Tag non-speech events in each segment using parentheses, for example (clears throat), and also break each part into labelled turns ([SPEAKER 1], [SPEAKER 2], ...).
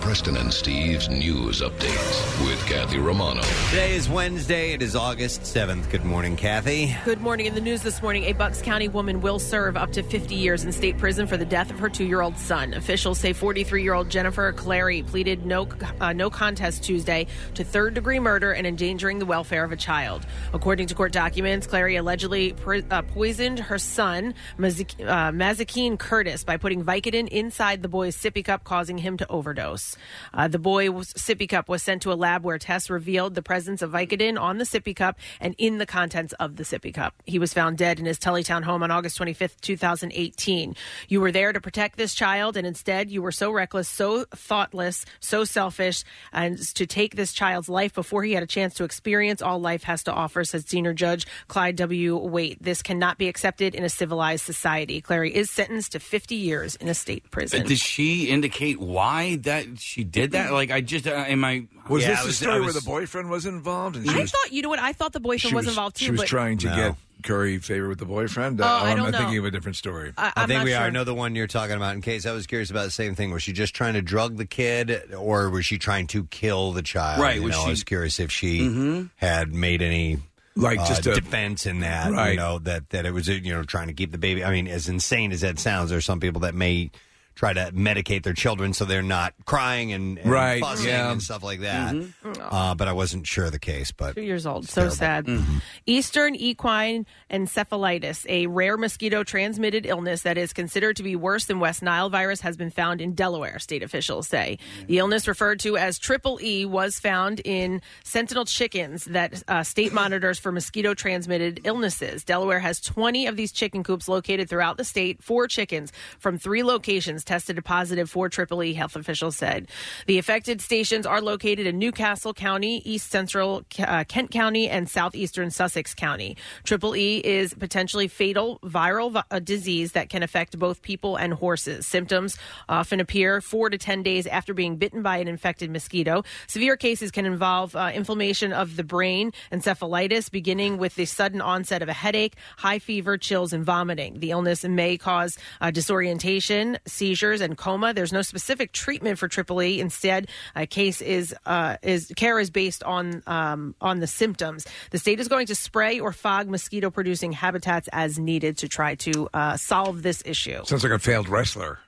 [SPEAKER 1] Preston and Steve's news updates with Kathy Romano.
[SPEAKER 2] Today is Wednesday. It is August 7th. Good morning, Kathy.
[SPEAKER 3] Good morning. In the news this morning, a Bucks County woman will serve up to 50 years in state prison for the death of her two-year-old son. Officials say 43-year-old Jennifer Clary pleaded no uh, no contest Tuesday to third-degree murder and endangering the welfare of a child. According to court documents, Clary allegedly pri- uh, poisoned her son, Mazak- uh, Mazakeen Curtis, by putting Vicodin inside the boy's sippy cup, causing him to overdose. Uh, the boy's sippy cup was sent to a lab where tests revealed the presence of Vicodin on the sippy cup and in the contents of the sippy cup. He was found dead in his Tullytown home on August 25th, 2018. You were there to protect this child, and instead you were so reckless, so thoughtless, so selfish, and to take this child's life before he had a chance to experience all life has to offer, said Senior Judge Clyde W. Waite. This cannot be accepted in a civilized society. Clary is sentenced to 50 years in a state prison.
[SPEAKER 4] Did she indicate why that she did that? Like, I just uh, am I
[SPEAKER 5] Was
[SPEAKER 4] Yeah,
[SPEAKER 5] this
[SPEAKER 4] I
[SPEAKER 5] the
[SPEAKER 4] was-
[SPEAKER 5] story
[SPEAKER 4] I
[SPEAKER 5] where
[SPEAKER 4] was-
[SPEAKER 5] the boyfriend was involved? And
[SPEAKER 3] I thought you know what I thought the boyfriend
[SPEAKER 5] she
[SPEAKER 3] was,
[SPEAKER 5] was,
[SPEAKER 3] involved too.
[SPEAKER 5] She was
[SPEAKER 3] but
[SPEAKER 5] trying to
[SPEAKER 2] No.
[SPEAKER 5] get Curry favor with the boyfriend.
[SPEAKER 3] Oh, I
[SPEAKER 5] I'm
[SPEAKER 3] don't know.
[SPEAKER 5] thinking of a different story.
[SPEAKER 3] I,
[SPEAKER 2] I
[SPEAKER 3] I'm
[SPEAKER 2] think
[SPEAKER 3] not
[SPEAKER 2] we
[SPEAKER 3] sure.
[SPEAKER 2] are. I know the one you're talking about. In case I was curious about the same thing, was she just trying to drug the kid, or was she trying to kill the child?
[SPEAKER 4] Right,
[SPEAKER 2] You
[SPEAKER 4] was
[SPEAKER 2] know, Um, I
[SPEAKER 4] she-
[SPEAKER 2] was curious if she
[SPEAKER 5] Mm-hmm.
[SPEAKER 2] had made any
[SPEAKER 5] Like,
[SPEAKER 2] uh,
[SPEAKER 5] just a-
[SPEAKER 2] defense in that. You
[SPEAKER 5] Right.
[SPEAKER 2] know that that it was you know trying to keep the baby. I mean, as insane as that sounds, there are some people that may try to medicate their children so they're not crying and, and
[SPEAKER 5] Right,
[SPEAKER 2] fussing
[SPEAKER 5] yeah.
[SPEAKER 2] and stuff like that.
[SPEAKER 3] Mhm.
[SPEAKER 2] Uh, but I wasn't sure of the case. But
[SPEAKER 3] Two years old. So
[SPEAKER 2] terrible.
[SPEAKER 3] sad.
[SPEAKER 5] Mm-hmm.
[SPEAKER 3] Eastern equine encephalitis, a rare mosquito transmitted illness that is considered to be worse than West Nile virus, has been found in Delaware, state officials say. The illness, referred to as triple E, was found in sentinel chickens that uh, state monitors for mosquito transmitted illnesses. Delaware has 20 of these chicken coops located throughout the state. Four chickens from three locations tested positive for triple E, health officials said. The affected stations are located in Newcastle County, East Central uh, Kent County, and Southeastern Sussex County. Triple E is potentially fatal viral vi- uh, disease that can affect both people and horses. Symptoms often appear four to 10 days after being bitten by an infected mosquito. Severe cases can involve uh, inflammation of the brain, encephalitis, beginning with the sudden onset of a headache, high fever, chills, and vomiting. The illness may cause uh, disorientation, seizures, and coma. There's no specific treatment for triple E. Instead, a case is uh, is care is based on um, on the symptoms. The state is going to spray or fog mosquito producing habitats as needed to try to uh, solve this issue.
[SPEAKER 5] Sounds like a failed
[SPEAKER 3] (laughs)
[SPEAKER 5] wrestler.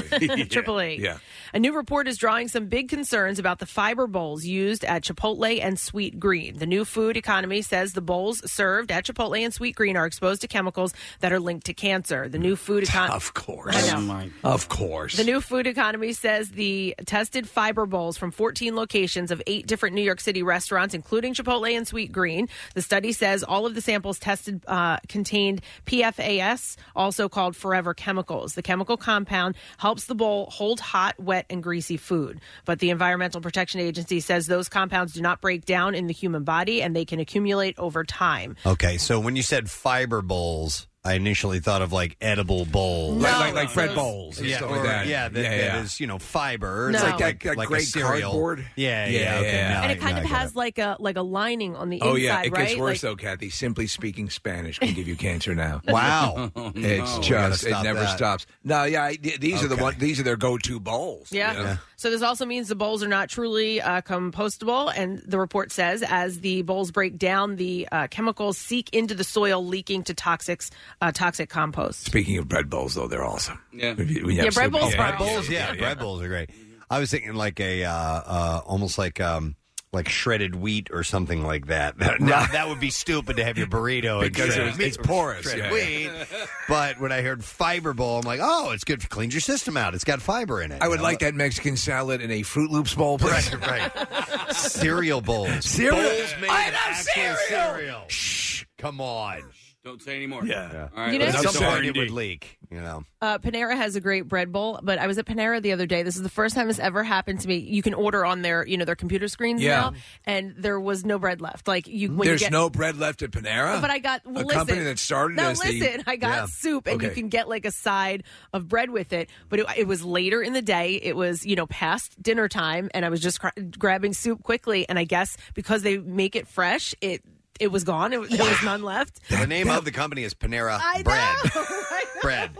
[SPEAKER 3] Triple E.
[SPEAKER 5] (laughs) Yeah.
[SPEAKER 3] A new report is drawing some big concerns about the fiber bowls used at Chipotle and Sweet Green. The new food economy says the bowls served at Chipotle and Sweet Green are exposed to chemicals that are linked to cancer. The
[SPEAKER 5] (laughs)
[SPEAKER 3] new food economy.
[SPEAKER 5] Of course.
[SPEAKER 3] I know.
[SPEAKER 5] Of course.
[SPEAKER 3] The new food economy says the tested fiber bowls from 14 locations of eight different New York City restaurants, including Chipotle and Sweet Green. The study says all of the samples tested uh, contained PFAS, also called forever chemicals. The chemical compound helps the bowl hold hot, wet, and greasy food. But the Environmental Protection Agency says those compounds do not break down in the human body and they can accumulate over time.
[SPEAKER 2] okay, so when you said fiber bowls, I initially thought of like edible bowls.
[SPEAKER 5] like, like, like Fred
[SPEAKER 3] No.
[SPEAKER 5] Bowles. and
[SPEAKER 2] Yeah,
[SPEAKER 5] stuff like
[SPEAKER 2] or-
[SPEAKER 5] that.
[SPEAKER 2] yeah, that,
[SPEAKER 5] yeah,
[SPEAKER 2] that is you know fiber.
[SPEAKER 3] No.
[SPEAKER 2] It's like
[SPEAKER 3] Like
[SPEAKER 2] like,
[SPEAKER 5] that- that
[SPEAKER 2] like
[SPEAKER 5] great
[SPEAKER 2] a cereal.
[SPEAKER 5] cardboard?
[SPEAKER 2] Yeah,
[SPEAKER 5] Yeah,
[SPEAKER 2] yeah, okay.
[SPEAKER 5] yeah.
[SPEAKER 2] now
[SPEAKER 3] And
[SPEAKER 2] I-
[SPEAKER 3] it kind
[SPEAKER 2] now
[SPEAKER 3] of
[SPEAKER 2] I get
[SPEAKER 3] has
[SPEAKER 2] it.
[SPEAKER 3] like a like a lining on the
[SPEAKER 5] Oh,
[SPEAKER 3] inside,
[SPEAKER 5] yeah. It
[SPEAKER 3] right?
[SPEAKER 5] gets worse,
[SPEAKER 3] Like-
[SPEAKER 5] though, Kathy. Simply speaking Spanish can give you cancer
[SPEAKER 3] (laughs)
[SPEAKER 5] now.
[SPEAKER 2] (laughs) wow.
[SPEAKER 5] It's
[SPEAKER 2] Oh, no. We gotta
[SPEAKER 5] just it
[SPEAKER 2] stop
[SPEAKER 5] never
[SPEAKER 2] that.
[SPEAKER 5] stops. No, yeah, I, th- these are the
[SPEAKER 2] Okay.
[SPEAKER 5] one. These are their go-to bowls.
[SPEAKER 3] Yeah.
[SPEAKER 5] you know?
[SPEAKER 3] So this also means the bowls are not truly uh, compostable, and the report says as the bowls break down, the uh, chemicals seek into the soil, leaking to toxics, uh, toxic compost.
[SPEAKER 5] Speaking of bread bowls, though, they're awesome.
[SPEAKER 4] Yeah.
[SPEAKER 5] If you- when you
[SPEAKER 3] Yeah,
[SPEAKER 5] have
[SPEAKER 3] bread
[SPEAKER 5] soup-
[SPEAKER 3] bowls
[SPEAKER 5] yeah.
[SPEAKER 3] are
[SPEAKER 2] bread bowls. Yeah, bread bowls are great. I was thinking like a uh, uh, almost like um, like shredded wheat or something like that. (laughs) Now, that would be stupid to have your
[SPEAKER 4] (laughs)
[SPEAKER 2] burrito and
[SPEAKER 5] Because
[SPEAKER 2] shredded
[SPEAKER 5] it's-
[SPEAKER 2] meat
[SPEAKER 5] Oh, it's
[SPEAKER 2] or
[SPEAKER 5] porous,
[SPEAKER 2] shredded
[SPEAKER 5] yeah,
[SPEAKER 2] wheat. But when I heard fiber bowl, I'm like, oh, it's good for cleans your system out. It's got fiber (laughs) in it.
[SPEAKER 5] I
[SPEAKER 2] you
[SPEAKER 5] would
[SPEAKER 2] know?
[SPEAKER 5] like that Mexican salad in a Fruit Loops bowl, please.
[SPEAKER 2] Right,
[SPEAKER 5] (laughs)
[SPEAKER 2] right. cereal bowls.
[SPEAKER 5] Cereal.
[SPEAKER 2] Bowls made
[SPEAKER 5] I
[SPEAKER 2] of
[SPEAKER 5] love
[SPEAKER 2] actual
[SPEAKER 5] cereal.
[SPEAKER 2] cereal. Shh, come on.
[SPEAKER 4] Don't say anymore.
[SPEAKER 5] Yeah. Yeah.
[SPEAKER 4] All right.
[SPEAKER 3] You know-
[SPEAKER 2] At
[SPEAKER 4] let's
[SPEAKER 2] some
[SPEAKER 4] get to
[SPEAKER 2] point, it
[SPEAKER 4] R&D.
[SPEAKER 2] would leak. You know.
[SPEAKER 3] Uh, Panera has a great bread bowl, but I was at Panera the other day. This is the first time this ever happened to me. You can order on their, you know, their computer screens
[SPEAKER 5] Yeah.
[SPEAKER 3] now, and there was no bread left. Like you, when
[SPEAKER 5] There's
[SPEAKER 3] you get,
[SPEAKER 5] no bread left at Panera.
[SPEAKER 3] But I got well,
[SPEAKER 5] a
[SPEAKER 3] listen,
[SPEAKER 5] company that started
[SPEAKER 3] No,
[SPEAKER 5] as the-
[SPEAKER 3] listen, I got
[SPEAKER 2] Yeah.
[SPEAKER 3] soup, and you
[SPEAKER 5] Okay.
[SPEAKER 3] can get like a side of bread with it. But it, it was later in the day. It was you know past dinner time, and I was just cr- grabbing soup quickly. And I guess because they make it fresh, it it was gone. It, there was
[SPEAKER 5] (laughs)
[SPEAKER 3] none left.
[SPEAKER 2] The name of the company is Panera
[SPEAKER 3] I
[SPEAKER 2] Bread.
[SPEAKER 3] know. (laughs) I know.
[SPEAKER 2] Bread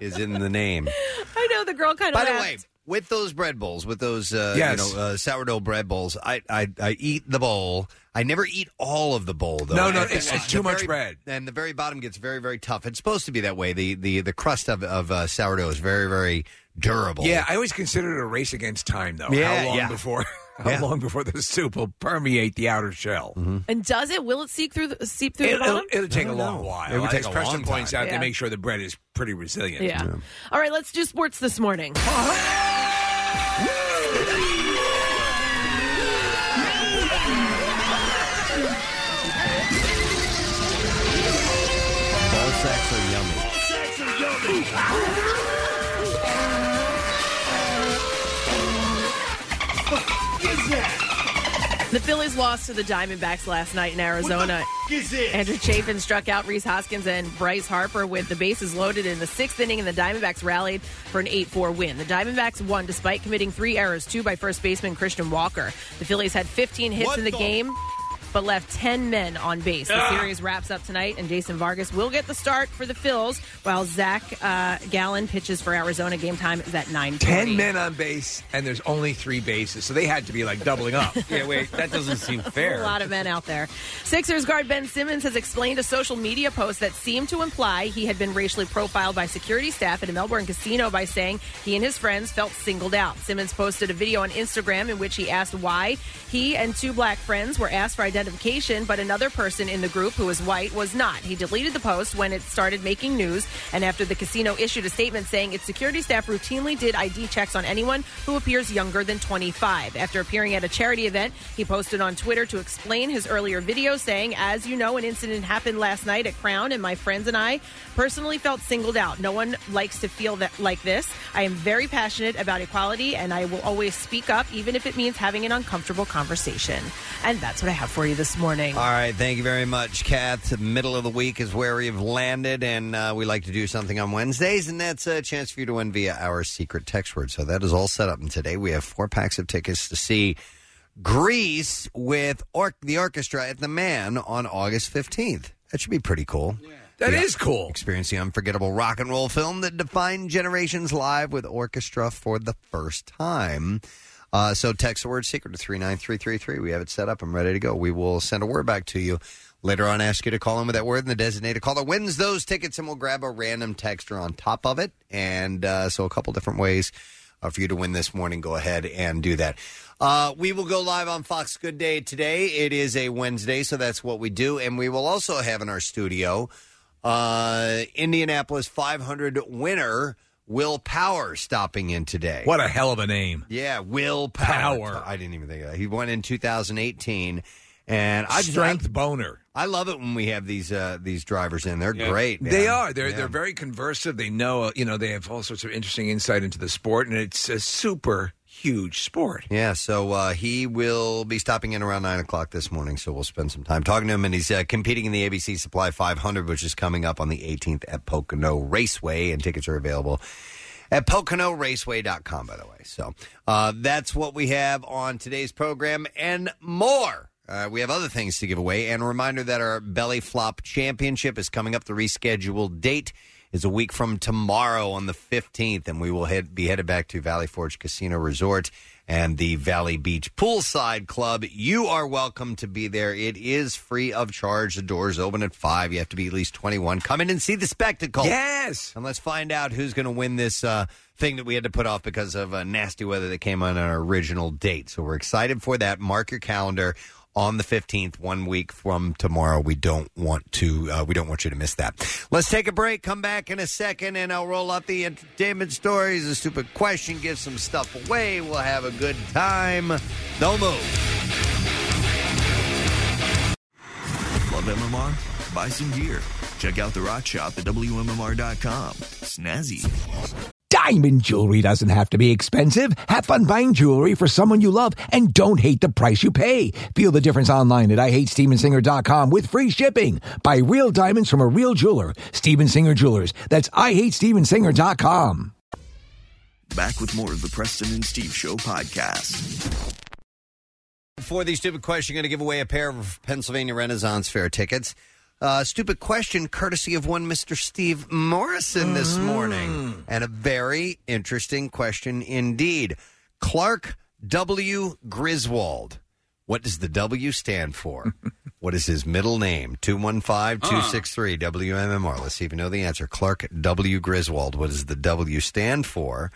[SPEAKER 2] is in the name.
[SPEAKER 3] I know the girl kind of.
[SPEAKER 2] By the way, with those bread bowls, with those uh,
[SPEAKER 3] Yes.
[SPEAKER 2] you know, uh, sourdough bread bowls, I, I I eat the bowl. I never eat all of the bowl though.
[SPEAKER 5] No, no,
[SPEAKER 2] At the-
[SPEAKER 5] it's-
[SPEAKER 2] at
[SPEAKER 5] it's
[SPEAKER 2] the
[SPEAKER 5] too much
[SPEAKER 2] very-
[SPEAKER 5] bread.
[SPEAKER 2] and the very bottom gets very very tough. It's supposed to be that way. The the the crust of of uh, sourdough is very very durable.
[SPEAKER 5] Yeah, I always considered it a race against time, though.
[SPEAKER 2] Yeah,
[SPEAKER 5] how long
[SPEAKER 2] yeah. Mm-hmm.
[SPEAKER 5] before? (laughs) How long before the soup will permeate the outer shell?
[SPEAKER 3] and does it? Will it seep through? The, seep through the
[SPEAKER 5] It'll,
[SPEAKER 3] bottom?
[SPEAKER 5] it'll, it'll take a
[SPEAKER 2] don't
[SPEAKER 5] long
[SPEAKER 2] know.
[SPEAKER 5] while.
[SPEAKER 2] It would take
[SPEAKER 5] As
[SPEAKER 2] a
[SPEAKER 5] Preston
[SPEAKER 2] long
[SPEAKER 5] points
[SPEAKER 2] time.
[SPEAKER 5] out, they
[SPEAKER 3] Yeah.
[SPEAKER 5] make sure the bread is pretty resilient.
[SPEAKER 3] Yeah. All right, let's do sports this morning.
[SPEAKER 5] Uh-huh.
[SPEAKER 2] Ball sacks are yummy.
[SPEAKER 3] The Phillies lost to the Diamondbacks last night in Arizona. Andrew Chafin struck out Reese Hoskins and Bryce Harper with the bases loaded in the sixth inning, and the Diamondbacks rallied for an 8 4 win. The Diamondbacks won despite committing three errors, two by first baseman Christian Walker. The Phillies had 15 hits
[SPEAKER 6] What
[SPEAKER 3] in the,
[SPEAKER 6] the
[SPEAKER 3] game. But left 10 men on base. The
[SPEAKER 6] Ah.
[SPEAKER 3] series wraps up tonight, and Jason Vargas will get the start for the Phils, while Zach uh, Gallen pitches for Arizona. Game time is at 9
[SPEAKER 5] Ten men on base, and there's only three bases, so they had to be like
[SPEAKER 2] (laughs)
[SPEAKER 5] doubling up.
[SPEAKER 4] yeah, wait, that doesn't seem
[SPEAKER 5] (laughs)
[SPEAKER 3] A lot of men out there. Sixers guard Ben Simmons has explained a social media post that seemed to imply he had been racially profiled by security staff at a Melbourne casino by saying he and his friends felt singled out. Simmons posted a video on Instagram in which he asked why he and two black friends were asked for identification, but another person in the group who was white was not. He deleted the post when it started making news, and after the casino issued a statement saying its security staff routinely did ID checks on anyone who appears younger than 25. After appearing at a charity event, he posted on Twitter to explain his earlier video, saying, As you know, an incident happened last night at Crown, and my friends and I personally felt singled out. No one likes to feel that like this. I am very passionate about equality, and I will always speak up, even if it means having an uncomfortable conversation. And that's what I have for you this morning.
[SPEAKER 2] All right, thank you very much, Kath. Middle of the week is where we've landed, and uh, we like to do something on Wednesdays, and that's a chance for you to win via our secret text word. So that is all set up, and today we have four packs of tickets to see Greece with or- the orchestra at the Man on August fifteenth. That should be pretty cool. That is
[SPEAKER 5] cool.
[SPEAKER 2] Experience the unforgettable rock and roll film that defined generations live with orchestra for the first time. Uh, so text the word secret to 39333. We have it set up. I'm ready to go. We will send a word back to you. Later on, ask you to call in with that word, and the designated caller wins those tickets, and we'll grab a random texter on top of it. And uh, so, a couple different ways uh, for you to win this morning. Go ahead and do that. Uh, we will go live on Fox Good Day today. It is a Wednesday, so that's what we do. And we will also have in our studio uh, Indianapolis 500 winner Will Power stopping in today.
[SPEAKER 5] What a hell of a name!
[SPEAKER 2] Yeah, Will Power. I didn't even think of that. He won in 2018, and I just-
[SPEAKER 5] Strength boner.
[SPEAKER 2] I love it when we have these uh, these drivers in. They're
[SPEAKER 5] Yeah.
[SPEAKER 2] great.
[SPEAKER 5] They
[SPEAKER 2] man.
[SPEAKER 5] are. They're
[SPEAKER 2] Yeah.
[SPEAKER 5] they're very conversive. They know. uh, You know. They have all sorts of interesting insight into the sport, and it's a super huge sport.
[SPEAKER 2] Yeah, so uh, he will be stopping in around 9 o'clock this morning, so we'll spend some time talking to him. And he's uh, competing in the ABC Supply 500, which is coming up on the 18th at Pocono Raceway, and tickets are available at PoconoRaceway.com, by the way. So uh, that's what we have on today's program and more. Uh, we have other things to give away, and a reminder that our Belly Flop Championship is coming up. The rescheduled date is a week from tomorrow on the 15th, and we will head, be headed back to Valley Forge Casino Resort and the Valley Beach Poolside Club. You are welcome to be there. It is free of charge. The doors open at 5. You have to be at least 21. Come in and see the spectacle.
[SPEAKER 5] Yes.
[SPEAKER 2] And let's find out who's going to win this uh, thing that we had to put off because of uh, nasty weather that came on our original date. So we're excited for that. Mark your calendar on the 15th one week from tomorrow we don't want to uh, we don't want you to miss that let's take a break come back in a second and i'll roll out the entertainment stories a stupid question give some stuff away we'll have a good time don't move
[SPEAKER 7] Love MMR? Buy some gear. Check out the rock shop at WMMR.com. Snazzy.
[SPEAKER 8] Diamond jewelry doesn't have to be expensive. Have fun buying jewelry for someone you love and don't hate the price you pay. Feel the difference online at IHateStevensinger.com with free shipping. Buy real diamonds from a real jeweler. Steven Singer Jewelers. That's IHateStevensinger.com.
[SPEAKER 7] Back with more of the Preston and Steve Show podcast.
[SPEAKER 2] For the stupid question, you're going to give away a pair of Pennsylvania Renaissance Fair tickets. Uh, stupid question, courtesy of one Mr. Steve Morrison this morning. And a very interesting question indeed. Clark W. Griswold. What does the W stand for? what is his middle name? 215 263 WMMR. Let's see if you know the answer. Clark W. Griswold. What does the W stand for?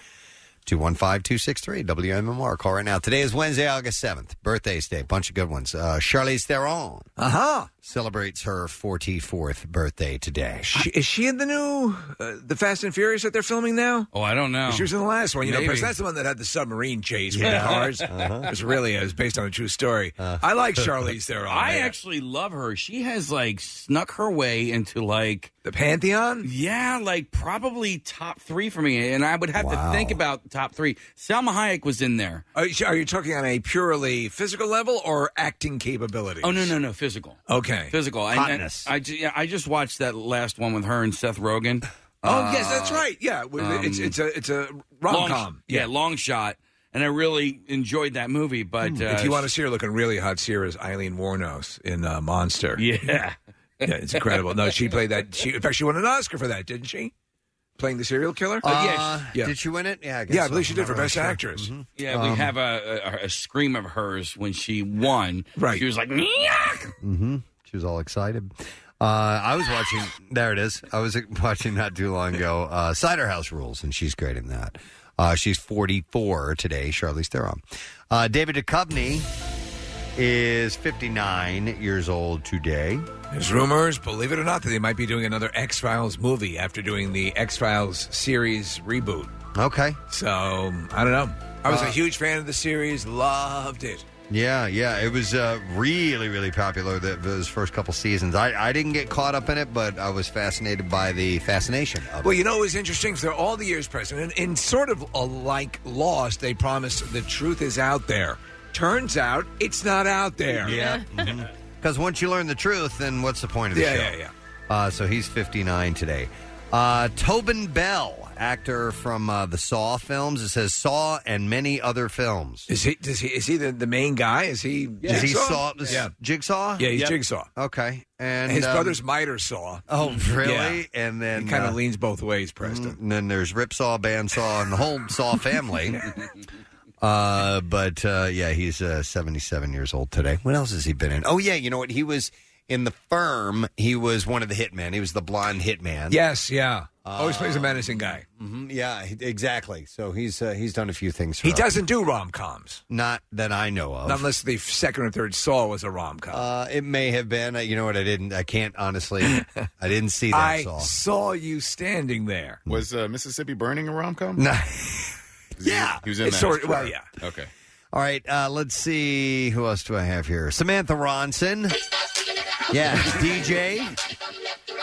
[SPEAKER 2] 215-263 WMMR. Call right now. Today is Wednesday, August 7th. Birthdays day. Bunch of good ones. Uh, Charlize Theron.
[SPEAKER 5] Uh-huh.
[SPEAKER 2] Celebrates her 44th birthday today.
[SPEAKER 5] She, is she in the new uh, the Fast and Furious that they're filming now?
[SPEAKER 4] Oh, I don't know.
[SPEAKER 5] She was in the last one, you know,
[SPEAKER 4] Maybe.
[SPEAKER 5] because that's the one that had the submarine chase with
[SPEAKER 4] Yeah.
[SPEAKER 5] the cars. It was really it was based on a true story.
[SPEAKER 4] Uh-huh.
[SPEAKER 5] I like Charlize Theron.
[SPEAKER 4] I
[SPEAKER 5] man.
[SPEAKER 4] actually love her. She has like snuck her way into like
[SPEAKER 5] the pantheon.
[SPEAKER 4] Yeah, like probably top three for me, and I would have
[SPEAKER 5] Wow.
[SPEAKER 4] to think about top three. Selma Hayek was in there.
[SPEAKER 5] Are you, are you talking on a purely physical level or acting capability?
[SPEAKER 4] Oh no, no, no, physical.
[SPEAKER 5] Okay.
[SPEAKER 4] Physical. And- and I, ju- yeah, I just watched that last one with her and Seth Rogen.
[SPEAKER 5] (laughs) Oh
[SPEAKER 4] Uh,
[SPEAKER 5] yes, that's right. Yeah, we- it's
[SPEAKER 4] um,
[SPEAKER 5] it's a it's a
[SPEAKER 4] Long-
[SPEAKER 5] rom com.
[SPEAKER 4] yeah. long shot. And I really enjoyed that movie. But uh,
[SPEAKER 5] Hmm. if you want to see her looking really hot, see her as Eileen Warnos in uh, Monster.
[SPEAKER 4] Yeah.
[SPEAKER 5] yeah, it's incredible. No, she played that. She, in fact, she won an Oscar for that, didn't she? Playing the serial killer.
[SPEAKER 4] Uh, yes.
[SPEAKER 5] yeah.
[SPEAKER 2] Did she win it? Yeah, I guess
[SPEAKER 5] yeah, I believe
[SPEAKER 2] so.
[SPEAKER 5] she
[SPEAKER 2] I'm
[SPEAKER 5] did
[SPEAKER 2] not
[SPEAKER 5] for
[SPEAKER 2] really
[SPEAKER 5] best
[SPEAKER 2] sure.
[SPEAKER 5] actress.
[SPEAKER 4] yeah, we
[SPEAKER 2] Um,
[SPEAKER 4] have a, a, a scream of hers when she won.
[SPEAKER 2] Right.
[SPEAKER 4] She was like, "Meow!"
[SPEAKER 2] Mm-hmm. She was all excited. Uh, I was watching. There it is. I was (laughs) watching not too long ago. Uh, Cider House Rules, and she's great in that. Uh, she's 44 today. Charlize Theron. Uh, David Duchovny is 59 years old today.
[SPEAKER 5] There's rumors, believe it or not, that they might be doing another X Files movie after doing the X Files series reboot.
[SPEAKER 2] Okay.
[SPEAKER 5] So Um, I don't know. I was
[SPEAKER 2] Uh,
[SPEAKER 5] a huge fan of the series, loved it.
[SPEAKER 2] Yeah, yeah, it was uh, really, really popular. The, those first couple seasons, I, I didn't get caught up in it, but I was fascinated by the fascination of it.
[SPEAKER 5] Well, you know, it was interesting for all the years present, and in sort of a like Lost, they promised the truth is out there. Turns out it's not out there.
[SPEAKER 2] Yeah. (laughs) Because once you learn the truth, then what's the point of the
[SPEAKER 5] Yeah,
[SPEAKER 2] show?
[SPEAKER 5] yeah, yeah.
[SPEAKER 2] Uh, so he's 59 today. Uh, Tobin Bell, actor from uh, the Saw films. It says Saw and many other films.
[SPEAKER 5] Is he? Does he? Is he the, the main guy? Is he?
[SPEAKER 2] Is he Saw?
[SPEAKER 5] Yeah.
[SPEAKER 2] Jigsaw?
[SPEAKER 5] Yeah, he's
[SPEAKER 2] Yep.
[SPEAKER 5] Jigsaw.
[SPEAKER 2] Okay. And
[SPEAKER 5] His
[SPEAKER 2] um,
[SPEAKER 5] brother's miter saw.
[SPEAKER 2] Oh, really?
[SPEAKER 5] (laughs) Yeah.
[SPEAKER 2] And then
[SPEAKER 5] he kind
[SPEAKER 2] uh,
[SPEAKER 5] of leans both ways, Preston.
[SPEAKER 2] And then there's Rip Saw, Bandsaw, and the whole Saw
[SPEAKER 5] (laughs)
[SPEAKER 2] family. Uh, but uh, yeah, he's uh, 77 years old today. What else has he been in? Oh yeah, you know what? He was in the firm. He was one of the hitmen. He was the blonde hitman.
[SPEAKER 5] Yes, yeah. Always
[SPEAKER 2] Oh.
[SPEAKER 5] plays a menacing guy.
[SPEAKER 2] hmm yeah, he- exactly. So he's uh, he's done a few things. For
[SPEAKER 5] He
[SPEAKER 2] us.
[SPEAKER 5] doesn't do rom coms,
[SPEAKER 2] not that I know of.
[SPEAKER 5] not unless the second or third Saw was a rom com.
[SPEAKER 2] uh, it may have been. Uh, You know what? I didn't. I can't honestly.
[SPEAKER 5] (laughs)
[SPEAKER 2] I didn't see that
[SPEAKER 5] I
[SPEAKER 2] Saw.
[SPEAKER 5] saw you standing there.
[SPEAKER 6] Was uh, Mississippi Burning a rom com? (laughs)
[SPEAKER 2] No.
[SPEAKER 6] yeah, he was in
[SPEAKER 5] It's
[SPEAKER 6] that.
[SPEAKER 5] sort- well, yeah.
[SPEAKER 6] Okay.
[SPEAKER 2] All right, uh, let's see. Who else do I have here? Samantha Ronson. Yeah, DJ.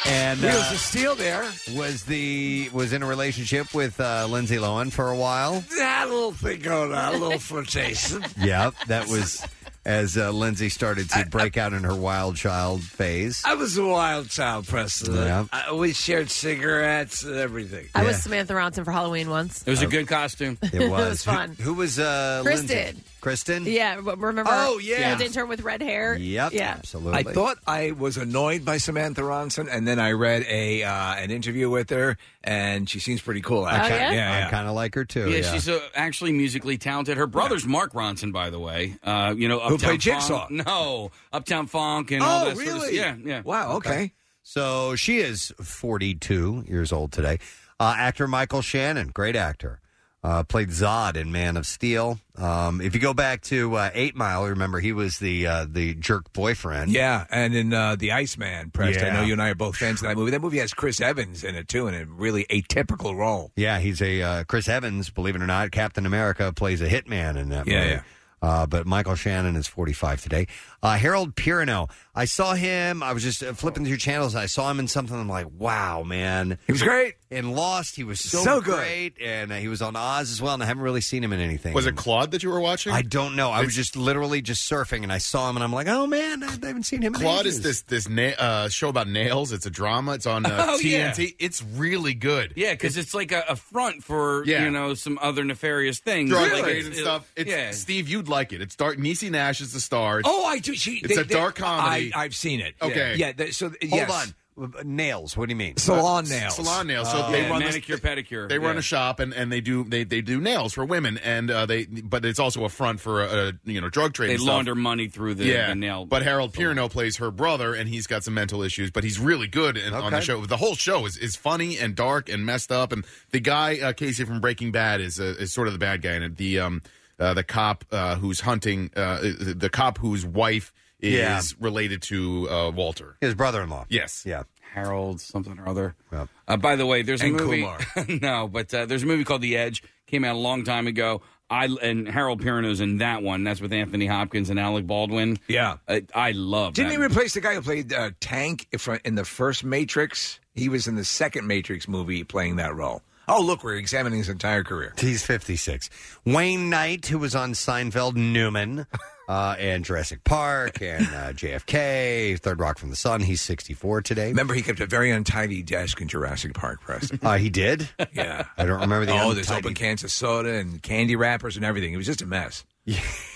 [SPEAKER 2] And
[SPEAKER 5] Wheels
[SPEAKER 2] uh,
[SPEAKER 5] of Steel there.
[SPEAKER 2] was the was in a relationship with uh, Lindsay Lohan for a while.
[SPEAKER 5] That little thing going on, a little flirtation.
[SPEAKER 2] Yep, that was as uh, Lindsay started to break out in her wild child phase.
[SPEAKER 5] I was a wild child, Preston.
[SPEAKER 2] Yeah.
[SPEAKER 5] I, we shared cigarettes and everything.
[SPEAKER 3] I was Samantha Ronson for Halloween once.
[SPEAKER 4] It was a good costume.
[SPEAKER 2] It was,
[SPEAKER 3] was fun.
[SPEAKER 2] Who, who was uh,
[SPEAKER 3] Chris
[SPEAKER 2] Lindsay?
[SPEAKER 3] did.
[SPEAKER 2] Kristen.
[SPEAKER 3] Yeah, but remember?
[SPEAKER 5] Oh, yeah.
[SPEAKER 3] the old intern with red hair.
[SPEAKER 2] Yep.
[SPEAKER 3] Yeah.
[SPEAKER 2] Absolutely.
[SPEAKER 5] I thought I was annoyed by Samantha Ronson, and then I read a uh, an interview with her, and she seems pretty cool. Actually,
[SPEAKER 3] Oh, yeah?
[SPEAKER 5] yeah,
[SPEAKER 2] I kind of like her too.
[SPEAKER 4] Yeah,
[SPEAKER 2] Yeah.
[SPEAKER 4] she's uh, actually musically talented. Her brother's Mark Ronson, by the way. Uh, you know, Uptown
[SPEAKER 5] Who played
[SPEAKER 4] Funk.
[SPEAKER 5] Jigsaw.
[SPEAKER 4] No, Uptown Funk and
[SPEAKER 5] Oh,
[SPEAKER 4] all that.
[SPEAKER 5] really?
[SPEAKER 4] Sort of, yeah, yeah.
[SPEAKER 5] Wow. Okay.
[SPEAKER 2] So she is 42 years old today. Uh, actor Michael Shannon, great actor, uh, played Zod in Man of Steel. Um, if you go back to uh, Eight Mile, remember he was the uh, the jerk boyfriend.
[SPEAKER 5] Yeah, and in uh, the Iceman, Preston. I know
[SPEAKER 2] Yeah.
[SPEAKER 5] you and I are both fans of that movie. That movie has Chris Evans in it too, in a really atypical role.
[SPEAKER 2] Yeah, he's a uh, Chris Evans, believe it or not. Captain America plays a hitman in that
[SPEAKER 5] Yeah,
[SPEAKER 2] movie.
[SPEAKER 5] yeah.
[SPEAKER 2] Uh, but Michael Shannon is 45 today. Uh, Harold Pirino. I saw him. I was just uh, flipping through channels. I saw him in something. I'm like, wow, man.
[SPEAKER 5] He was great.
[SPEAKER 2] And Lost, he was so,
[SPEAKER 5] So good.
[SPEAKER 2] great. And uh, he was on Oz as well. And I haven't really seen him in anything.
[SPEAKER 6] Was it Claude that you were watching?
[SPEAKER 2] I don't know. I was just literally just surfing and I saw him and I'm like, oh man, I haven't seen him. in
[SPEAKER 6] Claude
[SPEAKER 2] ages.
[SPEAKER 6] is this this na- uh, show about nails. It's a drama. It's
[SPEAKER 5] (laughs)
[SPEAKER 6] on uh,
[SPEAKER 4] Oh, yeah.
[SPEAKER 6] TNT. It's really good.
[SPEAKER 4] Yeah, because it's like a, a front for
[SPEAKER 6] Yeah.
[SPEAKER 4] you know some other nefarious things,
[SPEAKER 6] Drug
[SPEAKER 4] Like,
[SPEAKER 6] trade
[SPEAKER 4] it's-
[SPEAKER 6] and
[SPEAKER 4] it-
[SPEAKER 6] stuff. It's,
[SPEAKER 4] yeah.
[SPEAKER 6] Steve, you'd like it. It's dark. Niecy Nash is the star. It's-
[SPEAKER 5] Oh, I do. She,
[SPEAKER 6] It's a dark comedy.
[SPEAKER 5] I, I've seen it.
[SPEAKER 6] Okay.
[SPEAKER 5] Yeah. they- so th-
[SPEAKER 2] Hold
[SPEAKER 5] yes.
[SPEAKER 2] on. Nails. What do you mean?
[SPEAKER 5] Salon
[SPEAKER 6] s-
[SPEAKER 5] nails.
[SPEAKER 6] Salon nails. So
[SPEAKER 4] Yeah,
[SPEAKER 6] they run this-
[SPEAKER 4] manicure, pedicure.
[SPEAKER 6] They run
[SPEAKER 4] yeah.
[SPEAKER 6] a shop and, and they do they, they do nails for women and uh, they but it's also a front for a, a you know drug trade.
[SPEAKER 4] They
[SPEAKER 6] and stuff.
[SPEAKER 4] launder money through the, the nail.
[SPEAKER 6] But Harold Pirino plays her brother, and he's got some mental issues. But he's really good in, on the
[SPEAKER 2] Okay.
[SPEAKER 6] show. The whole show is, is funny and dark and messed up. And the guy uh, Casey from Breaking Bad is uh, is sort of the bad guy in it. The um uh, the cop uh, who's hunting uh, the the cop whose wife is
[SPEAKER 2] Yeah.
[SPEAKER 6] related to uh, Walter.
[SPEAKER 2] His brother-in-law.
[SPEAKER 6] Yes.
[SPEAKER 2] Yeah.
[SPEAKER 4] Harold something or other.
[SPEAKER 2] Yep.
[SPEAKER 4] Uh, by the way, there's
[SPEAKER 5] And
[SPEAKER 4] a movie.
[SPEAKER 5] Kumar.
[SPEAKER 4] (laughs) no, but uh, there's a movie called The Edge. Came out a long time ago. I and Harold Pirino's in that one. That's with Anthony Hopkins and Alec Baldwin.
[SPEAKER 5] Yeah.
[SPEAKER 4] I, I love.
[SPEAKER 5] Didn't
[SPEAKER 4] that
[SPEAKER 5] he
[SPEAKER 4] movie.
[SPEAKER 5] replace the guy who played uh, Tank if- in the first Matrix? He was in the second Matrix movie playing that role. Oh, look, we're examining his entire career.
[SPEAKER 2] He's 56. Wayne Knight, who was on Seinfeld,
[SPEAKER 5] (laughs)
[SPEAKER 2] Newman, uh, and Jurassic Park, and uh, JFK, Third Rock from the Sun. He's 64 today.
[SPEAKER 5] Remember, he kept a very untidy desk in Jurassic Park Press.
[SPEAKER 2] Uh, he did.
[SPEAKER 5] (laughs) yeah.
[SPEAKER 2] I don't remember the.
[SPEAKER 5] oh, there's
[SPEAKER 2] untidy-
[SPEAKER 5] open cans of soda and candy wrappers and everything. It was just a mess.
[SPEAKER 2] (laughs)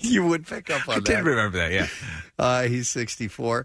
[SPEAKER 2] You would pick up on
[SPEAKER 5] I did
[SPEAKER 2] that.
[SPEAKER 5] remember that, yeah.
[SPEAKER 2] (laughs) Uh, he's 64.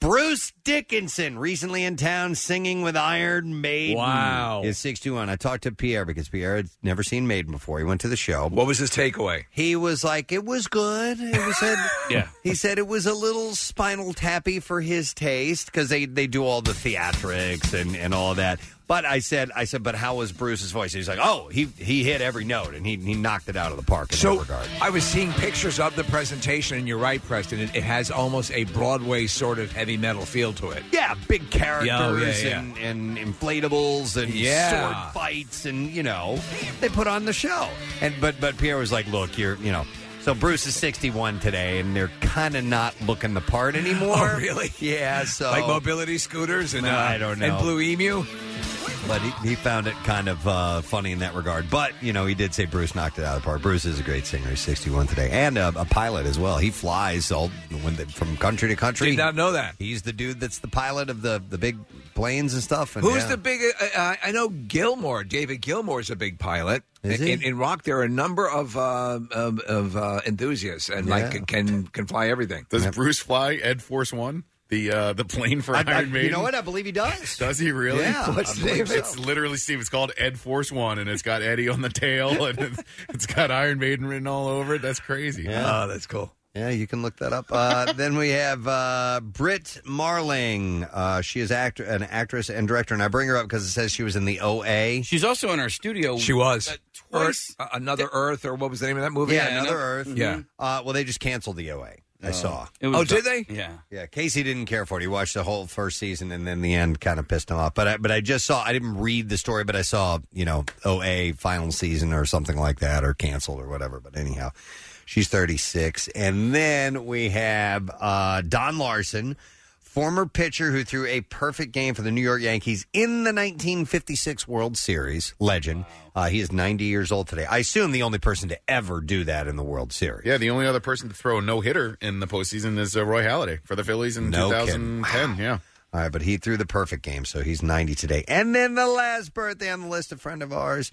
[SPEAKER 2] Bruce Dickinson, recently in town singing with Iron Maiden.
[SPEAKER 5] Wow.
[SPEAKER 2] Is 61. I talked to Pierre because Pierre had never seen Maiden before. He went to the show.
[SPEAKER 5] What was his takeaway?
[SPEAKER 2] He was like, it was good. It was
[SPEAKER 5] (laughs)
[SPEAKER 2] said,
[SPEAKER 4] Yeah.
[SPEAKER 2] He said it was a little spinal tappy for his taste because they, they do all the theatrics and, and all that. But I said, I said, but how was Bruce's voice? He's like, oh, he he hit every note and he, he knocked it out of the park in that
[SPEAKER 5] So
[SPEAKER 2] regard.
[SPEAKER 5] I was seeing pictures of the presentation, and you're right, Preston. It, it has almost a Broadway sort of heavy metal feel to it.
[SPEAKER 2] Yeah, big characters
[SPEAKER 5] Yeah, oh, yeah, yeah.
[SPEAKER 2] And, and inflatables and
[SPEAKER 5] Yeah.
[SPEAKER 2] sword fights and you know they put on the show. And but but Pierre was like, look, you're you know. So Bruce is 61 today, and they're kind of not looking the part anymore.
[SPEAKER 5] (laughs) Oh, really?
[SPEAKER 2] Yeah. So
[SPEAKER 5] Like mobility scooters and uh,
[SPEAKER 2] I don't know.
[SPEAKER 5] and Blue Emu.
[SPEAKER 2] but he, he found it kind of uh, funny in that regard. But you know, he did say Bruce knocked it out of the park. Bruce is a great singer. He's 61 today, and uh, a, a pilot as well. He flies all when they, from country to country.
[SPEAKER 5] Did not know that.
[SPEAKER 2] He's the dude that's the pilot of the the big planes and stuff. And
[SPEAKER 5] Who's
[SPEAKER 2] yeah.
[SPEAKER 5] the big? Uh, uh, I know Gilmore. David Gilmore's a big pilot.
[SPEAKER 2] Is
[SPEAKER 5] in,
[SPEAKER 2] he?
[SPEAKER 5] in rock, there are a number of uh, of, of uh, enthusiasts and
[SPEAKER 2] Yeah.
[SPEAKER 5] like can can fly everything.
[SPEAKER 6] Does Bruce fly Ed Force One? The uh, the plane for
[SPEAKER 2] I- I-
[SPEAKER 6] Iron Maiden.
[SPEAKER 2] You know what? I believe he does.
[SPEAKER 6] Does he really?
[SPEAKER 2] Yeah. What's
[SPEAKER 6] I
[SPEAKER 2] the
[SPEAKER 6] believe
[SPEAKER 2] name of it?
[SPEAKER 6] It's literally Steve. It's called Ed Force One, and it's got Eddie on the tail, and it's, it's got Iron Maiden written all over it. That's crazy.
[SPEAKER 5] Oh, that's cool.
[SPEAKER 2] Yeah, you can look that up. Uh, (laughs) then we have uh, Britt Marling. Uh, she is act- an actress and director, and I bring her up because it says she was in the OA.
[SPEAKER 4] She's also in our studio.
[SPEAKER 5] She was
[SPEAKER 4] uh, twice.
[SPEAKER 5] Earth- uh, another Earth, or what was the name of that movie?
[SPEAKER 2] Yeah,
[SPEAKER 4] Yeah,
[SPEAKER 2] Another
[SPEAKER 4] another-
[SPEAKER 2] Earth.
[SPEAKER 5] Yeah.
[SPEAKER 2] Uh, well, they just canceled the OA. I saw.
[SPEAKER 4] It
[SPEAKER 5] Oh, did they?
[SPEAKER 4] Yeah.
[SPEAKER 2] Yeah, Casey didn't care for it. He watched the whole first season, and then the end kind of pissed him off. But I, but I just saw. I didn't read the story, but I saw you know OA final season or something like that, or canceled or whatever. But anyhow, she's thirty six, and then we have uh, Don Larson. Former pitcher who threw a perfect game for the New York Yankees in the 1956 World Series, legend. Uh, he is 90 years old today. I assume the only person to ever do that in the World Series.
[SPEAKER 6] Yeah, the only other person to throw a no hitter in the postseason is uh, Roy Halladay for the Phillies in
[SPEAKER 2] No kidding.
[SPEAKER 6] 2010. Yeah.
[SPEAKER 2] All right, but he threw the perfect game, so he's 90 today. And then the last birthday on the list, a friend of ours,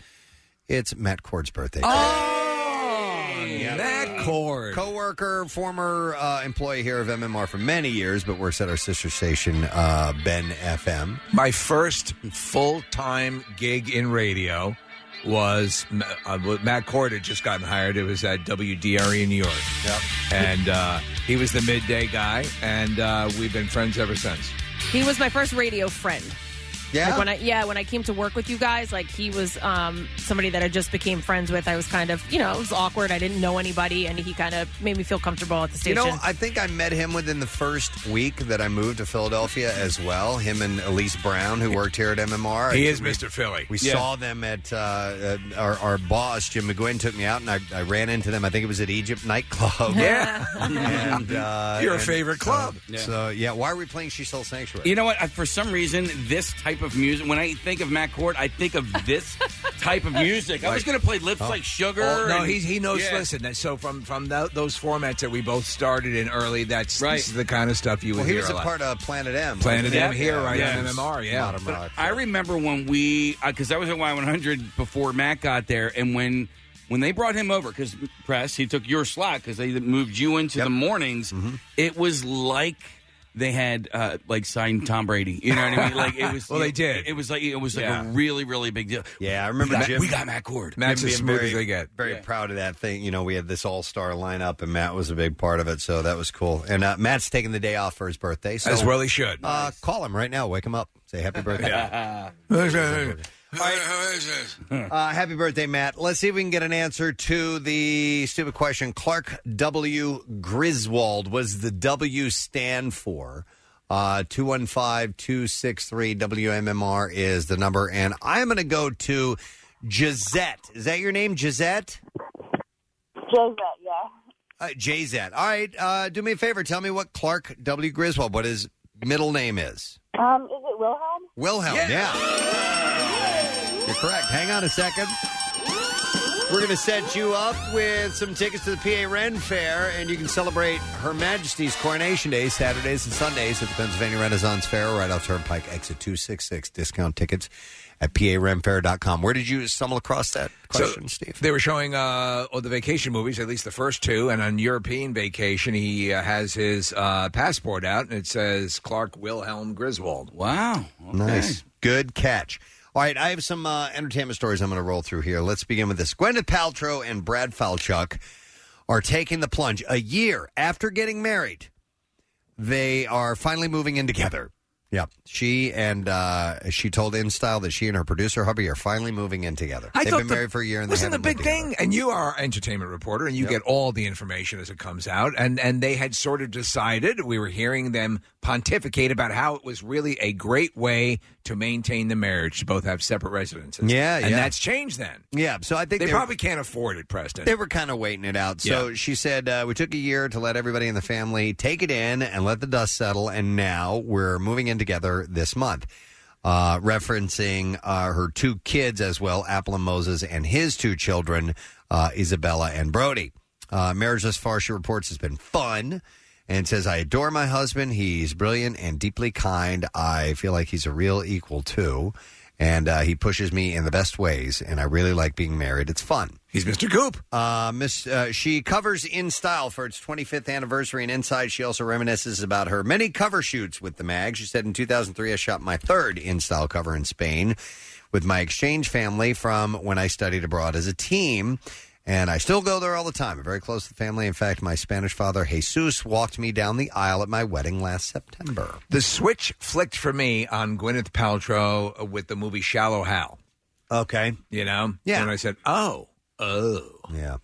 [SPEAKER 2] it's Matt Cord's birthday.
[SPEAKER 5] Oh, That chord.
[SPEAKER 2] Co-worker, former uh, employee here of MMR for many years, but works at our sister station, uh, Ben FM.
[SPEAKER 5] My first full time gig in radio was uh, Matt Cord had just gotten hired. It was at WDRE E in New York. Yep. And uh, he was the midday guy, and uh, we've been friends ever since.
[SPEAKER 3] He was my first radio friend.
[SPEAKER 2] Yeah?
[SPEAKER 3] Like when I yeah, when I came to work with you guys, like he was um, somebody that I just became friends with. I was kind of you know it was awkward. I didn't know anybody, and he kind of made me feel comfortable at the
[SPEAKER 2] You
[SPEAKER 3] station.
[SPEAKER 2] know, I think I met him within the first week that I moved to Philadelphia as well. Him and Elise Brown, who worked here at MMR.
[SPEAKER 5] He is
[SPEAKER 2] We-
[SPEAKER 5] Mr. Philly.
[SPEAKER 2] We
[SPEAKER 5] Yeah.
[SPEAKER 2] saw them at uh, uh, our, our boss, Jim McGuinn, took me out, and I, I ran into them. I think it was at Egypt Nightclub.
[SPEAKER 5] Yeah.
[SPEAKER 2] and, uh,
[SPEAKER 5] (laughs) Your
[SPEAKER 2] and
[SPEAKER 5] favorite
[SPEAKER 2] so-
[SPEAKER 5] club.
[SPEAKER 2] So, yeah, why are we playing She Sold Sanctuary?
[SPEAKER 4] You know what? I, for some reason, this type of music. When I think of Matt Court, I think of
[SPEAKER 5] (laughs)
[SPEAKER 4] this type of music. I was going to play "Lips Like Sugar."
[SPEAKER 5] Oh, no,
[SPEAKER 4] and-
[SPEAKER 5] he he knows.
[SPEAKER 4] Yeah.
[SPEAKER 5] Listen, that- so from from tho- those formats that we both started in early, that's this is the kind of stuff you would
[SPEAKER 2] Well, he
[SPEAKER 5] hear
[SPEAKER 2] was
[SPEAKER 5] a
[SPEAKER 2] a
[SPEAKER 5] lot.
[SPEAKER 2] part of Planet M.
[SPEAKER 5] Planet
[SPEAKER 2] wasn't
[SPEAKER 5] M
[SPEAKER 2] he?
[SPEAKER 5] here, right
[SPEAKER 4] Yeah.
[SPEAKER 5] on MMR, yeah.
[SPEAKER 2] Modern
[SPEAKER 5] But
[SPEAKER 2] rock.
[SPEAKER 4] I remember when we, because I was at Y100 before Matt got there, and when when they brought him over, because press, he took your slot because they moved you into the mornings.
[SPEAKER 5] Mm-hmm.
[SPEAKER 4] It was like they had uh, like signed Tom Brady. You know what I mean? Like it
[SPEAKER 5] (laughs)
[SPEAKER 4] was.
[SPEAKER 5] Well, they did.
[SPEAKER 4] It, was like it was like
[SPEAKER 5] Yeah.
[SPEAKER 4] a really really big deal.
[SPEAKER 2] Yeah, I remember
[SPEAKER 4] we got,
[SPEAKER 2] Jim-
[SPEAKER 4] we got Matt Cord.
[SPEAKER 5] Matt's
[SPEAKER 2] Him
[SPEAKER 5] as
[SPEAKER 2] being
[SPEAKER 5] smooth
[SPEAKER 2] very-
[SPEAKER 5] as they get.
[SPEAKER 2] Very proud of that thing. You know, we had this all star lineup, and Matt was a big part of it, so that was cool. And uh, Matt's taking the day off for his birthday, so
[SPEAKER 5] As well he should.
[SPEAKER 2] Uh, call him right now. Wake him up. Say
[SPEAKER 5] (laughs)
[SPEAKER 2] happy birthday. (laughs) Uh, happy birthday, Matt. Let's see if we can get an answer to the stupid question. Clark W. Griswold was the W stand for. Uh, 215-263-WMMR is the number. And I'm going to go to Gisette. Is that your name, Gisette?
[SPEAKER 9] Josette, yeah.
[SPEAKER 2] Uh, Gisette. All right. Uh, do me a favor. Tell me what Clark W. Griswold, what his middle name is.
[SPEAKER 9] Um, is it Wilhelm?
[SPEAKER 2] Wilhelm, yeah. You're correct. Hang on a second. We're going to set you up with some tickets to the PA Ren Fair, and you can celebrate Her Majesty's Coronation Day, Saturdays and Sundays at the Pennsylvania Renaissance Fair, right off Turnpike, exit 266. Discount tickets at parenfair.com. Where did you stumble across that question, Steve?
[SPEAKER 5] They were showing uh, all the vacation movies, at least the first two, and on European vacation, he uh, has his uh, passport out, and it says Clark Wilhelm Griswold.
[SPEAKER 4] Wow,
[SPEAKER 2] Nice. Good catch. All right, I have some uh, entertainment stories I'm going to roll through here. Let's begin with this. Gwyneth Paltrow and Brad Falchuk are taking the plunge. A year after getting married, they are finally moving in together. Yeah, she and uh, she told InStyle that she and her producer hubby are finally moving in together.
[SPEAKER 5] I
[SPEAKER 2] They've
[SPEAKER 5] thought
[SPEAKER 2] been
[SPEAKER 5] the-
[SPEAKER 2] married for a year and
[SPEAKER 5] Wasn't
[SPEAKER 2] they
[SPEAKER 5] the
[SPEAKER 2] haven't
[SPEAKER 5] big
[SPEAKER 2] lived
[SPEAKER 5] thing? And you are our entertainment reporter, and you get all the information as it comes out. And and they had sort of decided we were hearing them pontificate about how it was really a great way to maintain the marriage to both have separate residences.
[SPEAKER 2] Yeah,
[SPEAKER 5] and
[SPEAKER 2] yeah.
[SPEAKER 5] that's changed then.
[SPEAKER 2] together. Yeah, so I think
[SPEAKER 5] They,
[SPEAKER 2] they
[SPEAKER 5] probably can't afford it, Preston.
[SPEAKER 2] They were kind of waiting it out. So she said, uh, We took a year to let everybody in the family take it in and let the dust settle. And now we're moving in together this month. Uh, referencing uh, her two kids as well, Apple and Moses, and his two children, uh, Isabella and Brody. Uh, marriage thus far, she reports, has been fun and says, I adore my husband. He's brilliant and deeply kind. I feel like he's a real equal, too. And uh, he pushes me in the best ways. And I really like being married. It's fun.
[SPEAKER 5] He's Mr. Goop.
[SPEAKER 2] Uh, Miss, uh, she covers in style for its 25th anniversary, and inside she also reminisces about her many cover shoots with the mag. She said, "In 2003, I shot my third in style cover in Spain with my exchange family from when I studied abroad as a team." And I still go there all the time. I'm very close to the family. In fact, my Spanish father, Jesus, walked me down the aisle at my wedding last September.
[SPEAKER 5] The switch flicked for me on Gwyneth Paltrow uh, with the movie Shallow Hal.
[SPEAKER 2] Okay.
[SPEAKER 5] You know?
[SPEAKER 2] Yeah.
[SPEAKER 5] And I said, oh, oh.
[SPEAKER 2] Yeah.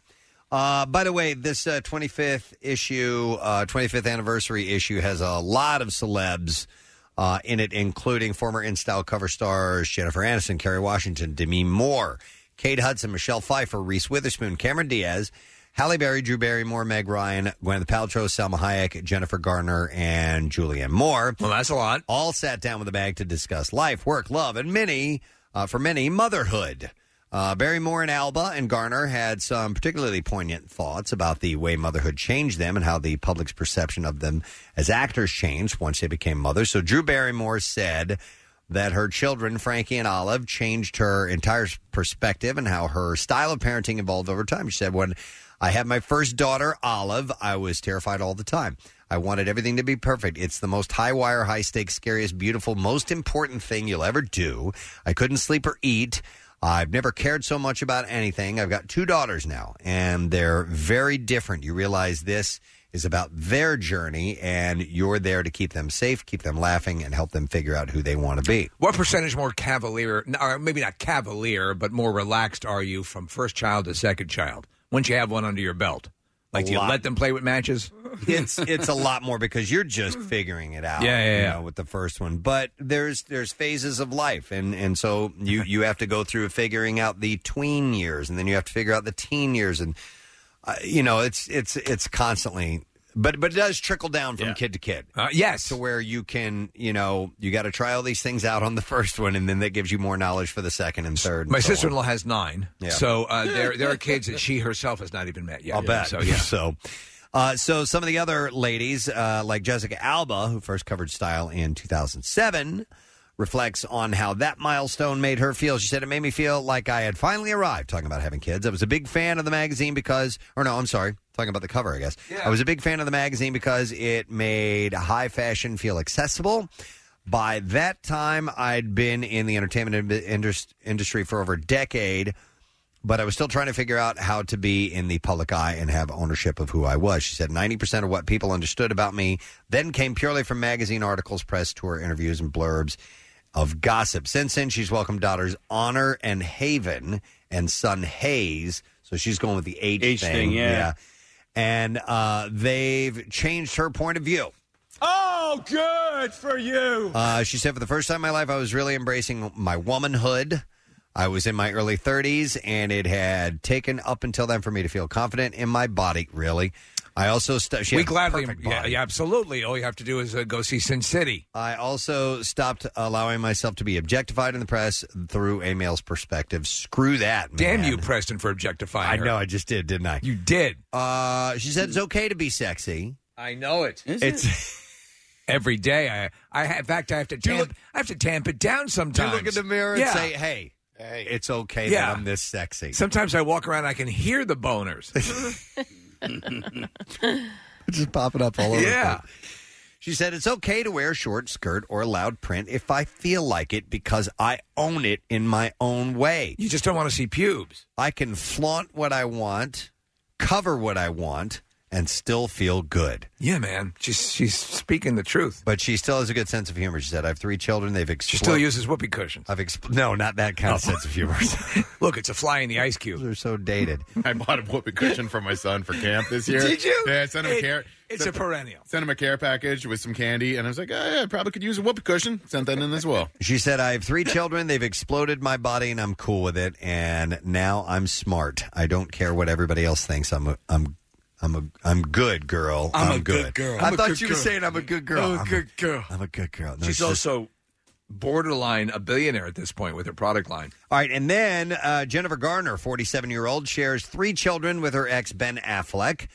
[SPEAKER 2] Uh, by the way, this uh, 25th issue, uh, 25th anniversary issue has a lot of celebs uh, in it, including former InStyle cover stars Jennifer Aniston, Kerry Washington, Demi Moore, Kate Hudson, Michelle Pfeiffer, Reese Witherspoon, Cameron Diaz, Halle Berry, Drew Barrymore, Meg Ryan, Gwyneth Paltrow, Selma Hayek, Jennifer Garner, and Julianne Moore.
[SPEAKER 5] Well, that's a lot.
[SPEAKER 2] All sat down with a bag to discuss life, work, love, and many, uh, for many, motherhood. Uh, Barrymore and Alba and Garner had some particularly poignant thoughts about the way motherhood changed them and how the public's perception of them as actors changed once they became mothers. So Drew Barrymore said that her children, Frankie and Olive, changed her entire perspective and how her style of parenting evolved over time. She said, When I had my first daughter, Olive, I was terrified all the time. I wanted everything to be perfect. It's the most high wire, high stakes, scariest, beautiful, most important thing you'll ever do. I couldn't sleep or eat. I've never cared so much about anything. I've got two daughters now, and they're very different. You realize this is about their journey, and you're there to keep them safe, keep them laughing, and help them figure out who they want to be.
[SPEAKER 5] What percentage more cavalier, or maybe not cavalier, but more relaxed are you from first child to second child once you have one under your belt? Like,
[SPEAKER 2] A
[SPEAKER 5] do you
[SPEAKER 2] lot.
[SPEAKER 5] let them play with matches?
[SPEAKER 2] (laughs) It's it's a lot more because you're just figuring it out.
[SPEAKER 5] Yeah, yeah,
[SPEAKER 2] you
[SPEAKER 5] yeah.
[SPEAKER 2] know, with the first one, but there's there's phases of life, and and so you you have to go through figuring out the tween years, and then you have to figure out the teen years, and uh, you know it's it's it's constantly. But but it does trickle down from kid to kid.
[SPEAKER 5] Uh, yes,
[SPEAKER 2] to where you can you know you got to try all these things out on the (laughs) first one, and then that gives you more knowledge for the second and third. and
[SPEAKER 5] My
[SPEAKER 2] so on.
[SPEAKER 5] sister in law has nine,
[SPEAKER 2] Yeah.
[SPEAKER 5] so uh,
[SPEAKER 2] (laughs)
[SPEAKER 5] there there are kids that she herself has not even met yet.
[SPEAKER 2] I'll bet. (laughs)
[SPEAKER 5] So yeah.
[SPEAKER 2] So, uh, so some of the other ladies, uh, like Jessica Alba, who first covered Style in 2007, reflects on how that milestone made her feel. She said, "It made me feel like I had finally arrived." Talking about having kids, I was a big fan of the magazine because, or no, I'm sorry, talking about the cover, I guess. I was a big fan of the magazine because it made high fashion feel accessible. By that time, I'd been in the entertainment in- indus- industry for over a decade but I was still trying to figure out how to be in the public eye and have ownership of who I was. She said 90% of what people understood about me then came purely from magazine articles, press tour interviews, and blurbs of gossip. Since then, she's welcomed daughters Honor and Haven and son Hayes. So she's going with the age,
[SPEAKER 4] Age thing, yeah.
[SPEAKER 2] And uh, they've changed her point of view.
[SPEAKER 10] Oh, good for you.
[SPEAKER 2] Uh, she said, for the first time in my life, I was really embracing my womanhood. I was in my early 30s, and it had taken up until then for me to feel confident in my body, really. I also st- she
[SPEAKER 5] we
[SPEAKER 2] had a
[SPEAKER 5] gladly,
[SPEAKER 2] perfect
[SPEAKER 5] yeah,
[SPEAKER 2] body.
[SPEAKER 5] yeah, absolutely. All you have to do is uh, go see Sin City.
[SPEAKER 2] I also stopped allowing myself to be objectified in the press through a male's perspective. Screw that, man.
[SPEAKER 5] Damn you, Preston, for objectifying
[SPEAKER 2] I
[SPEAKER 5] her.
[SPEAKER 2] know, I just did, didn't I?
[SPEAKER 5] You did.
[SPEAKER 2] Uh, she said it's okay to be sexy.
[SPEAKER 5] I know it.
[SPEAKER 2] It's (laughs)
[SPEAKER 5] Every day, I, I, ha- in fact, I have to tamp, I have to tamp it down
[SPEAKER 2] you
[SPEAKER 5] sometimes.
[SPEAKER 2] look in the mirror and
[SPEAKER 5] Yeah.
[SPEAKER 2] say, "Hey, hey, it's okay
[SPEAKER 5] Yeah.
[SPEAKER 2] that I'm this sexy."
[SPEAKER 5] Sometimes I walk around, I can hear
[SPEAKER 2] (laughs)
[SPEAKER 5] the boners.
[SPEAKER 2] just popping up all over. the
[SPEAKER 5] Yeah.
[SPEAKER 2] place. She said it's okay to wear a short skirt or a loud print if I feel like it because I own it in my own way.
[SPEAKER 5] you just don't want to see pubes.
[SPEAKER 2] I can flaunt what I want, cover what I want, and still feel good.
[SPEAKER 5] Yeah, man. She's she's speaking the truth.
[SPEAKER 2] But she still has a good sense of humor. She said, "I have three children. They've exploded."
[SPEAKER 5] She still uses whoopee cushions.
[SPEAKER 2] I've expl- no, not that kind of sense of
[SPEAKER 5] (laughs)
[SPEAKER 2] humor.
[SPEAKER 5] Look, it's a fly in the ice cube.
[SPEAKER 2] They're so dated.
[SPEAKER 6] (laughs) I bought a whoopee cushion for my son for camp this year.
[SPEAKER 5] Did you?
[SPEAKER 6] Yeah, I sent him
[SPEAKER 5] It-
[SPEAKER 6] a care.
[SPEAKER 5] It's a perennial.
[SPEAKER 6] Sent him a care package with some candy, and I was like, oh, yeah, I probably could use a whoopee cushion. Sent that in as well.
[SPEAKER 2] She said, I have three children. They've exploded my body and I'm cool with it. And now I'm smart. I don't care what everybody else thinks. I'm a, I'm I'm a I'm good girl.
[SPEAKER 4] I'm a
[SPEAKER 2] good.
[SPEAKER 4] good girl.
[SPEAKER 2] I
[SPEAKER 4] I'm a
[SPEAKER 2] thought
[SPEAKER 4] good
[SPEAKER 2] you were
[SPEAKER 4] girl.
[SPEAKER 2] saying I'm a good girl.
[SPEAKER 5] I'm a good girl.
[SPEAKER 2] I'm a good girl. No, it's
[SPEAKER 5] She's
[SPEAKER 2] just-
[SPEAKER 5] also borderline a billionaire at this point with her product line.
[SPEAKER 2] all right. And then uh, Jennifer Garner, 47 year old, shares three children with her ex Ben Affleck.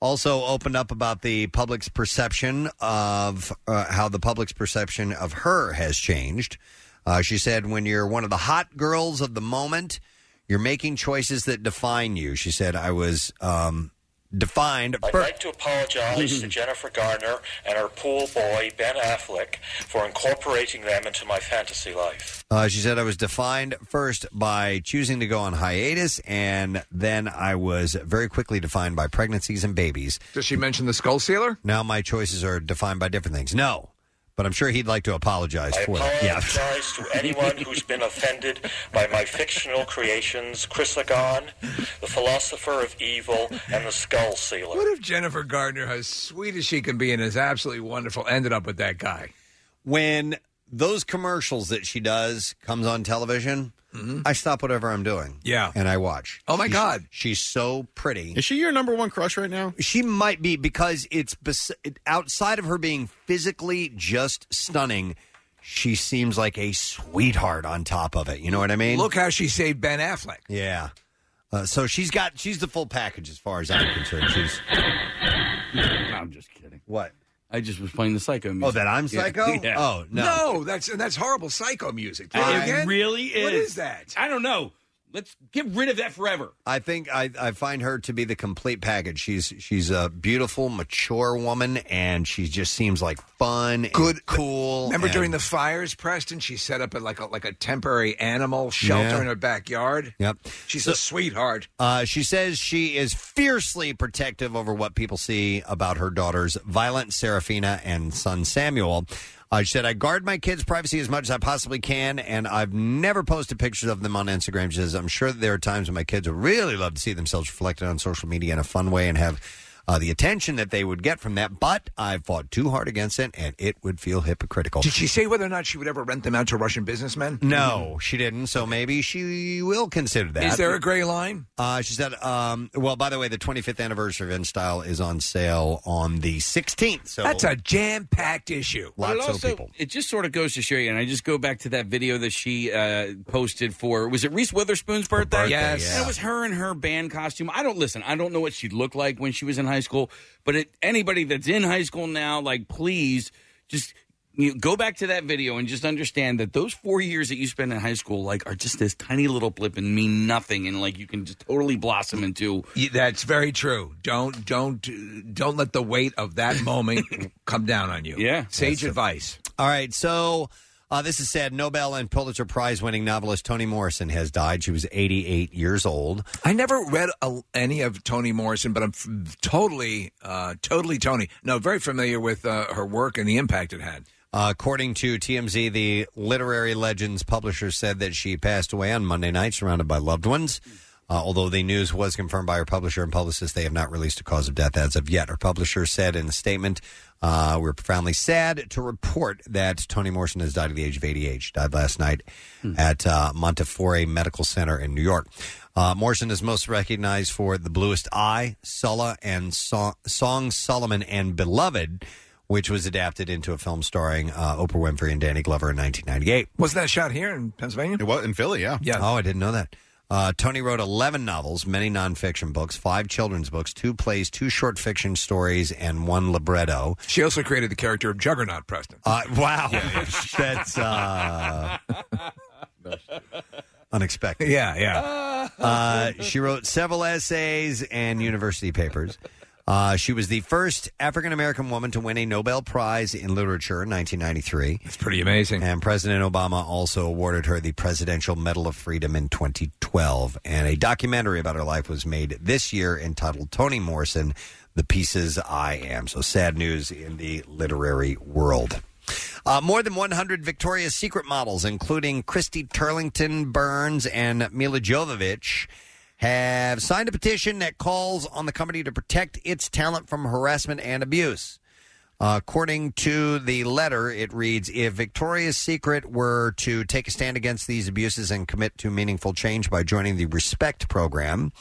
[SPEAKER 2] Also opened up about the public's perception of uh, how the public's perception of her has changed. Uh, she said, "When you're one of the hot girls of the moment, you're making choices that define you." She said, "I was um, defined."
[SPEAKER 11] I'd
[SPEAKER 2] fir-
[SPEAKER 11] like to apologize
[SPEAKER 2] Mm-hmm.
[SPEAKER 11] to Jennifer Garner and her pool boy, Ben Affleck, for incorporating them into my fantasy life.
[SPEAKER 2] Uh, she said, I was defined first by choosing to go on hiatus, and then I was very quickly defined by pregnancies and babies.
[SPEAKER 5] Does she mention the skull sealer?
[SPEAKER 2] Now my choices are defined by different things. No, but I'm sure he'd like to apologize
[SPEAKER 11] I
[SPEAKER 2] for that.
[SPEAKER 5] (laughs)
[SPEAKER 2] Yeah.
[SPEAKER 11] apologize to anyone who's been offended by my fictional creations, Chrysagon, the philosopher of evil, and the skull
[SPEAKER 5] (laughs)
[SPEAKER 11] sealer.
[SPEAKER 5] What if Jennifer Gardner, as sweet as she can be and is absolutely wonderful, ended up with that guy?
[SPEAKER 2] When those commercials that she does comes on television, I stop whatever I'm doing.
[SPEAKER 5] Yeah.
[SPEAKER 2] And I watch.
[SPEAKER 5] Mm-hmm. Oh, my
[SPEAKER 2] She's-
[SPEAKER 5] God.
[SPEAKER 2] She's so pretty.
[SPEAKER 6] Is she your number one crush right now?
[SPEAKER 2] She might be because it's bes- outside of her being physically just stunning. She seems like a sweetheart on top of it. You know what I mean?
[SPEAKER 5] Look how she saved Ben Affleck.
[SPEAKER 2] yeah. Uh, so she's got she's the full package as far as I'm concerned. She's
[SPEAKER 4] I'm just kidding.
[SPEAKER 2] what?
[SPEAKER 4] I just was playing the psycho music.
[SPEAKER 2] Oh, that I'm
[SPEAKER 5] (laughs)
[SPEAKER 4] Yeah.
[SPEAKER 2] psycho.
[SPEAKER 4] (laughs) Yeah.
[SPEAKER 2] Oh no.
[SPEAKER 5] No, that's that's horrible psycho music. Play
[SPEAKER 4] It
[SPEAKER 5] again?
[SPEAKER 4] really is.
[SPEAKER 5] What is that?
[SPEAKER 4] I don't know. Let's get rid of that forever.
[SPEAKER 2] I think I, I find her to be the complete package. She's she's a beautiful, mature woman, and she just seems like fun, good, cool.
[SPEAKER 5] Remember
[SPEAKER 2] and-
[SPEAKER 5] during the fires, Preston? She set up a, like a like a temporary animal shelter
[SPEAKER 2] Yeah.
[SPEAKER 5] in her backyard.
[SPEAKER 2] Yep.
[SPEAKER 5] She's
[SPEAKER 2] So-
[SPEAKER 5] a sweetheart.
[SPEAKER 2] Uh, she says she is fiercely protective over what people see about her daughters, Violent Serafina and son Samuel. Uh, she said, I guard my kids' privacy as much as I possibly can, and I've never posted pictures of them on Instagram. She says, I'm sure that there are times when my kids would really love to see themselves reflected on social media in a fun way and have uh, the attention that they would get from that, but I've fought too hard against it, and it would feel hypocritical.
[SPEAKER 5] Did she say whether or not she would ever rent them out to Russian businessmen?
[SPEAKER 2] No, she didn't. So maybe she will consider that.
[SPEAKER 5] Is there a gray line?
[SPEAKER 2] Uh, she said, um, well, by the way, the 25th anniversary of InStyle is on sale on the 16th. So
[SPEAKER 5] That's a jam-packed issue.
[SPEAKER 4] But it
[SPEAKER 2] Lots of
[SPEAKER 4] also-
[SPEAKER 2] people.
[SPEAKER 4] It just sort of goes to show you, and I just go back to that video that she uh, posted for was it Reese Witherspoon's birthday?
[SPEAKER 5] birthday, Yes. yeah.
[SPEAKER 4] and it was her in her band costume. I don't listen. I don't know what she looked like when she was in high school, but it, anybody that's in high school now, like, please just. You know, go back to that video and just understand that those four years that you spend in high school, like, are just this tiny little blip and mean nothing, and like you can just totally blossom into
[SPEAKER 5] Yeah, that's very true. Don't don't don't let the weight of that moment come down on you. Yeah, sage advice.
[SPEAKER 2] All right. So uh, this is sad. Nobel and Pulitzer Prize winning novelist Toni Morrison has died. She was 88 years old.
[SPEAKER 5] I never read a, any of Toni Morrison, but I'm f- totally uh, totally Tony. No, very familiar with uh, her work and the impact it had.
[SPEAKER 2] Uh, according to TMZ, the literary legends publisher said that she passed away on Monday night, surrounded by loved ones. Uh, although the news was confirmed by her publisher and publicist, they have not released a cause of death as of yet. Her publisher said in a statement, uh, "We're profoundly sad to report that Toni Morrison has died at the age of 88. She died last night at uh, Montefiore Medical Center in New York. Uh, Morrison is most recognized for The Bluest Eye, Sulla, and so- Song Solomon and Beloved." which was adapted into a film starring uh, Oprah Winfrey and Danny Glover in 1998.
[SPEAKER 5] Wasn't that shot here in Pennsylvania? It
[SPEAKER 6] was in Philly, yeah.
[SPEAKER 5] Yeah.
[SPEAKER 2] Oh, I didn't know that. Uh, Tony wrote 11 novels, many nonfiction books, five children's books, two plays, two short fiction stories, and one libretto.
[SPEAKER 5] She also created the character of Juggernaut Preston.
[SPEAKER 2] Uh, wow. (laughs) That's uh, unexpected.
[SPEAKER 5] Yeah, yeah.
[SPEAKER 2] Uh, she wrote several essays and university papers. Uh, she was the first African American woman to win a Nobel Prize in Literature in 1993. That's
[SPEAKER 5] pretty amazing.
[SPEAKER 2] And President Obama also awarded her the Presidential Medal of Freedom in 2012. And a documentary about her life was made this year entitled Toni Morrison, The Pieces I Am. So sad news in the literary world. Uh, more than 100 Victoria's Secret models, including Christy Turlington Burns and Mila Jovovich, have signed a petition that calls on the company to protect its talent from harassment and abuse. Uh, according to the letter, it reads If Victoria's Secret were to take a stand against these abuses and commit to meaningful change by joining the Respect program,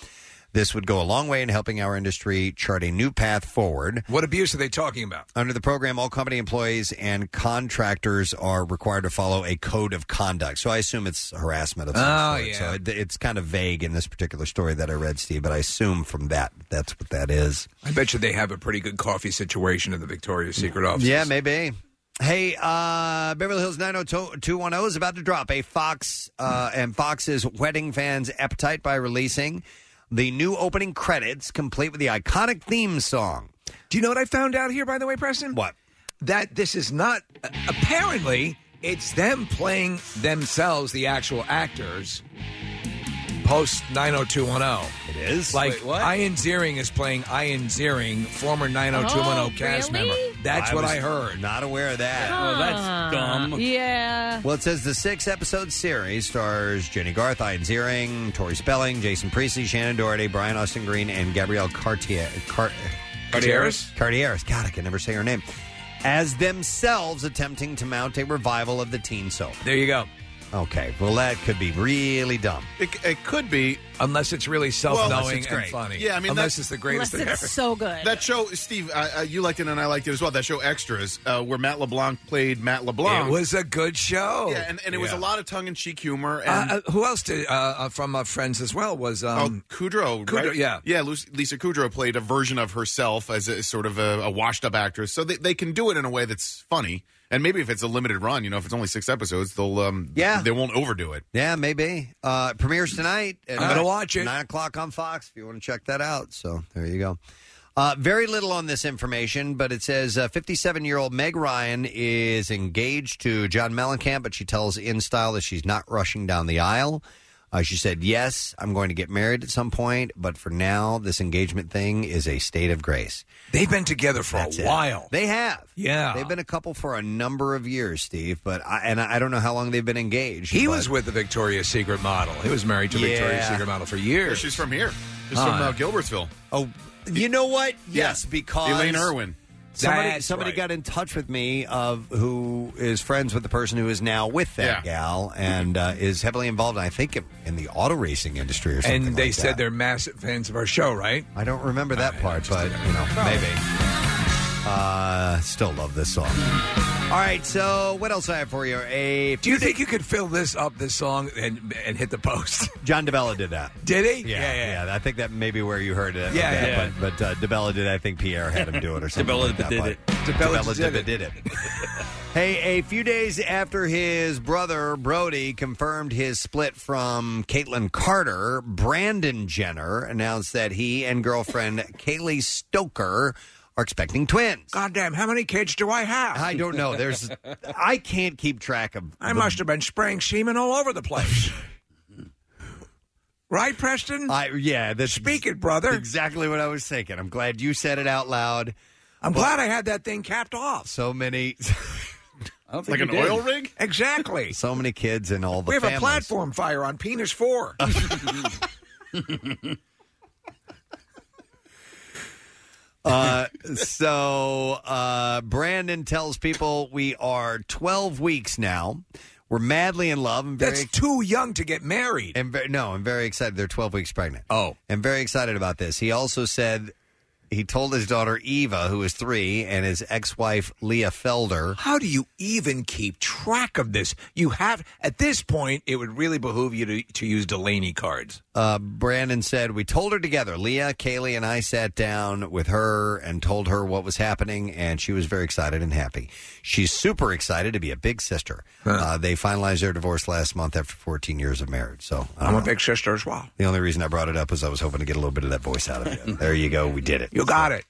[SPEAKER 2] this would go a long way in helping our industry chart a new path forward.
[SPEAKER 5] What abuse are they talking about?
[SPEAKER 2] Under the program, all company employees and contractors are required to follow a code of conduct. So I assume it's harassment of some
[SPEAKER 5] Oh,
[SPEAKER 2] sort.
[SPEAKER 5] yeah.
[SPEAKER 2] So it, it's kind of vague in this particular story that I read, Steve, but I assume from that that's what that is.
[SPEAKER 5] I bet you they have a pretty good coffee situation in the Victoria's Secret office.
[SPEAKER 2] Yeah, maybe. Hey, uh, Beverly Hills 90210 is about to drop a Fox uh, and Fox's wedding fans' appetite by releasing the new opening credits, complete with the iconic theme song.
[SPEAKER 5] Do you know what I found out here, by the way, Preston?
[SPEAKER 2] What?
[SPEAKER 5] That this is not. Apparently, it's them playing themselves, the actual actors, post 90210.
[SPEAKER 2] It is?
[SPEAKER 5] Like,
[SPEAKER 2] Wait, what?
[SPEAKER 5] Ian Ziering is playing Ian Ziering, former 90210
[SPEAKER 2] Oh,
[SPEAKER 5] cast
[SPEAKER 2] really?
[SPEAKER 5] member. That's
[SPEAKER 2] I
[SPEAKER 5] what
[SPEAKER 2] was
[SPEAKER 5] I heard.
[SPEAKER 2] Not aware of that.
[SPEAKER 5] Oh, that's dumb.
[SPEAKER 3] Ah, Yeah.
[SPEAKER 2] Well, it says the six episode series stars Jenny Garth, Ian Ziering, Tori Spelling, Jason Priestley, Shannon Doherty, Brian Austin Green, and Gabrielle Cartier. Car-
[SPEAKER 5] Cartieris?
[SPEAKER 2] Cartieris. God, I can never say her name. As themselves attempting to mount a revival of the teen soap.
[SPEAKER 5] There you go.
[SPEAKER 2] Okay, well, that could be really dumb.
[SPEAKER 6] It, it could be.
[SPEAKER 5] Unless it's really self-knowing and funny.
[SPEAKER 6] Yeah, I mean,
[SPEAKER 5] Unless
[SPEAKER 6] that's-
[SPEAKER 5] it's the greatest Unless thing it's ever. so good.
[SPEAKER 6] That show, Steve, I, I, you liked it and I liked it as well. That show, Extras, uh, where Matt LeBlanc played Matt LeBlanc.
[SPEAKER 5] It was a good show.
[SPEAKER 6] Yeah, and, and it was a
[SPEAKER 5] Yeah.
[SPEAKER 6] lot of tongue in cheek humor. And
[SPEAKER 5] Uh, uh, who else did uh, uh, from uh, Friends as well was um,
[SPEAKER 6] oh, Kudrow,
[SPEAKER 5] Kudrow,
[SPEAKER 6] right?
[SPEAKER 5] yeah.
[SPEAKER 6] yeah. Lu- Lisa Kudrow played a version of herself as a sort of a, a washed-up actress, so they, they can do it in a way that's funny. and maybe if it's a limited run, you know, if it's only six episodes, they'll um, yeah, they won't overdo it.
[SPEAKER 2] Yeah, maybe. Uh, it premieres tonight. At
[SPEAKER 6] I'm gonna
[SPEAKER 2] nine-
[SPEAKER 6] watch it.
[SPEAKER 2] Nine o'clock on Fox. If you want to check that out. So there you go. Uh, very little on this information, but it says 57 year old Meg Ryan is engaged to John Mellencamp, but she tells InStyle that she's not rushing down the aisle. Uh, she said, Yes, I'm going to get married at some point, but for now, this engagement thing is a state of grace.
[SPEAKER 5] They've been together for
[SPEAKER 2] That's
[SPEAKER 5] a
[SPEAKER 2] it.
[SPEAKER 5] while.
[SPEAKER 2] They have.
[SPEAKER 5] Yeah.
[SPEAKER 2] They've been a couple for a number of years, Steve, but I, and I don't know how long they've been engaged.
[SPEAKER 5] He
[SPEAKER 2] but-
[SPEAKER 5] was with the Victoria's Secret model. He was married to a Victoria's
[SPEAKER 2] Yeah.
[SPEAKER 5] Secret model for years.
[SPEAKER 6] She's from here. She's
[SPEAKER 5] Huh.
[SPEAKER 6] from uh, Gilbertsville.
[SPEAKER 2] Oh, you know what? Yes, because
[SPEAKER 6] Elaine Irwin.
[SPEAKER 2] Somebody,
[SPEAKER 6] That's
[SPEAKER 2] somebody
[SPEAKER 6] right.
[SPEAKER 2] got in touch with me of who is friends with the person who is now with that gal and uh, is heavily involved. I think in, in the auto racing industry or something.
[SPEAKER 5] And they
[SPEAKER 2] like
[SPEAKER 5] said
[SPEAKER 2] that.
[SPEAKER 5] they're massive fans of our show, right?
[SPEAKER 2] I don't remember that part, but you know,
[SPEAKER 5] Oh.
[SPEAKER 2] maybe. Uh, still love this song. All right, so what else I have for you? A
[SPEAKER 5] Do you think you could fill this up, this song, and and hit the post?
[SPEAKER 2] (laughs) John DeBella did that.
[SPEAKER 5] Did he?
[SPEAKER 2] Yeah, yeah, I think that may be where you heard it.
[SPEAKER 5] Yeah,
[SPEAKER 2] Okay,
[SPEAKER 5] yeah.
[SPEAKER 2] But, but uh, DeBella did. I think Pierre had him do it or something.
[SPEAKER 5] DiBella
[SPEAKER 2] like that,
[SPEAKER 5] did
[SPEAKER 2] but-
[SPEAKER 5] it. DiBella did
[SPEAKER 2] DiBella
[SPEAKER 5] it.
[SPEAKER 2] did it. (laughs) Hey, a few days after his brother Brody confirmed his split from Caitlyn Carter, Brandon Jenner announced that he and
[SPEAKER 5] (laughs)
[SPEAKER 2] girlfriend Kaylee Stoker are expecting twins.
[SPEAKER 5] Goddamn, how many kids do I have?
[SPEAKER 2] I don't know.
[SPEAKER 5] (laughs)
[SPEAKER 2] There's, I can't keep track of.
[SPEAKER 5] I must have been spraying semen all over the place. right, Preston?
[SPEAKER 2] I, yeah, that's speak
[SPEAKER 5] it, brother.
[SPEAKER 2] Exactly what I was thinking. I'm glad you said it out loud.
[SPEAKER 5] I'm glad I had that thing capped off.
[SPEAKER 2] So many.
[SPEAKER 5] don't
[SPEAKER 2] think (laughs) Like you an did. oil rig?
[SPEAKER 5] Exactly.
[SPEAKER 2] so many kids and all the
[SPEAKER 5] we have a
[SPEAKER 2] families.
[SPEAKER 5] platform fire on
[SPEAKER 2] (laughs)
[SPEAKER 5] Penis (laughs) 4.
[SPEAKER 2] Uh, so uh, Brandon tells people we are 12 weeks now. We're madly in love. And very,
[SPEAKER 5] That's too young to get married.
[SPEAKER 2] And ve- no, I'm very excited. They're 12 weeks pregnant.
[SPEAKER 5] Oh,
[SPEAKER 2] I'm very excited about this. He also said he told his daughter Eva, who is three, and his ex-wife Leah Felder.
[SPEAKER 5] How do you even keep track of this? You have, at this point, it would really behoove you to, to use Delaney cards.
[SPEAKER 2] Uh, Brandon said, We told her together. Leah, Kaylee, and I sat down with her and told her what was happening, and she was very excited and happy. She's super excited to be a big sister. Uh, they finalized their divorce last month after 14 years of marriage. So I don't
[SPEAKER 5] I'm a
[SPEAKER 2] know.
[SPEAKER 5] big sister as well.
[SPEAKER 2] The only reason I brought it up was I was hoping to get a little bit of that voice out of you. there you go. We did it. Mm-hmm.
[SPEAKER 5] You got it.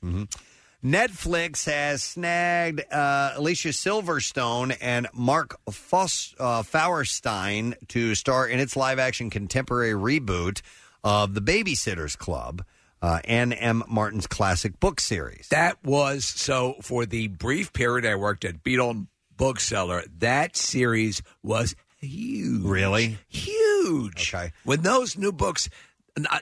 [SPEAKER 2] Netflix has snagged uh, Alicia Silverstone and Mark Foss, uh, Fauerstein to star in its live action contemporary reboot of The Babysitter's Club, uh, Anne M. Martin's classic book series.
[SPEAKER 5] That was so for the brief period I worked at Beetle Bookseller, that series was huge.
[SPEAKER 2] Really?
[SPEAKER 5] Huge.
[SPEAKER 2] Okay.
[SPEAKER 5] When those new books, I,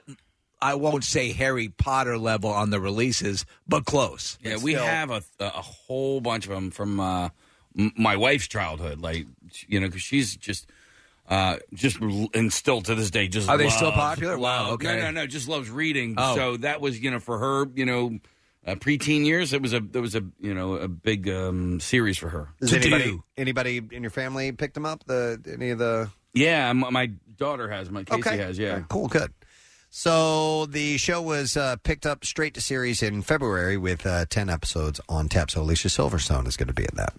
[SPEAKER 5] I won't say Harry Potter level on the releases, but close.
[SPEAKER 4] Yeah, we have a, a whole bunch of them from uh, m- my wife's childhood. Like, you know, because she's just, uh, just l- and still to this day, just
[SPEAKER 5] Are they still
[SPEAKER 4] love-
[SPEAKER 5] popular? Wow,
[SPEAKER 4] love-
[SPEAKER 5] okay.
[SPEAKER 4] No, no, no. Just loves reading.
[SPEAKER 5] Oh.
[SPEAKER 4] So that was, you know, for her, you know, uh, preteen years. It was a, there was a, you know, a big um, series for her.
[SPEAKER 2] Does anybody, anybody in your family pick them up? The Any of the.
[SPEAKER 4] Yeah, m- my daughter has. My Casey has. Yeah.
[SPEAKER 2] Cool, good. So the show was uh, picked up straight to series in February with uh, 10 episodes on tap. So Alicia Silverstone is going to be in that.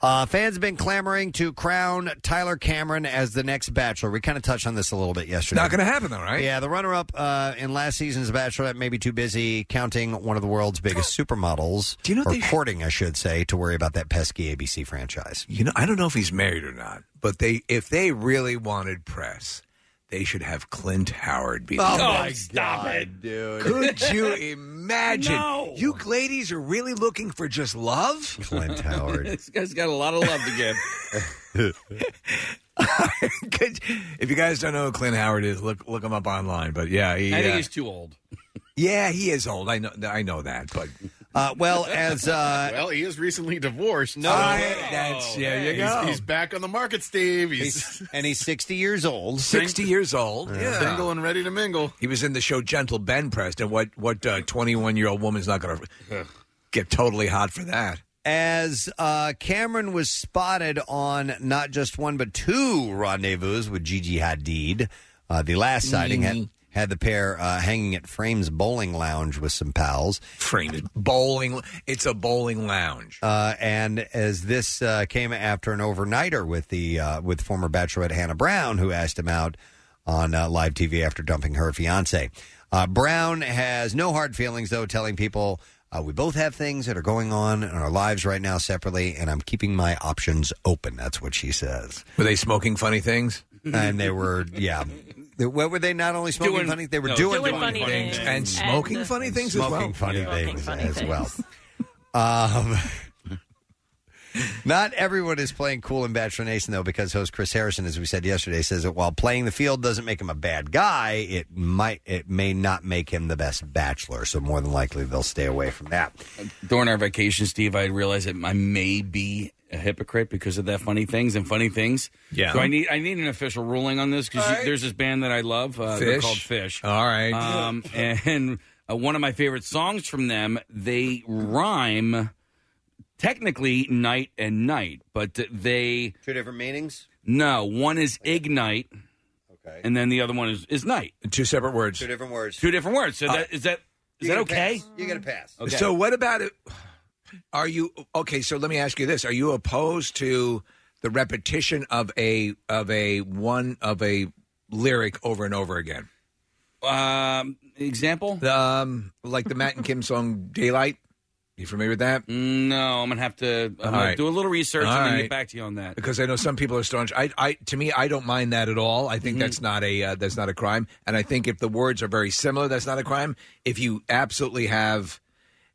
[SPEAKER 2] Uh, fans have been clamoring to crown Tyler Cameron as the next Bachelor. We kind of touched on this a little bit yesterday.
[SPEAKER 5] Not going to happen, though, right?
[SPEAKER 2] Yeah, the runner up uh, in last season's Bachelorette may be too busy counting one of the world's biggest supermodels. Do you know or courting, I should say, to worry about that pesky ABC franchise.
[SPEAKER 5] You know, I don't know if he's married or not, but they if they really wanted press, they should have Clint Howard be. the
[SPEAKER 2] Oh,
[SPEAKER 5] lead.
[SPEAKER 2] my stop it, dude!
[SPEAKER 6] (laughs)
[SPEAKER 5] Could you imagine? You ladies are really looking for just love?
[SPEAKER 2] Clint
[SPEAKER 5] (laughs)
[SPEAKER 2] Howard. (laughs)
[SPEAKER 4] (laughs) This guy's got a lot of love to give.
[SPEAKER 5] Could- if you guys don't know who Clint Howard is, look look him up online. But (laughs) yeah, he,
[SPEAKER 4] I
[SPEAKER 5] uh,
[SPEAKER 4] think he's too old.
[SPEAKER 5] yeah, he is old. I know I know that, but
[SPEAKER 2] Uh, well, as uh,
[SPEAKER 6] (laughs) well, he is recently divorced.
[SPEAKER 2] No, I- that's- yeah, you
[SPEAKER 6] he's,
[SPEAKER 2] go.
[SPEAKER 6] He's back on the market, Steve. (laughs) He's,
[SPEAKER 2] and he's 60 years old.
[SPEAKER 5] 60 years old. Yeah.
[SPEAKER 6] single and ready to mingle.
[SPEAKER 5] He was in the show Gentle Ben Preston. What what uh, 21-year-old woman's not going to get totally hot for that?
[SPEAKER 2] as uh, Cameron was spotted on
[SPEAKER 5] Mm-hmm.
[SPEAKER 2] not just one but two rendezvous with Gigi Hadid. Uh, the last sighting had, had the pair uh, hanging at Frames Bowling Lounge with some pals.
[SPEAKER 5] Frames Bowling, it's a bowling lounge.
[SPEAKER 2] Uh, and as this uh, came after an overnighter with the uh, with former Bachelorette Hannah Brown, who asked him out on uh, live TV after dumping her fiance. Uh, Brown has no hard feelings though, telling people. Uh, we both have things that are going on in our lives right now separately, and I'm keeping my options open. That's what she says.
[SPEAKER 5] Were they smoking funny things?
[SPEAKER 2] And they were, yeah. They- What were they not only smoking
[SPEAKER 5] Doing-
[SPEAKER 2] funny? They were
[SPEAKER 5] no,
[SPEAKER 2] doing,
[SPEAKER 5] doing funny things. And And smoking the- funny things as
[SPEAKER 2] smoking
[SPEAKER 5] well.
[SPEAKER 2] Funny
[SPEAKER 5] Yeah.
[SPEAKER 2] things
[SPEAKER 5] Smoking
[SPEAKER 2] as
[SPEAKER 5] funny (laughs)
[SPEAKER 2] well. Um, (laughs) not everyone is playing cool in Bachelor Nation though, because host Chris Harrison, as we said yesterday, says that while playing the field doesn't make him a bad guy, it might it may not make him the best bachelor. So more than likely they'll stay away from that.
[SPEAKER 4] During our vacation, Steve, I realized that I may be a hypocrite because of that funny things and funny things.
[SPEAKER 5] Yeah.
[SPEAKER 4] So I need I need an official ruling on this because there's this band that I love. Uh, They're
[SPEAKER 5] Fish?
[SPEAKER 4] called Fish.
[SPEAKER 5] All right.
[SPEAKER 4] Um, and uh, one of my favorite songs from them, they rhyme technically night and night, but they
[SPEAKER 2] two different meanings.
[SPEAKER 4] No, one is ignite.
[SPEAKER 2] Okay.
[SPEAKER 4] And then the other one is, is night.
[SPEAKER 5] Two separate words.
[SPEAKER 2] Two different words.
[SPEAKER 4] Two different words. So
[SPEAKER 5] Uh,
[SPEAKER 4] that is that
[SPEAKER 5] you
[SPEAKER 4] is that
[SPEAKER 5] get a
[SPEAKER 4] okay?
[SPEAKER 2] You get a pass.
[SPEAKER 5] So what about it? Are you okay? So let me ask you this: Are you opposed to the repetition of a of a one of a lyric over and over again?
[SPEAKER 4] Um, example,
[SPEAKER 5] um, like the Matt and Kim song "Daylight." You familiar with that?
[SPEAKER 4] No, I'm gonna have to I'm gonna Uh, do a little research and then get back to you on that.
[SPEAKER 5] because I know some people are staunch. I, I, to me, I don't mind that at all. I think
[SPEAKER 4] Mm-hmm.
[SPEAKER 5] that's not a uh, that's not a crime, and I think if the words are very similar, that's not a crime. If you absolutely have,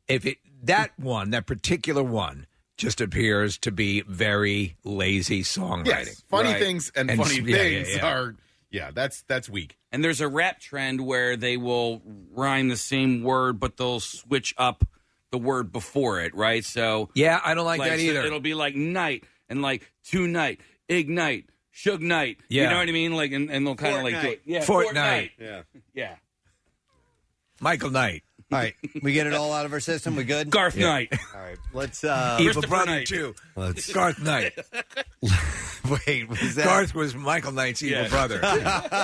[SPEAKER 5] if it that one, that particular one, just appears to be very lazy songwriting.
[SPEAKER 6] Yes, funny things and, funny
[SPEAKER 5] yeah, yeah,
[SPEAKER 6] things
[SPEAKER 5] yeah.
[SPEAKER 6] are yeah. That's that's weak.
[SPEAKER 4] And there's a rap trend where they will rhyme the same word, but they'll switch up the word before it, right? So
[SPEAKER 5] Yeah, I don't like that
[SPEAKER 4] so
[SPEAKER 5] either.
[SPEAKER 4] it'll be like night and like tonight, ignite, shug night.
[SPEAKER 5] Yeah.
[SPEAKER 4] You know what I mean? Like and, and they'll kind of like do it. Yeah,
[SPEAKER 5] Fortnite.
[SPEAKER 4] Yeah. Yeah.
[SPEAKER 5] Michael Knight.
[SPEAKER 2] All right, we get it all out of our system. We good?
[SPEAKER 4] Garth
[SPEAKER 2] Yeah.
[SPEAKER 4] Knight.
[SPEAKER 2] All right, let's. Uh,
[SPEAKER 5] Evil Brother
[SPEAKER 2] (laughs)
[SPEAKER 5] Two.
[SPEAKER 2] Let's-
[SPEAKER 5] Garth (laughs) Knight.
[SPEAKER 2] Wait, was that-
[SPEAKER 5] Garth was Michael Knight's evil
[SPEAKER 2] Yeah.
[SPEAKER 5] (laughs) brother.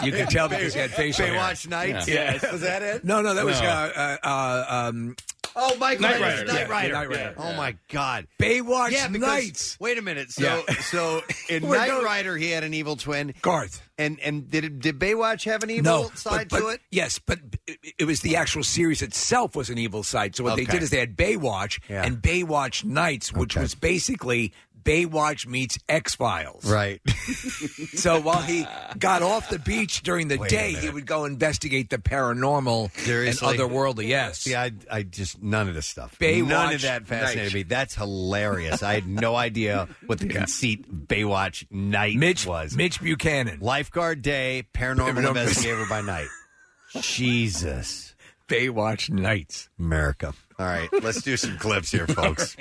[SPEAKER 5] you can tell because he had facial hair.
[SPEAKER 2] Baywatch Nights?
[SPEAKER 5] Yeah.
[SPEAKER 2] Yes. (laughs) Was that it?
[SPEAKER 5] No, no, that was
[SPEAKER 2] No.
[SPEAKER 5] uh, uh, uh, um,
[SPEAKER 2] Oh, Mike
[SPEAKER 5] Knight
[SPEAKER 2] Knight Rider.
[SPEAKER 5] Rider. Yeah,
[SPEAKER 2] Knight Rider.
[SPEAKER 5] Knight Rider.
[SPEAKER 2] Oh my God.
[SPEAKER 5] Baywatch
[SPEAKER 2] yeah, because, (laughs)
[SPEAKER 5] Nights.
[SPEAKER 2] Wait a minute. So, so in
[SPEAKER 5] We're
[SPEAKER 2] Knight
[SPEAKER 5] going-
[SPEAKER 2] Rider, he had an evil twin,
[SPEAKER 5] Garth.
[SPEAKER 2] And and did did Baywatch have an evil
[SPEAKER 5] (laughs) no,
[SPEAKER 2] side
[SPEAKER 5] but, but,
[SPEAKER 2] to it?
[SPEAKER 5] Yes, but it, it was the actual series itself was an evil side. So what they
[SPEAKER 2] Okay.
[SPEAKER 5] did is they had Baywatch
[SPEAKER 2] Yeah.
[SPEAKER 5] and Baywatch Nights, which was basically Baywatch meets X Files.
[SPEAKER 2] Right.
[SPEAKER 5] so while he got off the beach during the
[SPEAKER 2] Wait a
[SPEAKER 5] day, he
[SPEAKER 2] minute.
[SPEAKER 5] would go investigate the paranormal
[SPEAKER 2] Seriously?
[SPEAKER 5] and otherworldly. Yes.
[SPEAKER 2] See, I, I just none of this stuff.
[SPEAKER 5] Baywatch
[SPEAKER 2] none of that fascinated
[SPEAKER 5] Nights.
[SPEAKER 2] me. That's hilarious. I had no idea what the conceit of Baywatch night was.
[SPEAKER 5] Mitch Buchanan,
[SPEAKER 2] lifeguard day, paranormal
[SPEAKER 5] Paranormal-
[SPEAKER 2] investigator by night. Jesus,
[SPEAKER 5] Baywatch Nights,
[SPEAKER 2] America. All right, let's do some clips
[SPEAKER 5] (laughs)
[SPEAKER 2] here, folks.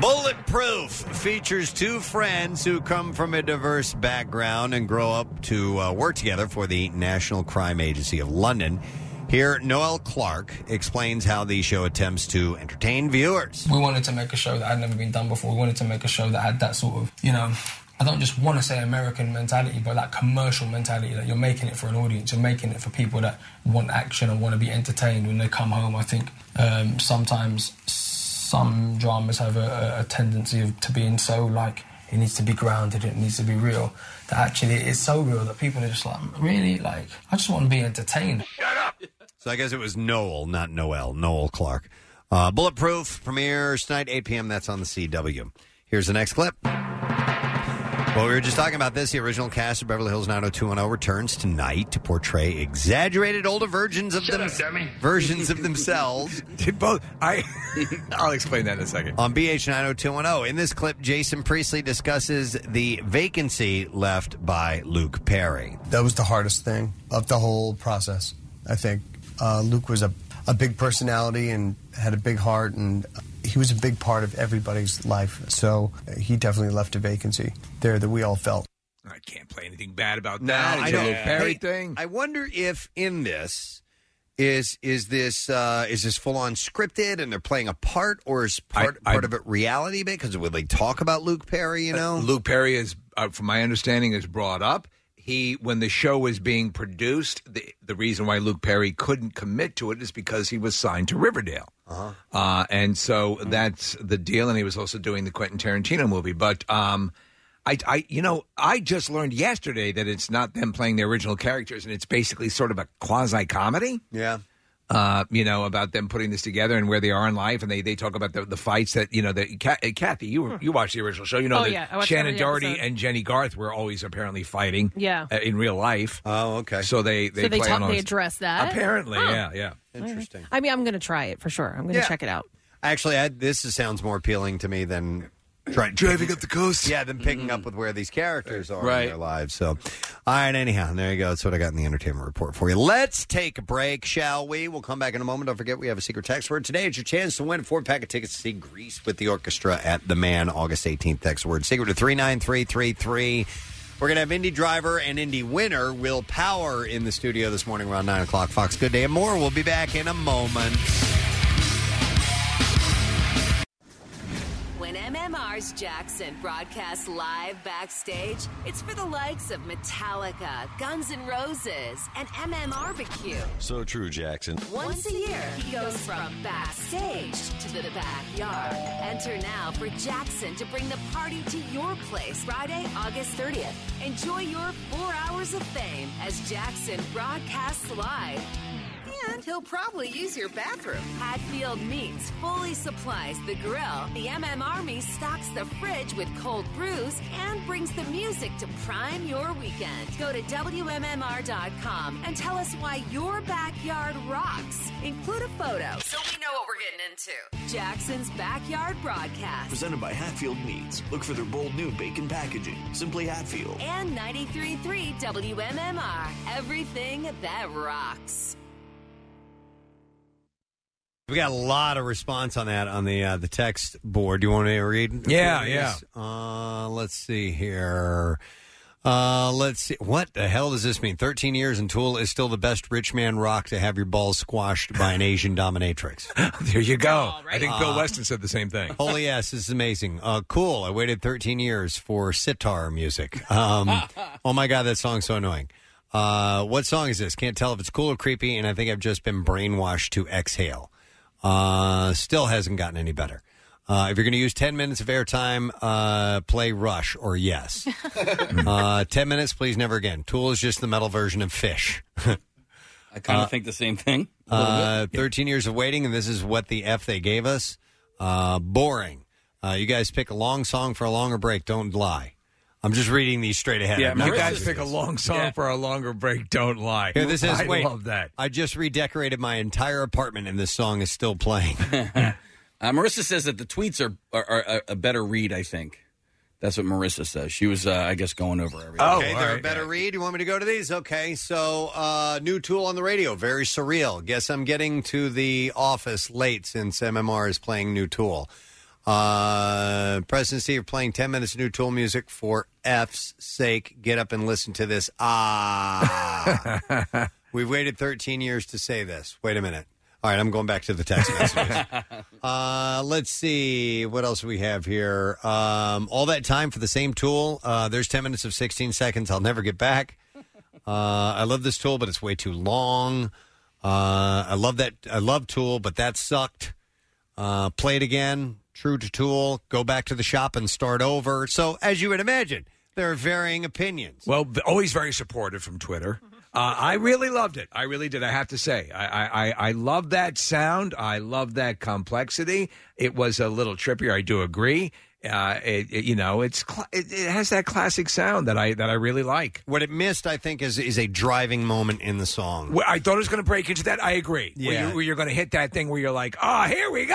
[SPEAKER 2] Bulletproof features two friends who come from a diverse background and grow up to uh, work together for the National Crime Agency of London. Here, Noel Clark explains how the show attempts to entertain viewers.
[SPEAKER 12] We wanted to make a show that had never been done before. We wanted to make a show that had that sort of, you know, I don't just want to say American mentality, but that commercial mentality that you're making it for an audience, you're making it for people that want action and want to be entertained when they come home. I think um, sometimes some dramas have a, a- a tendency of to being so like it needs to be grounded, it needs to be real. That actually it's so real that people are just like, really, like I just want to be entertained.
[SPEAKER 2] So I guess it was Noel, not Noel, Noel Clark. Uh, Bulletproof premieres tonight, 8 p.m. That's on the CW. Here's the next clip. Well, we were just talking about this. The original cast of Beverly Hills 90210 returns tonight to portray exaggerated older versions of them, versions of
[SPEAKER 5] (laughs)
[SPEAKER 2] themselves.
[SPEAKER 5] Both I, I'll explain that in a second.
[SPEAKER 2] On BH 90210. oh. In this clip, Jason Priestley discusses the vacancy left by Luke Perry.
[SPEAKER 13] That was the hardest thing of the whole process, I think. Uh, Luke was a, a big personality and had a big heart, and he was a big part of everybody's life. So uh, he definitely left a vacancy there that we all felt.
[SPEAKER 5] I can't play anything bad about
[SPEAKER 2] No,
[SPEAKER 5] that.
[SPEAKER 2] I
[SPEAKER 5] It's a
[SPEAKER 2] don't.
[SPEAKER 5] little parody
[SPEAKER 2] Hey,
[SPEAKER 5] thing.
[SPEAKER 2] I wonder if in this is is this uh, is this full on scripted and they're playing a part or is part part of it reality because would they talk about Luke Perry? You know,
[SPEAKER 5] Luke Perry is, uh, from my understanding, is brought up. he when the show was being produced, the the reason why Luke Perry couldn't commit to it is because he was signed to Riverdale.
[SPEAKER 2] Uh-huh.
[SPEAKER 5] Uh, and so that's the deal. And he was also doing the Quentin Tarantino movie. But um, I, I, you know, I just learned yesterday that it's not them playing their original characters, and it's basically sort of a quasi comedy.
[SPEAKER 2] Yeah.
[SPEAKER 5] Uh, you know about them putting this together and where they are in life, and they, they talk about the, the fights that you know that Ca- uh, Kathy, you were, you watched the original show, you know
[SPEAKER 3] Hmm. Oh,
[SPEAKER 5] that
[SPEAKER 3] yeah, I watched
[SPEAKER 5] Shannon
[SPEAKER 3] every
[SPEAKER 5] Doherty
[SPEAKER 3] episode.
[SPEAKER 5] and Jenny Garth were always apparently fighting,
[SPEAKER 3] Yeah.
[SPEAKER 5] uh, in real life.
[SPEAKER 2] Oh, okay.
[SPEAKER 5] So they they
[SPEAKER 3] so they
[SPEAKER 5] play
[SPEAKER 3] talk,
[SPEAKER 5] on all
[SPEAKER 3] they
[SPEAKER 5] this-
[SPEAKER 3] address that.
[SPEAKER 5] apparently,
[SPEAKER 3] Huh.
[SPEAKER 5] yeah, yeah.
[SPEAKER 2] Interesting.
[SPEAKER 3] I mean, I'm going to try it for sure. I'm going to
[SPEAKER 2] Yeah.
[SPEAKER 3] check it out.
[SPEAKER 2] Actually, I, this is- sounds more appealing to me than try, driving up the coast. Yeah, than picking up with where these characters are in
[SPEAKER 5] Right.
[SPEAKER 2] their lives. So, all right. Anyhow, there you go. That's what I got in the entertainment report for you. Let's take a break, shall we? We'll come back in a moment. Don't forget, we have a secret text word today. It's your chance to win a four pack of tickets to see Greece with the orchestra at the Man, August 18th. Text word secret to three nine three three three. We're going to have indie driver and indie winner Will Power in the studio this morning around 9 o'clock. Fox Good Day and more. We'll be back in a moment.
[SPEAKER 14] When MMR's Jackson broadcasts live backstage, it's for the likes of Metallica, Guns N' Roses, and MMR MMRBQ.
[SPEAKER 15] So true, Jackson.
[SPEAKER 14] Once a year, he goes from backstage to the backyard. Enter now for Jackson to bring the party to your place Friday, August 30th. Enjoy your four hours of fame as Jackson broadcasts live. And he'll probably use your bathroom. Hatfield Meats fully supplies the grill. The MM Army stocks the fridge with cold brews and brings the music to prime your weekend. Go to WMMR.com and tell us why your backyard rocks. Include a photo so we know what we're getting into. Jackson's Backyard Broadcast
[SPEAKER 7] Presented by Hatfield Meats. Look for their bold new bacon packaging. Simply Hatfield.
[SPEAKER 14] and 93.3 WMMR. Everything that rocks.
[SPEAKER 2] We got a lot of response on that on the uh, the text board. Do you want me to read?
[SPEAKER 5] Yeah,
[SPEAKER 2] yeah. Uh, let's see here. Uh, let's see. What the hell does this mean? Thirteen years and Tool is still the best rich man rock to have your balls squashed by an Asian
[SPEAKER 5] (laughs)
[SPEAKER 2] dominatrix.
[SPEAKER 5] there you go. I think Bill
[SPEAKER 2] Uh,
[SPEAKER 5] Weston said the same thing.
[SPEAKER 2] (laughs) Holy ass, this is amazing. Uh, cool. I waited 13 years for sitar music. Um, oh my God, that song's so annoying. Uh, what song is this? Can't tell if it's cool or creepy, and I think I've just been brainwashed to exhale. Uh, still hasn't gotten any better. Uh, if you're going to use 10 minutes of airtime, uh, play Rush or Yes. uh, 10 minutes, please never again. Tool is just the metal version of Fish. (laughs)
[SPEAKER 4] I kind
[SPEAKER 2] Uh,
[SPEAKER 4] of think the same thing. A little bit.
[SPEAKER 2] uh, 13 years of waiting, and this is what the F they gave us. Uh, boring. Uh, you guys pick a long song for a longer break. Don't lie. I'm just reading these straight ahead. I'm not
[SPEAKER 5] you guys
[SPEAKER 2] reading
[SPEAKER 5] pick a
[SPEAKER 2] this.
[SPEAKER 5] long song for a longer break. Don't lie.
[SPEAKER 2] Here, this is.
[SPEAKER 5] I
[SPEAKER 2] wait,
[SPEAKER 5] love that.
[SPEAKER 2] I just redecorated my entire apartment, and this song is still playing.
[SPEAKER 4] Uh, Marissa says that the tweets are, are, are a- a better read. I think that's what Marissa says. She was, uh, I guess, going over everything.
[SPEAKER 2] okay, they're a better read. You want me to go to these? Okay, so uh, new tool on the radio, very surreal. Guess I'm getting to the office late since MMR is playing new tool. Uh, President Steve playing 10 minutes of new tool music for F's sake. Get up and listen to this. Ah. We've waited 13 years to say this. Wait a minute. All right, I'm going back to the text messages. uh, let's see what else we have here. Um, all that time for the same tool. Uh, there's 10 minutes of 16 seconds. I'll never get back. Uh, I love this tool, but it's way too long. Uh, I love that. I love Tool, but that sucked. Uh, play it again. True to Tool. Go back to the shop and start over. So, as you would imagine, there are varying opinions.
[SPEAKER 5] Well, v- always very supportive from Twitter. Uh, I really loved it. I really did. I have to say, I I, I- I love that sound. I love that complexity. It was a little trippier. I do agree. Uh, it, it- you know, it's cl- it, it has that classic sound that I that I really like.
[SPEAKER 2] What it missed, I think, is is a driving moment in the song.
[SPEAKER 5] I thought it was going to break into that. I agree.
[SPEAKER 2] Yeah.
[SPEAKER 5] Where, you, where you're going to hit that thing where you're like, oh, here we go.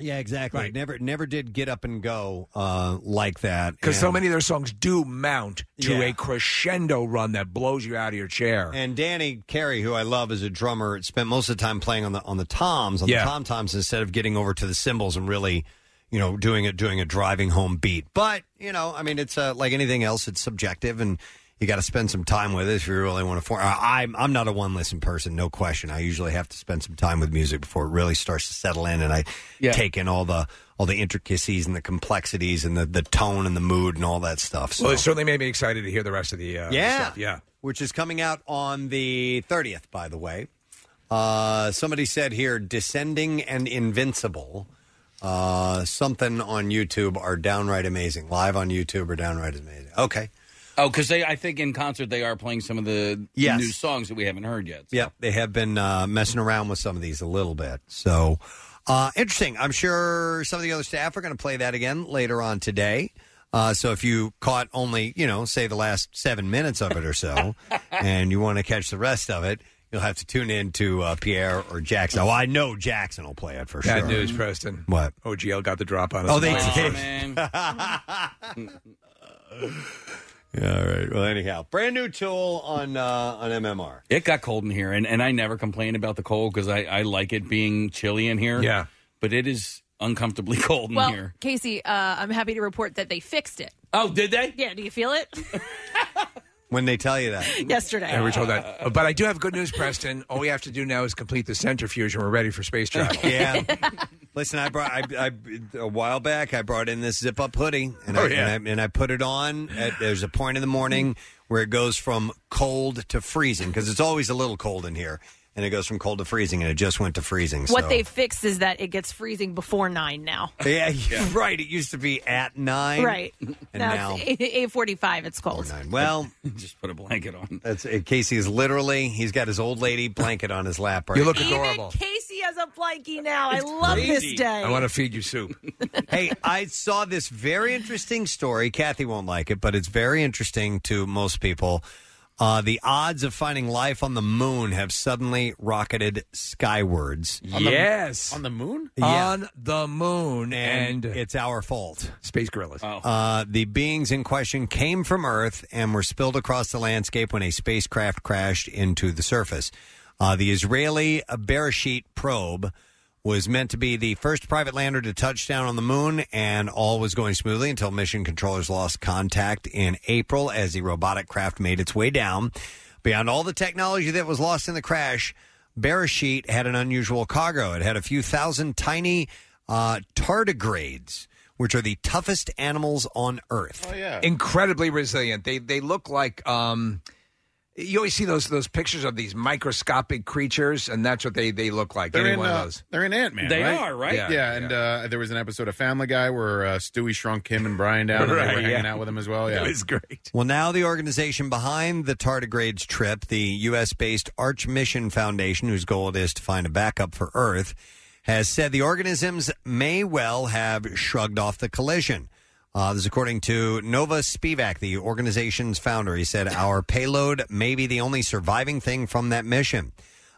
[SPEAKER 2] Yeah, exactly. Never, never did get up and go uh, like that.
[SPEAKER 5] Because so
[SPEAKER 2] And-
[SPEAKER 5] many of their songs do mount to
[SPEAKER 2] Yeah.
[SPEAKER 5] a crescendo run that blows you out of your chair.
[SPEAKER 2] And Danny Carey, who I love as a drummer, spent most of the time playing on the on the toms, on
[SPEAKER 5] Yeah.
[SPEAKER 2] the tom toms, instead of getting over to the cymbals and really, you know, doing it doing a driving home beat. But you know, I mean, it's uh, like anything else; it's subjective, and you got to spend some time with it if you really want to. For- I- I'm I'm not a one listen person, no question. I usually have to spend some time with music before it really starts to settle in, and I take in all the all the intricacies and the complexities and the the tone and the mood and all that stuff. So
[SPEAKER 5] Well, it certainly made me excited to hear the rest of the uh,
[SPEAKER 2] Yeah.
[SPEAKER 5] stuff. Yeah.
[SPEAKER 2] which is coming out on the 30th, by the way. Uh, somebody said here, Descending and Invincible. Uh, something on YouTube are downright amazing. Live on YouTube are downright amazing. Okay.
[SPEAKER 4] Oh, because they, I think in concert they are playing some of the
[SPEAKER 2] Yes.
[SPEAKER 4] new songs that we haven't heard yet.
[SPEAKER 2] Yeah, they have been uh, messing around with some of these a little bit. So uh, interesting. I'm sure some of the other staff are going to play that again later on today. Uh, so if you caught only, you know, say the last seven minutes of it or so, and you want to catch the rest of it, you'll have to tune in to uh, Pierre or Jackson. Oh, I know Jackson will play it for
[SPEAKER 5] Bad
[SPEAKER 2] sure.
[SPEAKER 5] news, Preston.
[SPEAKER 2] What?
[SPEAKER 5] OGL Oh, got the drop on us.
[SPEAKER 2] Oh, they
[SPEAKER 5] Wow.
[SPEAKER 2] did.
[SPEAKER 4] man.
[SPEAKER 2] (laughs) Yeah, all right. Well, anyhow, brand new tool on uh, on MMR.
[SPEAKER 4] It got cold in here, and, and I never complain about the cold because I, I like it being chilly in here. Yeah. But it is uncomfortably (laughs) cold in
[SPEAKER 3] Well,
[SPEAKER 4] here.
[SPEAKER 3] Casey, uh, I'm happy to report that they fixed it.
[SPEAKER 4] Oh, did they?
[SPEAKER 3] Yeah, do you feel it?
[SPEAKER 2] When they tell you that.
[SPEAKER 3] (laughs) Yesterday.
[SPEAKER 5] Yeah, we told that. But I do have good news, Preston. All we have to do now is complete the centrifuge, and we're ready for space travel.
[SPEAKER 2] (laughs) Yeah.
[SPEAKER 5] (laughs)
[SPEAKER 2] Listen, I brought I, I a while back. I brought in this zip up hoodie, and, I,
[SPEAKER 5] Oh, yeah.
[SPEAKER 2] and I and I put it on. At, there's a point in the morning where it goes from cold to freezing because it's always a little cold in here, and it goes from cold to freezing, and it just went to freezing.
[SPEAKER 3] What
[SPEAKER 2] so.
[SPEAKER 3] they fixed is that it gets freezing before nine now.
[SPEAKER 2] yeah, (laughs) yeah, right. It used to be at nine,
[SPEAKER 3] Right.
[SPEAKER 2] And
[SPEAKER 3] now,
[SPEAKER 2] now, Oh,
[SPEAKER 3] it's eight forty-five. It's cold.
[SPEAKER 2] well,
[SPEAKER 4] just put a blanket on.
[SPEAKER 2] That's it. Casey is literally he's got his old lady blanket on his lap. Right
[SPEAKER 5] You look
[SPEAKER 2] now.
[SPEAKER 5] adorable.
[SPEAKER 3] Casey has a blankie now. I love this day.
[SPEAKER 5] I want to feed you soup.
[SPEAKER 2] (laughs) hey, I saw this very interesting story. Kathy won't like it, but it's very interesting to most people. Uh, the odds of finding life on the moon have suddenly rocketed skywards.
[SPEAKER 5] yes. On
[SPEAKER 6] the moon?
[SPEAKER 5] On the moon. And,
[SPEAKER 2] it's our fault.
[SPEAKER 5] Space gorillas. Oh.
[SPEAKER 2] Uh, the beings in question came from Earth and were spilled across the landscape when a spacecraft crashed into the surface. Uh, the Israeli Bereshit probe was meant to be the first private lander to touch down on the moon, and all was going smoothly until mission controllers lost contact in April as the robotic craft made its way down. Beyond all the technology that was lost in the crash, Bereshit had an unusual cargo. It had a few thousand tiny uh, tardigrades, which are the toughest animals on Earth.
[SPEAKER 6] Oh, yeah.
[SPEAKER 5] Incredibly resilient. They they look like um you always see those those pictures of these microscopic creatures, and that's what they, they look like.
[SPEAKER 6] They're
[SPEAKER 5] Any
[SPEAKER 6] in,
[SPEAKER 5] one of
[SPEAKER 6] uh,
[SPEAKER 5] those.
[SPEAKER 6] They're in Ant Man.
[SPEAKER 5] They are, right?
[SPEAKER 6] Yeah.
[SPEAKER 5] Yeah,
[SPEAKER 6] and Uh, there was an episode of Family Guy where uh, Stewie shrunk him and Brian down, and they
[SPEAKER 2] Right, Oh,
[SPEAKER 6] were
[SPEAKER 2] yeah.
[SPEAKER 6] hanging out with him as
[SPEAKER 5] (laughs)
[SPEAKER 6] well. Yeah,
[SPEAKER 2] It was Well, now the organization behind the tardigrades trip, the U.S. based Arch Mission Foundation, whose goal it is to find a backup for Earth, has said the organisms may well have shrugged off the collision. Uh, this is according to Nova Spivak, the organization's founder. He said, Our payload may be the only surviving thing from that mission.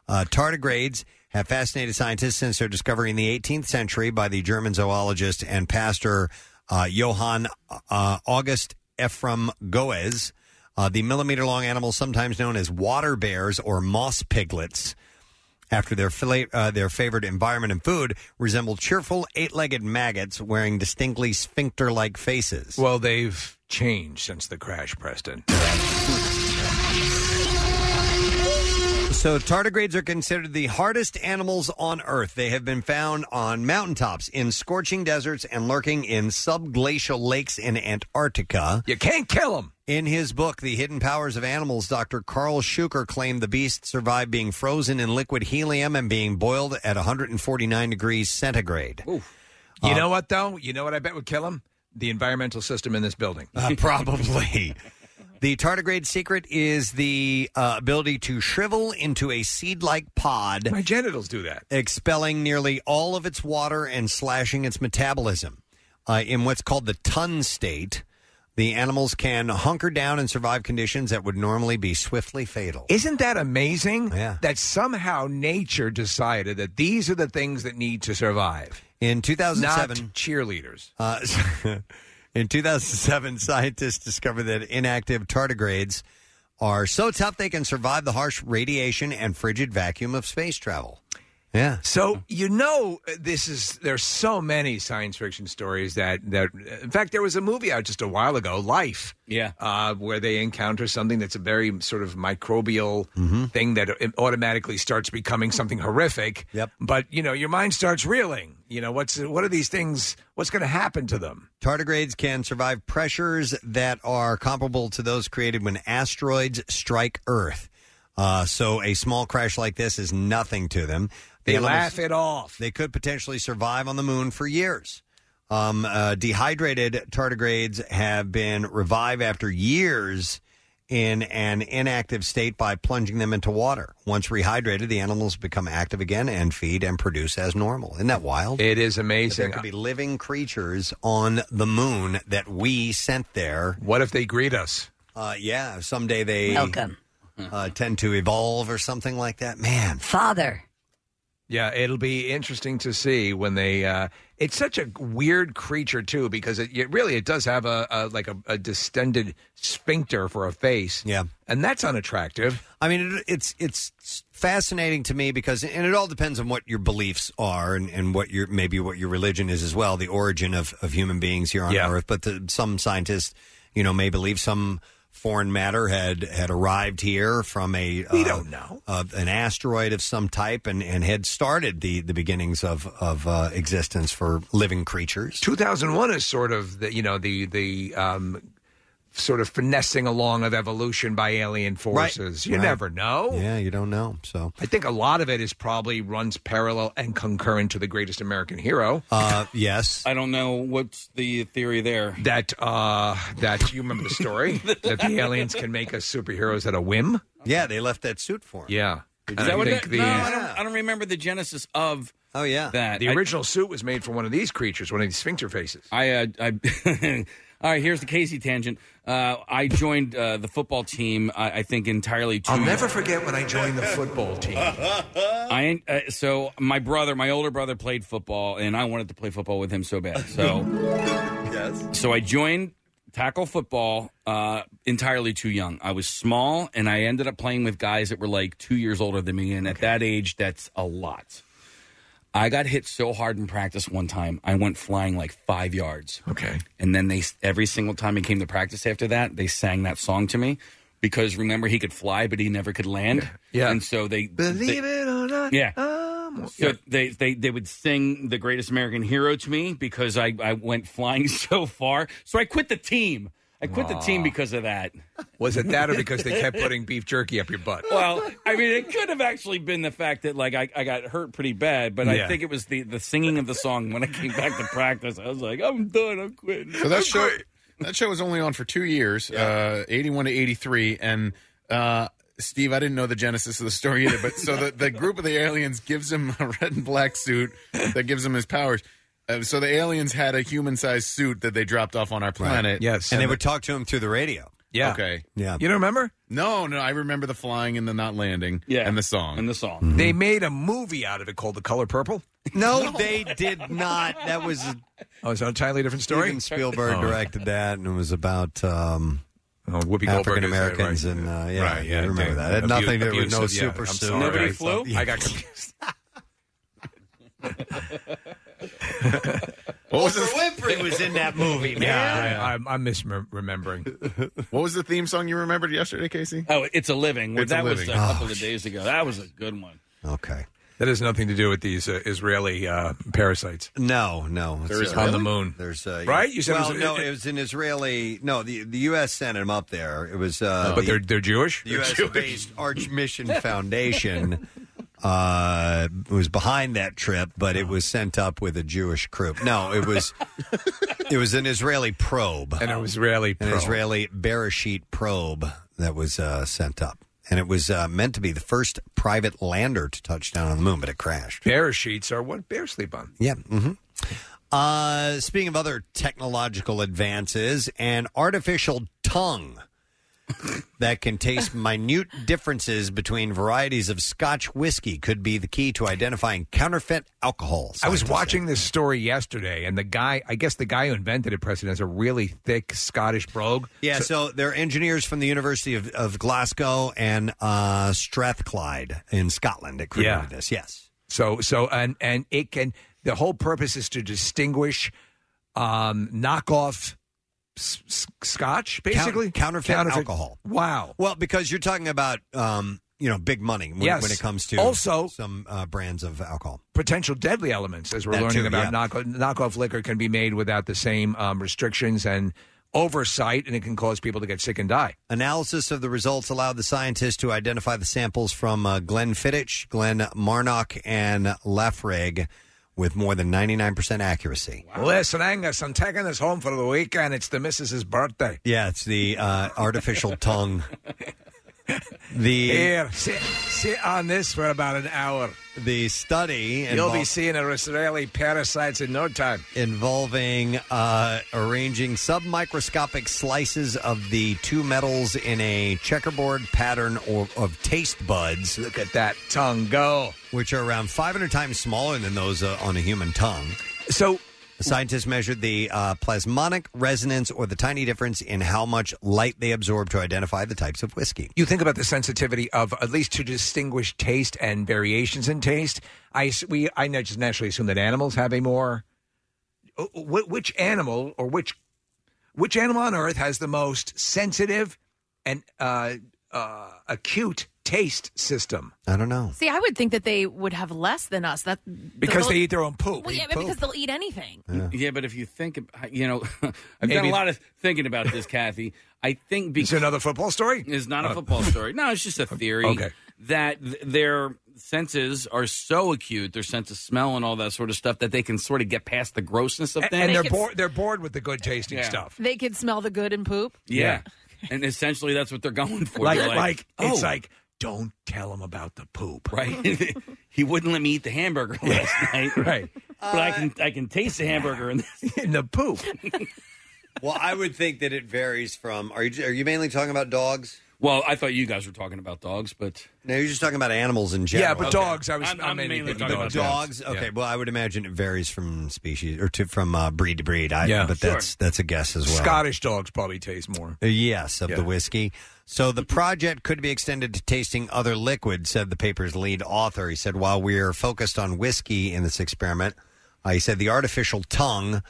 [SPEAKER 2] Uh, tardigrades have fascinated scientists since their discovery in the 18th century by the German zoologist and pastor uh, Johann uh, August Ephraim Goes. Uh, the millimeter long animals, sometimes known as water bears or moss piglets, after their fla- uh, their favored environment and food, resemble cheerful eight legged maggots wearing distinctly sphincter like faces.
[SPEAKER 5] Well, they've changed since the crash, Preston.
[SPEAKER 2] So, tardigrades are considered the hardest animals on Earth. They have been found on mountaintops, in scorching deserts, and lurking in subglacial lakes in Antarctica.
[SPEAKER 5] You can't kill them.
[SPEAKER 2] In his book, The Hidden Powers of Animals, Dr. Carl Schuker claimed the beast survived being frozen in liquid helium and being boiled at 149 degrees centigrade.
[SPEAKER 5] You
[SPEAKER 2] Uh-huh.
[SPEAKER 5] know what though? You know what I bet would kill them? The environmental system in this building.
[SPEAKER 2] Uh,
[SPEAKER 5] (laughs)
[SPEAKER 2] probably. the tardigrade secret is the uh, ability to shrivel into a seed like pod.
[SPEAKER 5] My genitals do that.
[SPEAKER 2] Expelling nearly all of its water and slashing its metabolism. Uh, in what's called the ton state, the animals can hunker down and survive conditions that would normally be swiftly fatal.
[SPEAKER 5] Isn't that amazing?
[SPEAKER 2] Yeah.
[SPEAKER 5] That somehow nature decided that these are the things that need to survive.
[SPEAKER 2] In 2007,
[SPEAKER 5] Not cheerleaders.
[SPEAKER 2] Uh, (laughs) in 2007, scientists discovered that inactive tardigrades are so tough they can survive the harsh radiation and frigid vacuum of space travel. Yeah.
[SPEAKER 5] So you know, uh, this is there's so many science fiction stories that that. uh, In fact, there was a movie out just a while ago, Life.
[SPEAKER 4] Yeah.
[SPEAKER 5] Uh, where they encounter something that's a very sort of microbial
[SPEAKER 2] Mm-hmm.
[SPEAKER 5] thing that it automatically starts becoming something horrific. Yep. But you know, your mind starts reeling. You know, what's what are these things? What's going to happen to them?
[SPEAKER 2] Tardigrades can survive pressures that are comparable to those created when asteroids strike Earth. Uh, so a small crash like this is nothing to them. The
[SPEAKER 5] They
[SPEAKER 2] elements-
[SPEAKER 5] laugh it off.
[SPEAKER 2] They could potentially survive on the moon for years. Um, uh, dehydrated tardigrades have been revived after years in an inactive state by plunging them into water. Once rehydrated, the animals become active again and feed and produce as normal. Isn't that wild?
[SPEAKER 5] It is
[SPEAKER 2] That There
[SPEAKER 5] amazing.
[SPEAKER 2] could be living creatures on the moon that we sent there.
[SPEAKER 5] What if they greet us?
[SPEAKER 2] Uh, yeah, someday they
[SPEAKER 15] Welcome.
[SPEAKER 2] Uh, tend to evolve or something like that. Man,
[SPEAKER 15] father.
[SPEAKER 5] Yeah, it'll be interesting to see when they. Uh, it's such a weird creature too, because it, it really it does have a, a like a, a distended sphincter for a face.
[SPEAKER 2] Yeah,
[SPEAKER 5] and that's unattractive.
[SPEAKER 2] I mean, it, it's it's fascinating to me because, and it all depends on what your beliefs are and, and what your maybe what your religion is as well. The origin of, of human beings here on
[SPEAKER 5] Yeah.
[SPEAKER 2] Earth, but the, some scientists, you know, may believe some foreign matter had had arrived here from a we don't
[SPEAKER 5] know
[SPEAKER 2] an asteroid of some type and, and had started the the beginnings of of uh, existence for living creatures.
[SPEAKER 5] Two thousand one is sort of the you know the the um, sort of finessing along of evolution by alien forces. You
[SPEAKER 2] right.
[SPEAKER 5] never know.
[SPEAKER 2] Yeah, you don't know. So
[SPEAKER 5] I think a lot of it is probably runs parallel and concurrent to the greatest American hero.
[SPEAKER 2] Uh, yes.
[SPEAKER 4] I don't know what's the theory there.
[SPEAKER 5] That uh, that you remember the
[SPEAKER 4] (laughs)
[SPEAKER 5] story that the aliens can make us superheroes at a whim.
[SPEAKER 2] Yeah, they left that suit for him.
[SPEAKER 5] Yeah,
[SPEAKER 4] Is
[SPEAKER 5] And
[SPEAKER 4] that
[SPEAKER 5] I
[SPEAKER 4] what
[SPEAKER 5] think
[SPEAKER 4] that-
[SPEAKER 5] the uh,
[SPEAKER 4] no, I don't, I don't remember the genesis of.
[SPEAKER 2] Oh yeah,
[SPEAKER 4] that
[SPEAKER 5] the
[SPEAKER 4] I-
[SPEAKER 5] original suit was made for one of these creatures, one of these sphincter faces.
[SPEAKER 4] I, (laughs) uh, I all right. Here's the Casey tangent. Uh, I joined uh, the football team. I, I think entirely. Two
[SPEAKER 5] I'll never forget when I joined the football team.
[SPEAKER 4] I uh, so my brother, my older brother, played football, and I wanted to play football with him so bad.
[SPEAKER 5] (laughs)
[SPEAKER 4] So
[SPEAKER 16] Yes.
[SPEAKER 4] so I joined tackle football uh, entirely too young. I was small, and I ended up playing with guys that were like two years older than me, and at that age, that's a lot. I got hit so hard in practice one time, I went flying like five yards.
[SPEAKER 5] Okay.
[SPEAKER 4] And then they every single time he came to practice after that, they sang that song to me because remember he could fly, but he never could land.
[SPEAKER 5] Yeah.
[SPEAKER 4] And so they
[SPEAKER 5] Believe
[SPEAKER 4] they-
[SPEAKER 5] it or not.
[SPEAKER 4] Yeah.
[SPEAKER 5] I'm-
[SPEAKER 4] so they, they they would sing the greatest American hero to me because I, I went flying (laughs) so far. So I quit the team. I quit the team
[SPEAKER 5] Aw.
[SPEAKER 4] because of that.
[SPEAKER 5] Was it that or because they kept putting beef jerky up your butt?
[SPEAKER 4] (laughs) Well, I mean, it could have actually been the fact that like I, I got hurt pretty bad, but
[SPEAKER 5] Yeah.
[SPEAKER 4] I think it was the, the singing of the song when I came back to practice. I was like, oh, I'm done. I'm quitting.
[SPEAKER 6] So that show that show was only on for two years, uh, eighty one to eighty three, and uh, Steve, I didn't know the genesis of the story either. But so the, the group of the aliens gives him a red and black suit that gives him his powers. Uh, so the aliens had a human sized suit that they dropped off on our planet.
[SPEAKER 2] Yes, and they would talk to him through the radio.
[SPEAKER 5] Yeah.
[SPEAKER 6] Okay.
[SPEAKER 2] Yeah.
[SPEAKER 5] You don't remember?
[SPEAKER 6] Uh, No, no. I remember the flying and the not landing. Yeah. And the song. And
[SPEAKER 4] the song.
[SPEAKER 2] Mm-hmm.
[SPEAKER 5] They made a movie out of it called The Color Purple. (laughs)
[SPEAKER 2] No, they did not. That was
[SPEAKER 5] oh, it's an entirely different story.
[SPEAKER 2] Steven Spielberg
[SPEAKER 5] Oh.
[SPEAKER 2] directed that, and it was about um,
[SPEAKER 5] Whoopi
[SPEAKER 2] African
[SPEAKER 5] Goldberg is there,
[SPEAKER 2] Americans,
[SPEAKER 5] right?
[SPEAKER 2] and uh, yeah,
[SPEAKER 5] Right, yeah,
[SPEAKER 2] I remember
[SPEAKER 5] yeah.
[SPEAKER 2] that. It had nothing to do with no
[SPEAKER 5] Abusive, yeah,
[SPEAKER 2] super
[SPEAKER 5] I'm
[SPEAKER 2] suit.
[SPEAKER 5] sorry. Nobody flew?
[SPEAKER 2] Yeah.
[SPEAKER 5] I got confused.
[SPEAKER 6] (laughs) What was
[SPEAKER 2] Oprah Winfrey was in that movie, man.
[SPEAKER 5] Yeah, I, I'm, I'm misremembering.
[SPEAKER 6] What was the theme song you remembered yesterday, Casey?
[SPEAKER 4] Oh, it's a living.
[SPEAKER 5] It's a
[SPEAKER 4] that was a
[SPEAKER 5] Living. Oh,
[SPEAKER 4] couple of days ago. That was a good one.
[SPEAKER 2] Okay.
[SPEAKER 5] That has nothing to do with these uh, Israeli uh, parasites.
[SPEAKER 2] No, no.
[SPEAKER 5] There is
[SPEAKER 2] It's, uh,
[SPEAKER 5] on the moon.
[SPEAKER 2] There's uh,
[SPEAKER 5] right. You said
[SPEAKER 2] well,
[SPEAKER 5] it was,
[SPEAKER 2] no, it was an Israeli. No, the the U.S. sent him up there. It was, uh,
[SPEAKER 5] but
[SPEAKER 2] the-
[SPEAKER 5] they're they're Jewish.
[SPEAKER 2] The U.S. based Arch Mission Foundation (laughs) uh, was behind that trip, but it was sent up with a Jewish crew. No, it was it was an Israeli probe,
[SPEAKER 5] an Israeli
[SPEAKER 2] an
[SPEAKER 5] probe.
[SPEAKER 2] Israeli Bereshit probe that was uh, sent up, and it was uh, meant to be the first private lander to touch down on the moon, but it crashed.
[SPEAKER 5] Bear sheets are what bears sleep on.
[SPEAKER 2] Yeah. hmm Uh, speaking of other technological advances, an artificial tongue (laughs) that can taste minute differences between varieties of Scotch whiskey could be the key to identifying counterfeit alcohols.
[SPEAKER 5] I was watching this story yesterday, and the guy, I guess the guy who invented it, Preston, has a really thick Scottish brogue.
[SPEAKER 2] Yeah, so, they're engineers from the University of, of Glasgow and uh, Strathclyde in Scotland that created
[SPEAKER 5] Yeah.
[SPEAKER 2] this. Yes.
[SPEAKER 5] So so and and it can the whole purpose is to distinguish um knockoff s- s- scotch basically
[SPEAKER 2] counterfeit, alcohol.
[SPEAKER 5] Wow.
[SPEAKER 2] Well, because you're talking about um, you know big money when,
[SPEAKER 5] Yes.
[SPEAKER 2] when it comes to
[SPEAKER 5] Also-
[SPEAKER 2] some uh, brands of alcohol.
[SPEAKER 5] potential deadly elements, as we're
[SPEAKER 2] That
[SPEAKER 5] learning
[SPEAKER 2] too,
[SPEAKER 5] about.
[SPEAKER 2] yeah.
[SPEAKER 5] Knock- knockoff liquor can be made without the same um, restrictions and oversight, and it can cause people to get sick and die.
[SPEAKER 2] Analysis of the results allowed the scientists to identify the samples from uh, Glenn Fittich, Glenn Marnock, and Lafrig with more than 99% accuracy.
[SPEAKER 5] Listen, Angus, I'm taking this home for the weekend. It's the missus's birthday.
[SPEAKER 2] Yeah, it's the uh, artificial
[SPEAKER 5] (laughs)
[SPEAKER 2] tongue. The
[SPEAKER 5] Here, sit, sit on this for about an hour.
[SPEAKER 2] the study
[SPEAKER 5] You'll be
[SPEAKER 2] invol-
[SPEAKER 5] seeing a Israeli parasites in no time.
[SPEAKER 2] involving uh, arranging submicroscopic slices of the two metals in a checkerboard pattern or, of taste buds.
[SPEAKER 5] Look at that tongue go,
[SPEAKER 2] which are around 500 times smaller than those uh, on a human tongue.
[SPEAKER 5] So.
[SPEAKER 2] The scientists measured the uh, plasmonic resonance or the tiny difference in how much light they absorb to identify the types of whiskey.
[SPEAKER 5] You think about the sensitivity of at least to distinguish taste and variations in taste. I s- we I na- just naturally assume that animals have a more wh- wh- which animal or which which animal on earth has the most sensitive and uh, uh, acute taste system?
[SPEAKER 2] I don't know
[SPEAKER 3] See, I would think that they would have less than us. That
[SPEAKER 5] because they eat their own poop.
[SPEAKER 3] Well, yeah, but because they'll eat anything.
[SPEAKER 4] Yeah. but if you think, ab- you know, (laughs) I've done
[SPEAKER 5] Maybe-
[SPEAKER 4] a lot of thinking about this, Kathy. I think because
[SPEAKER 5] another football story.
[SPEAKER 4] It's not
[SPEAKER 5] Oh.
[SPEAKER 4] a football story. No,
[SPEAKER 5] (laughs)
[SPEAKER 4] it's just a theory
[SPEAKER 5] Okay.
[SPEAKER 4] that th- their senses are so acute, their sense of smell and all that sort of stuff, that they can sort of get past the grossness of
[SPEAKER 5] A-
[SPEAKER 4] things.
[SPEAKER 5] and they're bored. They're bored with the good tasting stuff.
[SPEAKER 3] They could smell the good in poop.
[SPEAKER 4] Yeah. (laughs) And essentially, that's what they're going for.
[SPEAKER 5] Like,
[SPEAKER 4] They're
[SPEAKER 5] like, it's
[SPEAKER 4] oh,
[SPEAKER 5] like, don't tell him about the poop.
[SPEAKER 4] right. (laughs) he wouldn't let me eat the hamburger (laughs) last night.
[SPEAKER 5] (laughs) Right.
[SPEAKER 4] But I can I can taste the hamburger in
[SPEAKER 5] (laughs) in the poop.
[SPEAKER 2] (laughs) Well, I would think that it varies from. Are you are you mainly talking about dogs?
[SPEAKER 4] Well, I thought you guys were talking about dogs, but
[SPEAKER 2] no, you're just talking about animals in general.
[SPEAKER 5] Yeah, but dogs, I was- I'm- I'm I'm mainly mainly
[SPEAKER 2] dogs.
[SPEAKER 5] thinking talking about dogs.
[SPEAKER 2] Okay,
[SPEAKER 5] Yeah.
[SPEAKER 2] well, I would imagine it varies from species or to, from uh, breed to breed. I,
[SPEAKER 5] Yeah.
[SPEAKER 2] but
[SPEAKER 5] Sure.
[SPEAKER 2] that's that's a guess as well.
[SPEAKER 5] Scottish dogs probably taste more.
[SPEAKER 2] Uh, Yes, of
[SPEAKER 5] Yeah.
[SPEAKER 2] the whiskey. So the project could be extended to tasting other liquids, said the paper's lead author. He said, while we're focused on whiskey in this experiment, uh, he said the artificial tongue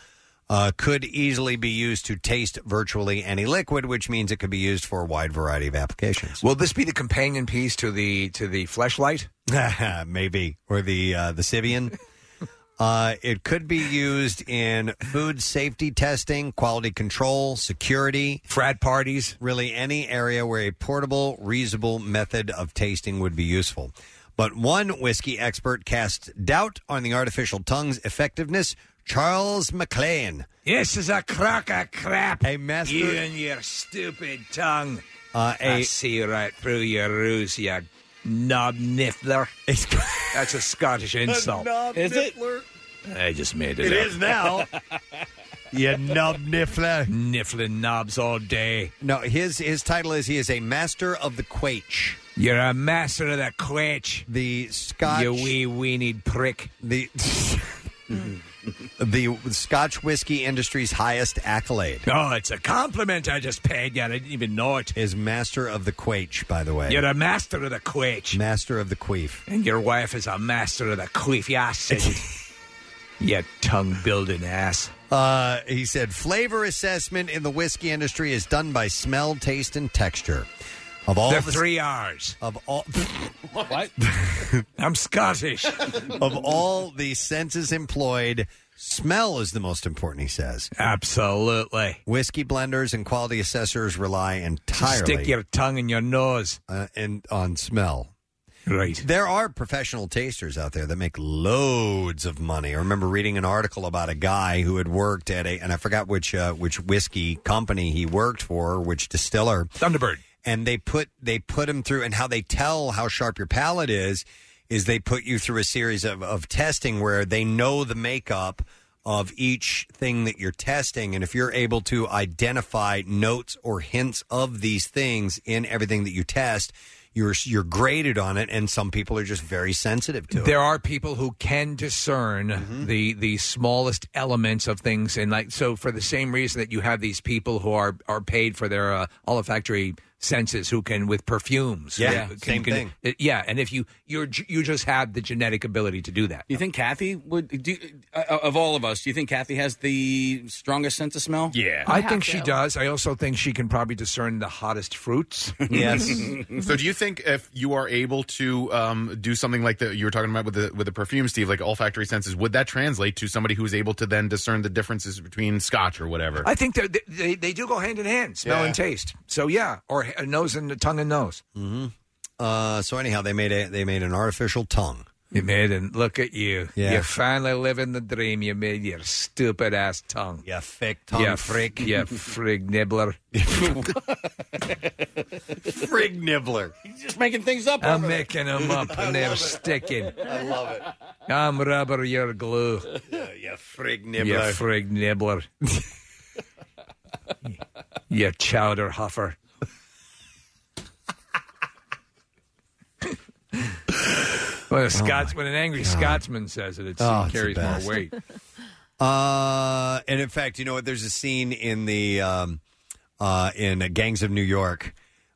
[SPEAKER 2] uh, could easily be used to taste virtually any liquid, which means it could be used for a wide variety of applications.
[SPEAKER 5] Will this be the companion piece to the to the fleshlight?
[SPEAKER 2] (laughs) Maybe. Or the, uh, the
[SPEAKER 5] (laughs)
[SPEAKER 2] Sibian. Uh, it could be used in food safety testing, quality control, security,
[SPEAKER 5] frat parties,
[SPEAKER 2] really any area where a portable, reusable method of tasting would be useful. But one whiskey expert casts doubt on the artificial tongue's effectiveness. Charles McLean.
[SPEAKER 5] This is a crock of crap.
[SPEAKER 2] A master.
[SPEAKER 5] You and your stupid tongue.
[SPEAKER 2] Uh,
[SPEAKER 5] I
[SPEAKER 2] a-
[SPEAKER 5] see right through your ruse, you knob niffler.
[SPEAKER 2] (laughs)
[SPEAKER 5] That's a Scottish (laughs) insult.
[SPEAKER 10] Is it?
[SPEAKER 5] I just made
[SPEAKER 10] It
[SPEAKER 5] it. up.
[SPEAKER 10] is
[SPEAKER 5] (laughs)
[SPEAKER 10] now.
[SPEAKER 2] you knob niffler.
[SPEAKER 5] Niffling knobs all day.
[SPEAKER 2] No, his his title is he is a master of the quaich.
[SPEAKER 5] You're a master of the quetch.
[SPEAKER 2] The Scotch.
[SPEAKER 5] You wee weenied prick.
[SPEAKER 2] The (laughs) the Scotch whiskey industry's highest accolade.
[SPEAKER 5] Oh, it's a compliment I just paid you. I didn't even know it.
[SPEAKER 2] Is master of the quaich, by the way.
[SPEAKER 5] You're a master of the quetch.
[SPEAKER 2] master of the queef.
[SPEAKER 5] And your wife is a master of the queef. Yeah, I said it. (laughs) you tongue building ass.
[SPEAKER 2] Uh, he said flavor assessment in the whiskey industry is done by smell, taste, and texture. Of all
[SPEAKER 5] the,
[SPEAKER 2] the-
[SPEAKER 5] three R's.
[SPEAKER 2] Of all. (laughs)
[SPEAKER 4] What?
[SPEAKER 5] (laughs) I'm Scottish.
[SPEAKER 2] of all the senses employed, smell is the most important. He says
[SPEAKER 5] Absolutely.
[SPEAKER 2] Whiskey blenders and quality assessors rely entirely
[SPEAKER 5] Stick your tongue in your nose.
[SPEAKER 2] uh, and on smell.
[SPEAKER 5] Right.
[SPEAKER 2] There are professional tasters out there that make loads of money. I remember reading an article about a guy who had worked at a, and I forgot which uh, which whiskey company he worked for, which distiller,
[SPEAKER 5] Thunderbird,
[SPEAKER 2] and they put they put him through, and how they tell how sharp your palate is is they put you through a series of, of testing where they know the makeup of each thing that you're testing and if you're able to identify notes or hints of these things in everything that you test you're you're graded on it and some people are just very sensitive to it
[SPEAKER 5] There are people who can discern the the smallest elements of things, and like so for the same reason that you have these people who are are paid for their uh, olfactory senses who can with perfumes.
[SPEAKER 4] Yeah,
[SPEAKER 5] who can-
[SPEAKER 4] same
[SPEAKER 5] can-
[SPEAKER 4] thing.
[SPEAKER 5] uh, yeah, and if you you're j- you just have the genetic ability to do that.
[SPEAKER 4] You think Kathy would do uh, of all of us? Do you think Kathy has the strongest sense of smell? Yeah,
[SPEAKER 5] I think she does. I also think she can probably discern the hottest fruits. (laughs)
[SPEAKER 6] so, do you think if you are able to um, do something like that you were talking about with the with the perfume, Steve, like olfactory senses, would that translate to somebody who is able to then discern the differences between Scotch or whatever?
[SPEAKER 5] I think they're- they they they do go hand in hand, smell
[SPEAKER 6] Yeah.
[SPEAKER 5] and taste. So yeah, or h- nose and tongue and nose.
[SPEAKER 2] hmm Uh, so anyhow, they made a, they made an artificial tongue.
[SPEAKER 5] You made and look at you.
[SPEAKER 2] Yeah.
[SPEAKER 5] You're finally living the dream. You made your stupid ass tongue.
[SPEAKER 2] You thick tongue
[SPEAKER 5] you
[SPEAKER 2] freak.
[SPEAKER 5] You frig nibbler.
[SPEAKER 2] (laughs) frig nibbler.
[SPEAKER 4] You're just making things
[SPEAKER 16] Uh,
[SPEAKER 4] up.
[SPEAKER 5] I'm
[SPEAKER 4] over there.
[SPEAKER 5] making them up and they're sticking.
[SPEAKER 2] I love it.
[SPEAKER 5] I'm rubber, you're glue.
[SPEAKER 2] you frig
[SPEAKER 5] You
[SPEAKER 2] nibbler. (laughs)
[SPEAKER 5] frig nibbler. you chowder huffer. when, a Scots, when an angry Scotsman says it, it
[SPEAKER 2] Oh, it's the
[SPEAKER 5] carries more
[SPEAKER 2] best. (laughs)
[SPEAKER 5] weight.
[SPEAKER 2] Uh, and in fact, you know what? There's a scene in the um, uh, in uh, Gangs of New York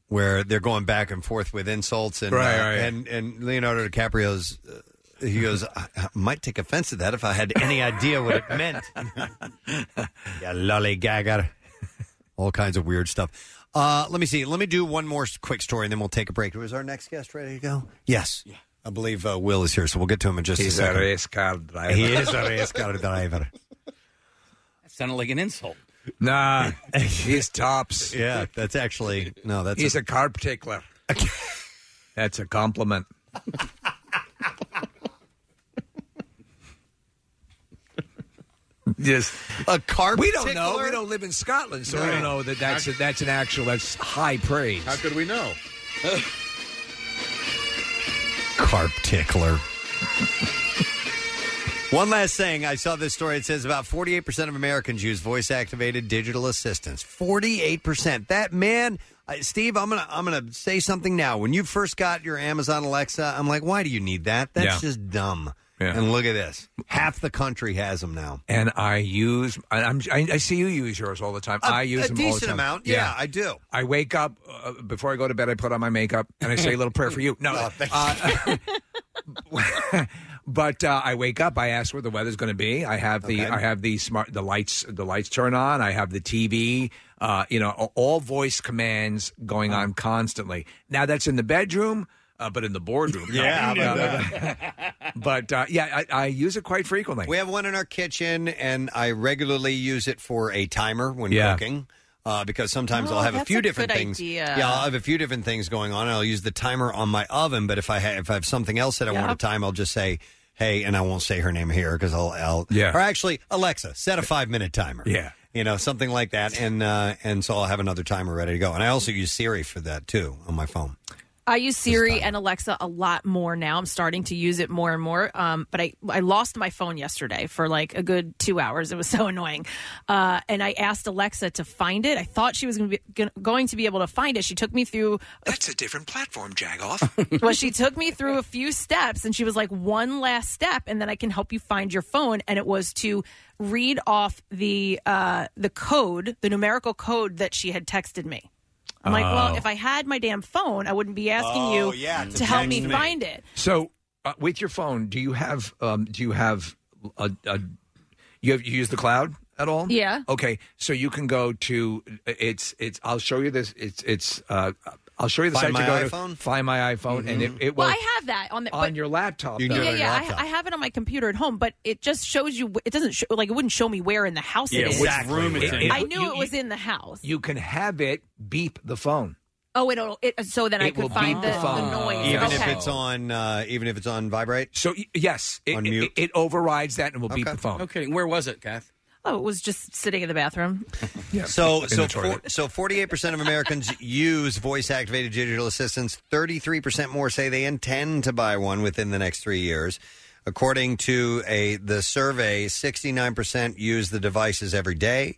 [SPEAKER 2] where they're going back and forth with insults, and
[SPEAKER 5] Right,
[SPEAKER 2] uh,
[SPEAKER 5] right.
[SPEAKER 2] and and Leonardo DiCaprio's. Uh, he goes, I, I might take offense to that if I had any idea what it meant. yeah, lollygagger. (laughs) All kinds of weird stuff. Uh, let me see. Let me do one more s- quick story, and then we'll take a break. Is our next guest ready to go? Yes. I believe uh, Will is here, so we'll get to him in just
[SPEAKER 5] He's
[SPEAKER 2] a
[SPEAKER 5] a
[SPEAKER 2] second.
[SPEAKER 5] race car driver.
[SPEAKER 2] He is a race
[SPEAKER 5] (laughs)
[SPEAKER 2] car driver.
[SPEAKER 4] Sounded like an insult.
[SPEAKER 5] Nah, he's
[SPEAKER 2] (laughs)
[SPEAKER 5] tops.
[SPEAKER 2] Yeah, that's actually no. That's
[SPEAKER 5] he's a, carb tickler. (laughs) that's a compliment. Yes,
[SPEAKER 2] a carb.
[SPEAKER 5] We don't know.
[SPEAKER 2] tickler?
[SPEAKER 5] We don't live in Scotland, so we
[SPEAKER 2] No.
[SPEAKER 5] don't know that that's a, that's an actual that's high praise. How
[SPEAKER 6] could we
[SPEAKER 5] (laughs)
[SPEAKER 6] know?
[SPEAKER 2] carp tickler. One last thing. I saw this story. It says about 48% of Americans use voice activated digital assistants. 48%. That man, uh, Steve, I'm going to I'm going to say something now. When you first got your Amazon Alexa, I'm like, "Why do you need that? That's
[SPEAKER 5] Yeah.
[SPEAKER 2] just dumb."
[SPEAKER 5] Yeah.
[SPEAKER 2] And look at this. Half the country has them now.
[SPEAKER 5] and I use. I, I'm, I, I see you use yours all the time.
[SPEAKER 2] A-
[SPEAKER 5] I use
[SPEAKER 2] a
[SPEAKER 5] them all the
[SPEAKER 2] decent
[SPEAKER 5] time.
[SPEAKER 2] amount. Yeah, I do.
[SPEAKER 5] I wake up uh, before I go to bed. I put on my makeup and I say a little prayer for you. No,
[SPEAKER 2] (laughs) Oh,
[SPEAKER 5] uh, (laughs) but uh, I wake up. I ask where the weather's going to be. I have the
[SPEAKER 15] Okay.
[SPEAKER 5] I have the smart the lights the lights turn on. I have the TV. Uh, you know, a- all voice commands going
[SPEAKER 2] Uh-huh.
[SPEAKER 5] on constantly. Now that's in the bedroom. Uh, but in the boardroom, (laughs) no.
[SPEAKER 2] (laughs) Yeah, but,
[SPEAKER 10] (laughs)
[SPEAKER 5] Uh, (laughs) but uh, yeah, I, I use it quite frequently.
[SPEAKER 2] We have one in our kitchen, and I regularly use it for a timer when
[SPEAKER 5] Yeah.
[SPEAKER 2] cooking. Uh, because sometimes
[SPEAKER 3] Oh,
[SPEAKER 2] I'll have a
[SPEAKER 3] that's
[SPEAKER 2] few
[SPEAKER 3] a
[SPEAKER 2] different
[SPEAKER 3] good
[SPEAKER 2] things.
[SPEAKER 3] idea.
[SPEAKER 2] Yeah, I'll have a few different things going on. I'll use the timer on my oven, but if I ha- if I have something else that I want to time, I'll just say, "Hey," and I won't say her name here because I'll, I'll
[SPEAKER 5] Yeah.
[SPEAKER 2] Or actually, Alexa, set a five minute timer.
[SPEAKER 5] Yeah.
[SPEAKER 2] you know something like that, and uh, and so I'll have another timer ready to go. And I also use Siri for that too on my phone.
[SPEAKER 3] I use Siri and Alexa a lot more now. I'm starting to use it more and more. Um, but I, I lost my phone yesterday for like a good two hours. It was (laughs) so annoying. Uh, and I asked Alexa to find it. I thought she was gonna be, gonna, going to be able to find it. She took me through
[SPEAKER 5] That's a different platform, Jagoff. (laughs)
[SPEAKER 3] well, she took me through a few steps and she was like, one last step, and then I can help you find your phone. And it was to read off the uh, the code, the numerical code that she had texted me. I'm like, well,
[SPEAKER 5] Oh.
[SPEAKER 3] if I had my damn phone, I wouldn't be asking
[SPEAKER 2] Oh,
[SPEAKER 3] you
[SPEAKER 2] yeah,
[SPEAKER 3] to,
[SPEAKER 2] to
[SPEAKER 3] help
[SPEAKER 5] text
[SPEAKER 3] me,
[SPEAKER 5] me.
[SPEAKER 3] find it.
[SPEAKER 5] So, uh, with your phone, do you have um, do you have a, a you have you use the cloud at all?
[SPEAKER 3] Yeah.
[SPEAKER 5] Okay, so you can go to it's it's. I'll show you this. It's it's. Uh, I'll show you the
[SPEAKER 2] Find
[SPEAKER 5] site
[SPEAKER 2] My
[SPEAKER 5] to go
[SPEAKER 2] iPhone?
[SPEAKER 5] to. Find my iPhone, and it, it will
[SPEAKER 3] Well, I have that on the
[SPEAKER 5] on
[SPEAKER 3] but-
[SPEAKER 5] your laptop. though.
[SPEAKER 3] yeah, yeah, I, I have it on my computer at home, but it just shows you. It doesn't show, like it wouldn't show me where in the house
[SPEAKER 5] Yeah,
[SPEAKER 3] it is.
[SPEAKER 5] which Exactly. room it's in.
[SPEAKER 3] I knew
[SPEAKER 5] You-
[SPEAKER 3] it was in the house.
[SPEAKER 5] You can have it beep the phone.
[SPEAKER 3] Oh, it'll it, so then I
[SPEAKER 5] It will
[SPEAKER 3] could find
[SPEAKER 5] beep the phone.
[SPEAKER 3] noise.
[SPEAKER 2] Even if
[SPEAKER 3] Okay.
[SPEAKER 2] it's on, uh, even if it's on vibrate.
[SPEAKER 5] So yes, it,
[SPEAKER 2] on mute.
[SPEAKER 5] It overrides that and will beep
[SPEAKER 2] Okay.
[SPEAKER 5] the phone.
[SPEAKER 4] Okay, where was it, Kath?
[SPEAKER 3] Oh, it was just sitting in the bathroom.
[SPEAKER 2] So
[SPEAKER 5] In
[SPEAKER 2] so for,
[SPEAKER 5] the toilet.
[SPEAKER 2] so forty eight percent of Americans (laughs) use voice activated digital assistants. Thirty three percent more say they intend to buy one within the next three years. According to a the survey, sixty nine percent use the devices every day.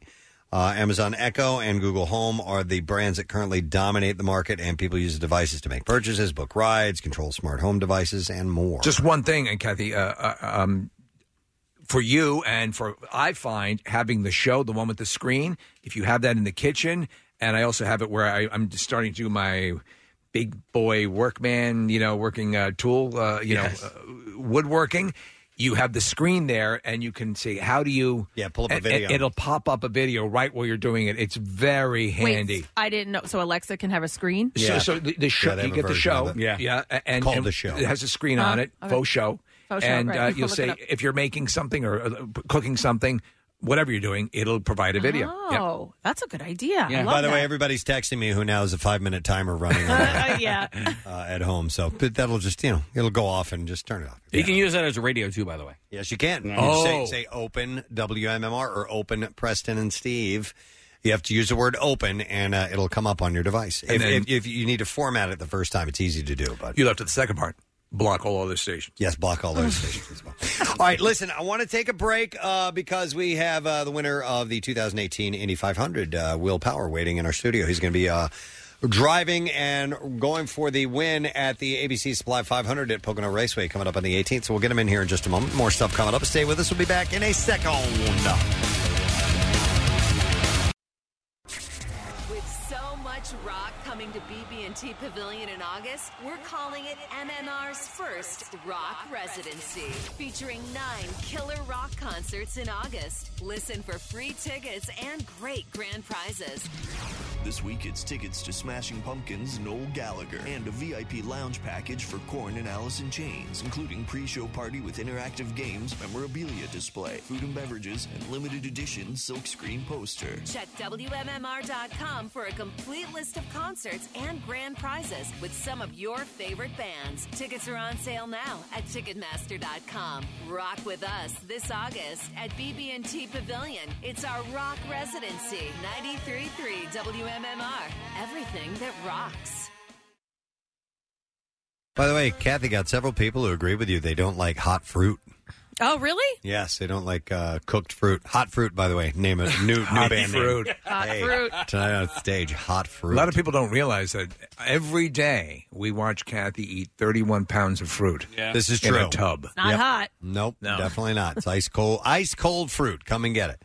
[SPEAKER 2] Uh, Amazon Echo and Google Home are the brands that currently dominate the market, and people use the devices to make purchases, book rides, control smart home devices, and more.
[SPEAKER 5] Just one thing, and Kathy, uh, uh, um, for you and for I find having the show, the one with the screen, if you have that in the kitchen and I also have it where I, I'm just starting to do my big boy workman, you know, working uh, tool, uh, you
[SPEAKER 2] Yes.
[SPEAKER 5] know, uh, woodworking. You have the screen there, and you can see how do you yeah pull
[SPEAKER 2] up a video.
[SPEAKER 5] It'll pop up a video right while you're doing it. It's very handy.
[SPEAKER 3] Wait, I didn't know. So Alexa can have a screen.
[SPEAKER 5] So, so the, the show,
[SPEAKER 2] they have
[SPEAKER 5] you
[SPEAKER 2] a
[SPEAKER 5] get the
[SPEAKER 2] version
[SPEAKER 5] show,
[SPEAKER 2] of it. Yeah.
[SPEAKER 5] yeah, a- and
[SPEAKER 2] Called
[SPEAKER 5] and
[SPEAKER 2] The Show.
[SPEAKER 5] It has a screen
[SPEAKER 2] Huh?
[SPEAKER 5] on it,
[SPEAKER 2] Uh, Okay.
[SPEAKER 5] faux show,
[SPEAKER 2] Faux show,
[SPEAKER 5] and
[SPEAKER 2] right.
[SPEAKER 5] uh,
[SPEAKER 2] I'll
[SPEAKER 5] you'll
[SPEAKER 2] look it
[SPEAKER 5] say
[SPEAKER 2] up.
[SPEAKER 5] if you're making something or uh, cooking something, whatever you're doing, it'll provide a video. Yeah.
[SPEAKER 3] Oh, that's a good idea. I love
[SPEAKER 2] By the way,
[SPEAKER 3] that.
[SPEAKER 2] everybody's texting me who now is a five minute timer running on,
[SPEAKER 3] Uh, yeah.
[SPEAKER 2] uh, at home. So but that'll just, you know, it'll go off and just turn it off.
[SPEAKER 4] You can use that as a radio too, by the way.
[SPEAKER 2] Yes, you can. You
[SPEAKER 4] Oh.
[SPEAKER 2] say, say open WMMR or open Preston and Steve. You have to use the word open and uh, it'll come up on your device.
[SPEAKER 5] And
[SPEAKER 2] If,
[SPEAKER 5] then-
[SPEAKER 2] if, if you need to format it the first time, it's easy to do. But
[SPEAKER 5] You left to the second part. Block all other stations.
[SPEAKER 2] Yes, block all other
[SPEAKER 5] (laughs)
[SPEAKER 2] stations as well. All right, listen, I want to take a break uh, because we have uh, the winner of the 2018 Indy 500, uh, Will Power, waiting in our studio. He's going to be uh, driving and going for the win at the ABC Supply 500 at Pocono Raceway coming up on the 18th. So we'll get him in here in just a moment. More stuff coming up. Stay with us. We'll be back in a second.
[SPEAKER 14] With so much rock coming to BB&T Pavilion in August, we're calling it MMR's first rock residency, featuring nine killer rock concerts in August. Listen for free tickets and great grand prizes.
[SPEAKER 7] (laughs) This week, it's tickets to Smashing Pumpkins' Noel Gallagher and a VIP lounge package for Korn and Alice in Chains, including pre-show party with interactive games, memorabilia display, food and beverages, and limited edition silkscreen poster.
[SPEAKER 14] Check WMMR.com for a complete list of concerts and grand prizes with some of your favorite bands. Tickets are on sale now at Ticketmaster.com. Rock with us this August at BB&T Pavilion. It's our rock residency. 93.3 WMMR. Everything that rocks.
[SPEAKER 2] By the way, Kathy got several people who agree with you. They don't like hot fruit.
[SPEAKER 3] Oh, really?
[SPEAKER 2] Yes, they don't like uh, cooked fruit. Hot fruit, by the way, name it. New, new
[SPEAKER 5] Hot
[SPEAKER 2] band
[SPEAKER 5] fruit.
[SPEAKER 2] name.
[SPEAKER 3] Hot
[SPEAKER 2] Hey,
[SPEAKER 3] fruit.
[SPEAKER 2] Tonight on stage, hot
[SPEAKER 5] A
[SPEAKER 2] fruit.
[SPEAKER 5] lot of people don't realize that every day we watch Kathy eat 31 pounds of fruit.
[SPEAKER 2] This is
[SPEAKER 5] in
[SPEAKER 2] true.
[SPEAKER 5] a tub.
[SPEAKER 3] Not hot.
[SPEAKER 2] Nope, definitely not. It's ice cold, ice cold fruit. Come and get it.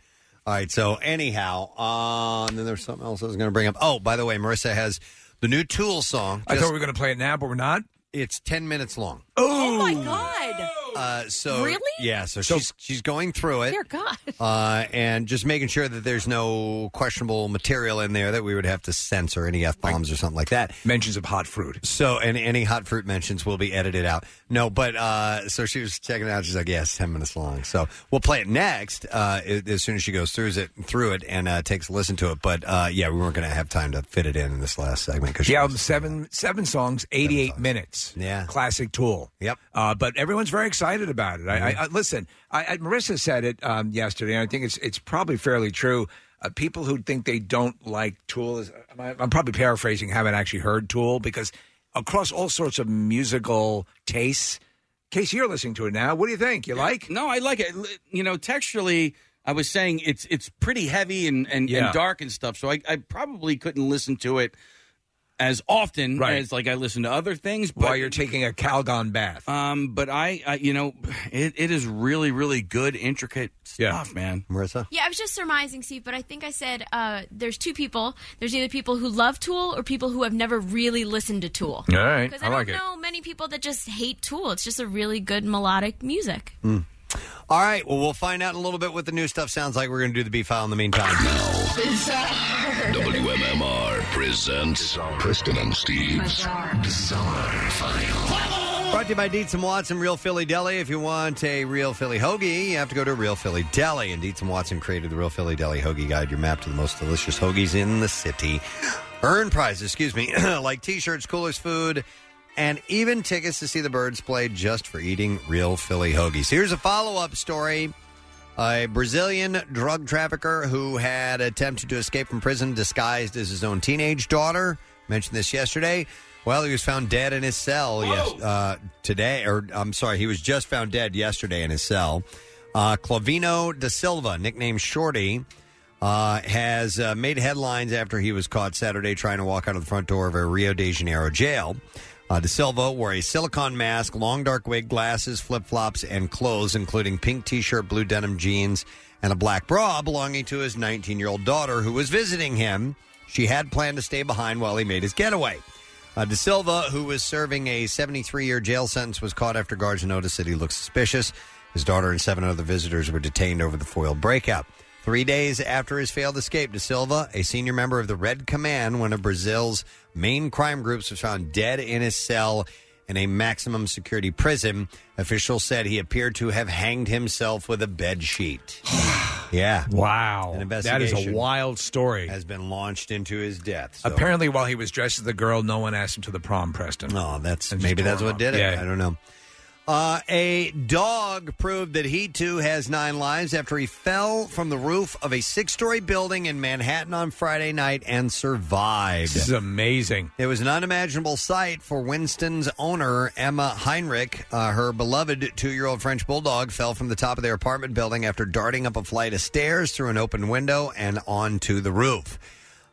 [SPEAKER 2] All right. So anyhow, uh, and then there's something else I was going to bring up. Oh, by the way, Marissa has the new Tool song.
[SPEAKER 5] I thought we were going to play it now, but we're not.
[SPEAKER 2] It's 10 minutes long.
[SPEAKER 3] Oh my God.
[SPEAKER 2] Uh, so
[SPEAKER 3] Really?
[SPEAKER 2] Yeah. So, she's she's going through it.
[SPEAKER 3] Dear God.
[SPEAKER 2] Uh, and just making sure that there's no questionable material in there that we would have to censor any f bombs or something like that.
[SPEAKER 5] Mentions of hot fruit.
[SPEAKER 2] So, and any hot fruit mentions will be edited out. No, but uh, so she was checking it out. She's like, "Yes, ten minutes long." So we'll play it next uh, i- as soon as she goes through it, through it, and uh, takes a listen to it. But uh, yeah, we weren't going to have time to fit it in in this last segment because
[SPEAKER 5] The album seven seven songs, eighty eight minutes. Yeah, classic Tool. Yep. Mm-hmm. Uh, but everyone's very excited about it. I, I, I listen. I, I, Marissa said it um, yesterday, and I think it's it's probably fairly true. Uh, people who think they don't like Tool, is, I'm, I'm probably paraphrasing, haven't actually heard Tool because across all sorts of musical tastes. Casey, you're listening to it now. What do you think? You like?
[SPEAKER 4] No, I like it. L- You know, texturally, I was saying it's it's pretty heavy and and,
[SPEAKER 5] Yeah.
[SPEAKER 4] and dark and stuff. So I, I probably couldn't listen to it as often
[SPEAKER 5] Right.
[SPEAKER 4] as like I listen to other things. But,
[SPEAKER 5] While you're taking a Calgon bath.
[SPEAKER 4] Um, but I, I you know, it, it is really really good intricate stuff, man.
[SPEAKER 2] Marissa,
[SPEAKER 15] Yeah, I was just surmising, Steve, but I think I said uh, there's two people. There's either people who love Tool or people who have never really listened to Tool.
[SPEAKER 5] All right.
[SPEAKER 15] Because
[SPEAKER 5] I
[SPEAKER 15] I,
[SPEAKER 5] like it.
[SPEAKER 15] don't know many people that just hate Tool. It's just a really good melodic music.
[SPEAKER 2] All right. Well, we'll find out in a little bit what the new stuff sounds like. We're going to do the B file in the meantime.
[SPEAKER 1] WMMR presents Preston and Steve's Bizarre File.
[SPEAKER 2] Brought to you by Dietz and Watson Real Philly Deli. If you want a real Philly hoagie, you have to go to Real Philly Deli. And Dietz and Watson created the Real Philly Deli Hoagie Guide, your map to the most delicious hoagies in the city. Earn prizes, excuse me, (clears throat) like t-shirts, coolers, food, and even tickets to see the birds play just for eating real Philly hoagies. Here's a follow-up story. A Brazilian drug trafficker who had attempted to escape from prison disguised as his own teenage daughter. Mentioned this yesterday. Well, he was found dead in his cell yes, uh, today, or I'm sorry, he was just found dead yesterday in his cell. Uh, Clavino da Silva, nicknamed Shorty, uh, has uh, made headlines after he was caught Saturday trying to walk out of the front door of a Rio de Janeiro jail. Uh, De Silva wore a silicone mask, long dark wig, glasses, flip flops, and clothes, including pink t shirt, blue denim jeans, and a black bra belonging to his 19 year old daughter who was visiting him. She had planned to stay behind while he made his getaway. Uh, De Silva, who was serving a 73 year jail sentence, was caught after guards noticed that he looked suspicious. His daughter and seven other visitors were detained over the foiled breakout. Three days after his failed escape, De Silva, a senior member of the Red Command, one of Brazil's main crime groups, was found dead in his cell in a maximum security prison. Officials said he appeared to have hanged himself with a bed
[SPEAKER 5] (sighs)
[SPEAKER 2] sheet. yeah.
[SPEAKER 5] Wow.
[SPEAKER 2] An
[SPEAKER 5] That is a
[SPEAKER 2] investigation
[SPEAKER 5] wild story.
[SPEAKER 2] has been launched into his death. so-
[SPEAKER 5] Apparently, while he was dressed as a girl, no one asked him to the prom, Preston.
[SPEAKER 2] Oh, that's maybe that's what did it. I don't know. Uh, a dog proved that he too has nine lives after he fell from the roof of a six story building in Manhattan on Friday night and survived.
[SPEAKER 5] This is amazing.
[SPEAKER 2] It was an unimaginable sight for Winston's owner, Emma Heinrich. Uh, her beloved two year old French bulldog fell from the top of their apartment building after darting up a flight of stairs through an open window and onto the roof.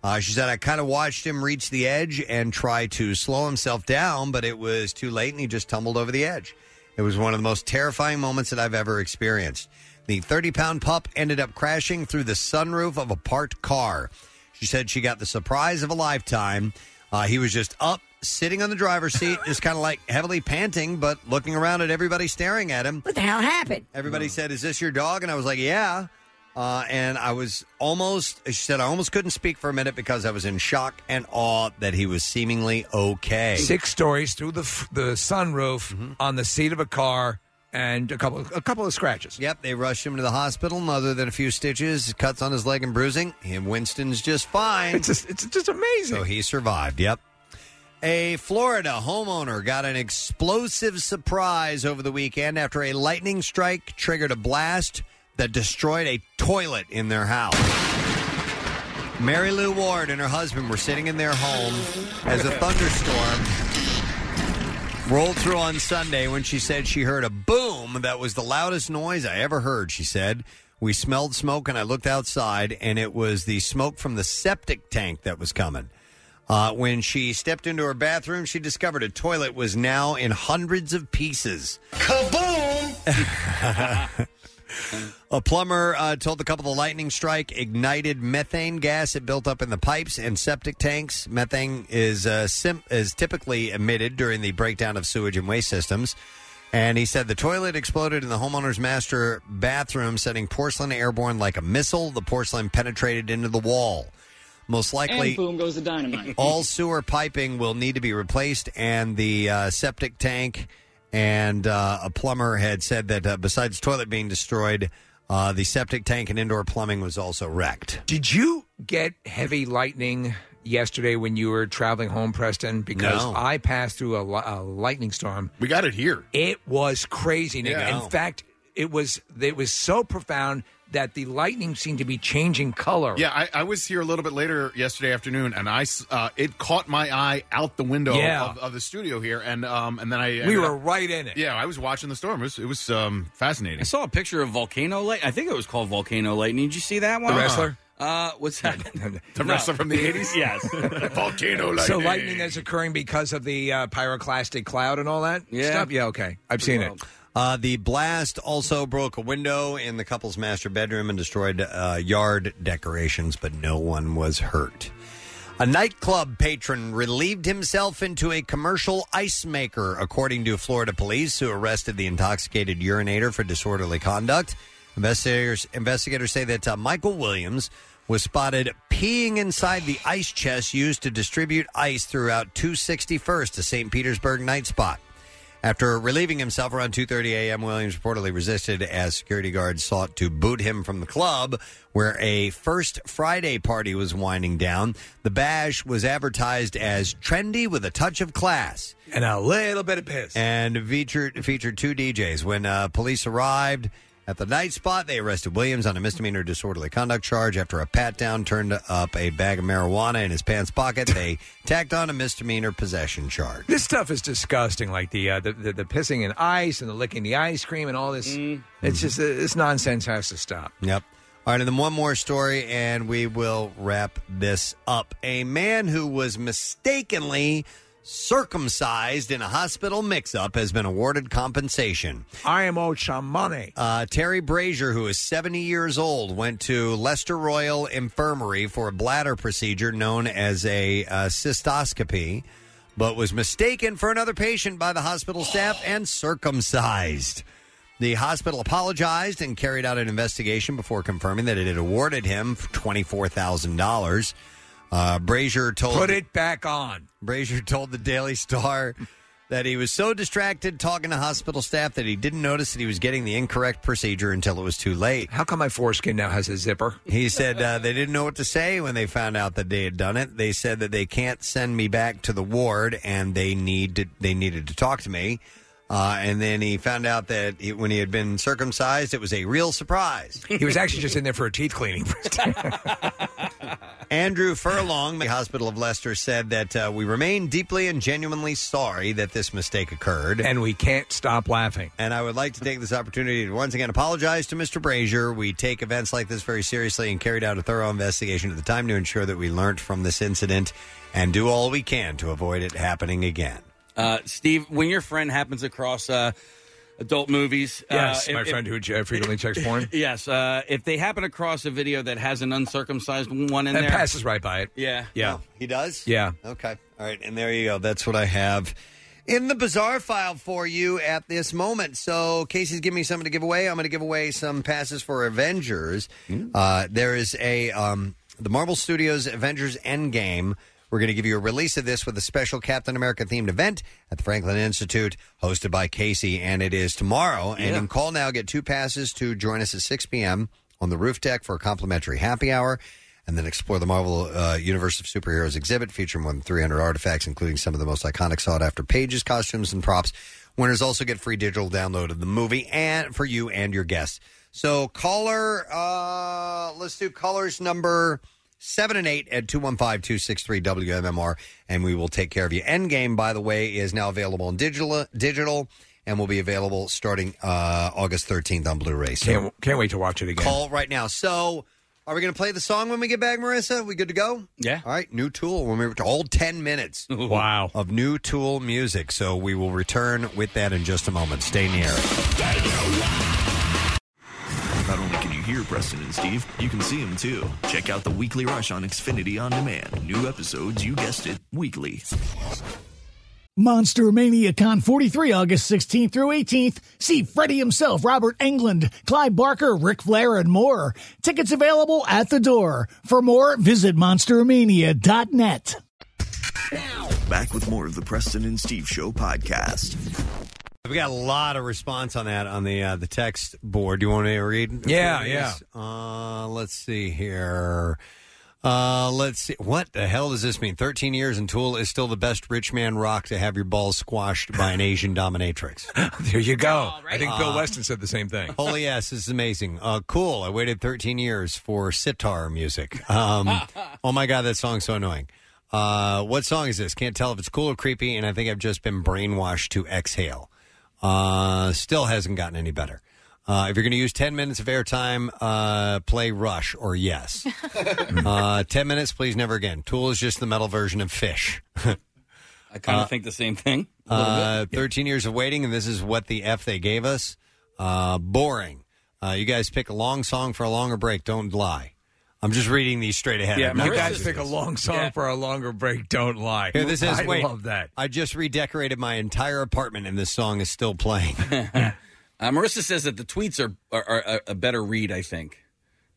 [SPEAKER 2] Uh, she said, I kind of watched him reach the edge and try to slow himself down, but it was too late and he just tumbled over the edge. It was one of the most terrifying moments that I've ever experienced. The 30 pound pup ended up crashing through the sunroof of a parked car. She said she got the surprise of a lifetime. Uh, he was just up, sitting on the driver's seat, just kind of like heavily panting, but looking around at everybody staring at him. What the hell happened? Everybody said, Is this your dog? And I was like, Yeah. Uh, and I was almost, she said, I almost couldn't speak for a minute because I was in shock and awe that he was seemingly okay.
[SPEAKER 5] Six stories through the f- the sunroof
[SPEAKER 2] Mm-hmm.
[SPEAKER 5] on the seat of a car and a couple a couple of scratches.
[SPEAKER 2] Yep, they rushed him to the hospital, and other than a few stitches, cuts on his leg, and bruising, him Winston's just fine. It's
[SPEAKER 5] just, it's just amazing.
[SPEAKER 2] So he survived. Yep. A Florida homeowner got an explosive surprise over the weekend after a lightning strike triggered a blast that destroyed a toilet in their house. Mary Lou Ward and her husband were sitting in their home as a thunderstorm rolled through on Sunday when she said she heard a boom that was the loudest noise I ever heard, she said. We smelled smoke and I looked outside and it was the smoke from the septic tank that was coming. Uh, when she stepped into her bathroom, she discovered a toilet was now in hundreds of pieces. Kaboom! (laughs) A plumber uh, told the couple the lightning strike ignited methane gas. It built up in the pipes and septic tanks. Methane is uh, sim- is typically emitted during the breakdown of sewage and waste systems. And he said the toilet exploded in the homeowner's master bathroom, sending porcelain airborne like a missile. The porcelain penetrated into the wall. Most likely,
[SPEAKER 16] and boom goes the dynamite.
[SPEAKER 2] (laughs) all sewer piping will need to be replaced, and the uh, septic tank. And uh, a plumber had said that uh, besides toilet being destroyed, uh, the septic tank and indoor plumbing was also wrecked.
[SPEAKER 5] Did you get heavy lightning yesterday when you were traveling home, Preston? Because
[SPEAKER 2] No.
[SPEAKER 5] I passed through a, li- a lightning storm. We got it here. It was crazy, Nick.
[SPEAKER 2] Yeah.
[SPEAKER 5] In fact, it was it was so profound that the lightning seemed to be changing color.
[SPEAKER 6] Yeah, I, I was here a little bit later yesterday afternoon, and I s- uh, it caught my eye out the window
[SPEAKER 5] Yeah.
[SPEAKER 6] of, of the studio here, and um, and then I
[SPEAKER 5] we
[SPEAKER 6] ended
[SPEAKER 5] were
[SPEAKER 6] up-
[SPEAKER 5] right in it.
[SPEAKER 6] Yeah, I was watching the storm. It was, it was um, fascinating. I
[SPEAKER 4] saw a picture of volcano light. I think it was called volcano lightning. Did you see that one?
[SPEAKER 6] The wrestler?
[SPEAKER 4] Uh, what's that? the
[SPEAKER 6] wrestler from (laughs) the
[SPEAKER 5] (laughs)
[SPEAKER 4] (laughs)
[SPEAKER 6] 80s?
[SPEAKER 4] yes.
[SPEAKER 2] Oh,
[SPEAKER 6] volcano
[SPEAKER 5] So lightning is occurring because of the uh, pyroclastic cloud and all that
[SPEAKER 2] Yeah.
[SPEAKER 5] stuff. Yeah, okay, I've seen it.
[SPEAKER 2] Uh, the blast also broke a window in the couple's master bedroom and destroyed uh, yard decorations, but no one was hurt. A nightclub patron relieved himself into a commercial ice maker, according to Florida police, who arrested the intoxicated urinator for disorderly conduct. Investigators, investigators say that uh, Michael Williams was spotted peeing inside the ice chest used to distribute ice throughout 261st, to St. Petersburg night spot. After relieving himself around 2:30 a.m., Williams reportedly resisted as security guards sought to boot him from the club where a first Friday party was winding down. The bash was advertised as trendy with a touch of class
[SPEAKER 5] and a little bit of piss.
[SPEAKER 2] And featured featured two DJs. When uh, police arrived at the night spot, they arrested Williams on a misdemeanor disorderly conduct charge after a pat down turned up a bag of marijuana in his pants pocket.
[SPEAKER 5] (laughs)
[SPEAKER 2] They tacked on a misdemeanor possession charge.
[SPEAKER 5] This stuff is disgusting, like the, uh, the, the the pissing in ice and the licking the ice cream and all this.
[SPEAKER 2] Mm-hmm.
[SPEAKER 5] It's just uh, this nonsense has to stop.
[SPEAKER 2] Yep. All right, and then one more story, and we will wrap this up. A man who was mistakenly circumcised in a hospital mix up has been awarded compensation.
[SPEAKER 5] I am owed some money.
[SPEAKER 2] Uh, Terry Brazier, who is 70 years old, went to Leicester Royal Infirmary for a bladder procedure known as a uh, cystoscopy, but was mistaken for another patient by the hospital staff and circumcised. The hospital apologized and carried out an investigation before confirming that it had awarded him $24,000. Uh, Brazier told
[SPEAKER 5] Put it back on.
[SPEAKER 2] Brazier told the Daily Star (laughs) that he was so distracted talking to hospital staff that he didn't notice that he was getting the incorrect procedure until it was too late.
[SPEAKER 5] How come my foreskin now has a zipper?
[SPEAKER 2] He said uh, they didn't know what to say when they found out that they had done it. They said that they can't send me back to the ward and they need to, they needed to talk to me. Uh, and then he found out that he, when he had been circumcised, it was a real surprise. (laughs)
[SPEAKER 5] He was actually just in there for a teeth cleaning.
[SPEAKER 2] Andrew Furlong, the Hospital of Leicester, said that uh, we remain deeply and genuinely sorry that this mistake occurred.
[SPEAKER 5] And we can't stop laughing.
[SPEAKER 2] And I would like to take this opportunity to once again apologize to Mr. Brazier. We take events like this very seriously and carried out a thorough investigation at the time to ensure that we learned from this incident and do all we can to avoid it happening again.
[SPEAKER 4] Uh, Steve, when your friend happens across uh, adult movies,
[SPEAKER 5] Yes,
[SPEAKER 4] uh,
[SPEAKER 5] my
[SPEAKER 4] if-
[SPEAKER 5] friend who uh, frequently
[SPEAKER 4] (laughs)
[SPEAKER 5] checks porn.
[SPEAKER 4] Yes, uh, if they happen across a video that has an uncircumcised one in
[SPEAKER 5] That
[SPEAKER 4] there,
[SPEAKER 5] passes right by it.
[SPEAKER 4] Yeah,
[SPEAKER 5] Yeah.
[SPEAKER 2] He does?
[SPEAKER 5] Yeah.
[SPEAKER 2] Okay. All right. And there you go. That's what I have in the bizarre file for you at this moment. So Casey's giving me something to give away. I'm going to give away some passes for Avengers. Uh, there is a um, the Marvel Studios Avengers Endgame. We're going to give you a release of this with a special Captain America themed event at the Franklin Institute, hosted by Casey, and it is tomorrow. And you can call now, get two passes to join us at 6 p.m. on the roof deck for a complimentary happy hour and then explore the Marvel uh, Universe of Superheroes exhibit featuring more than 300 artifacts, including some of the most iconic sought after pages, costumes, and props. Winners also get free digital download of the movie and for you and your guests. So, caller, uh, let's do callers number seven and eight at 215 263 WMMR, and we will take care of you. Endgame, by the way, is now available in digital, digital and will be available starting uh, August 13th on Blu ray. So,
[SPEAKER 5] Can't, can't wait to watch it again.
[SPEAKER 2] call right now. So, are we going to play the song when we get back, Marissa? We good to go?
[SPEAKER 4] Yeah.
[SPEAKER 2] All right. New Tool. When we return, all ten minutes.
[SPEAKER 5] Wow.
[SPEAKER 2] Of new Tool music. So we will return with that in just a moment. Stay near.
[SPEAKER 7] Not only can you hear Preston and Steve, you can see them too. Check out the Weekly Rush on Xfinity On Demand. New episodes, you guessed it, weekly.
[SPEAKER 16] Monster Mania Con 43, August 16th through 18th. See Freddie himself, Robert Englund, Clive Barker, Ric Flair, and more. Tickets available at the door. For more, visit monstermania.net.
[SPEAKER 7] Back with more of the Preston and Steve Show podcast.
[SPEAKER 2] We got a lot of response on that on the uh, the text board. Do you want me to read?
[SPEAKER 7] Yeah,
[SPEAKER 2] Yes. Uh, let's see here. Uh, let's see. What the hell does this mean? Thirteen years and Tool is still the best rich man rock to have your balls squashed by an Asian dominatrix.
[SPEAKER 5] (laughs) there you go. I think Bill
[SPEAKER 2] Uh,
[SPEAKER 5] Weston said the same thing.
[SPEAKER 2] Holy ass, this is amazing. Uh, cool. I waited 13 years for sitar music. Um, oh my God, that song's so annoying. Uh, what song is this? Can't tell if it's cool or creepy, and I think I've just been brainwashed to exhale. Uh, still hasn't gotten any better. Uh, if you're going to use 10 minutes of airtime, uh, play Rush or
[SPEAKER 4] (laughs)
[SPEAKER 2] Yes. uh, 10 minutes, please never again. Tool is just the metal version of Fish.
[SPEAKER 4] I kind of
[SPEAKER 2] Uh,
[SPEAKER 4] think the same thing. A little bit.
[SPEAKER 2] Uh, 13 years of waiting, and this is what the F they gave us. Uh, boring. Uh, you guys pick a long song for a longer break. Don't lie. I'm just reading these straight ahead. I'm not
[SPEAKER 5] you guys
[SPEAKER 2] listening
[SPEAKER 5] pick
[SPEAKER 2] to
[SPEAKER 5] a
[SPEAKER 2] this.
[SPEAKER 5] long song for a longer break. Don't lie.
[SPEAKER 2] Here, this is.
[SPEAKER 5] I
[SPEAKER 2] wait,
[SPEAKER 5] love that.
[SPEAKER 2] I just redecorated my entire apartment, and this song is still playing.
[SPEAKER 4] (laughs) Uh, Marissa says that the tweets are, are, are a- a better read. I think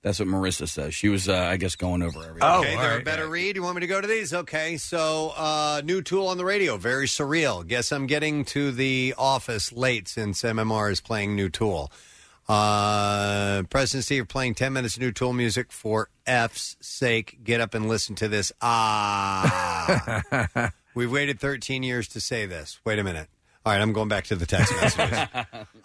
[SPEAKER 4] that's what Marissa says. She was, uh, I guess, going over everything.
[SPEAKER 2] okay, they're a better read. You want me to go to these? Okay, so uh, new tool on the radio, very surreal. Guess I'm getting to the office late since MMR is playing new tool. Uh, President Steve playing 10 minutes of new tool music for F's sake. Get up and listen to this. Ah. We've waited 13 years to say this. Wait a minute. All right, I'm going back to the text messages.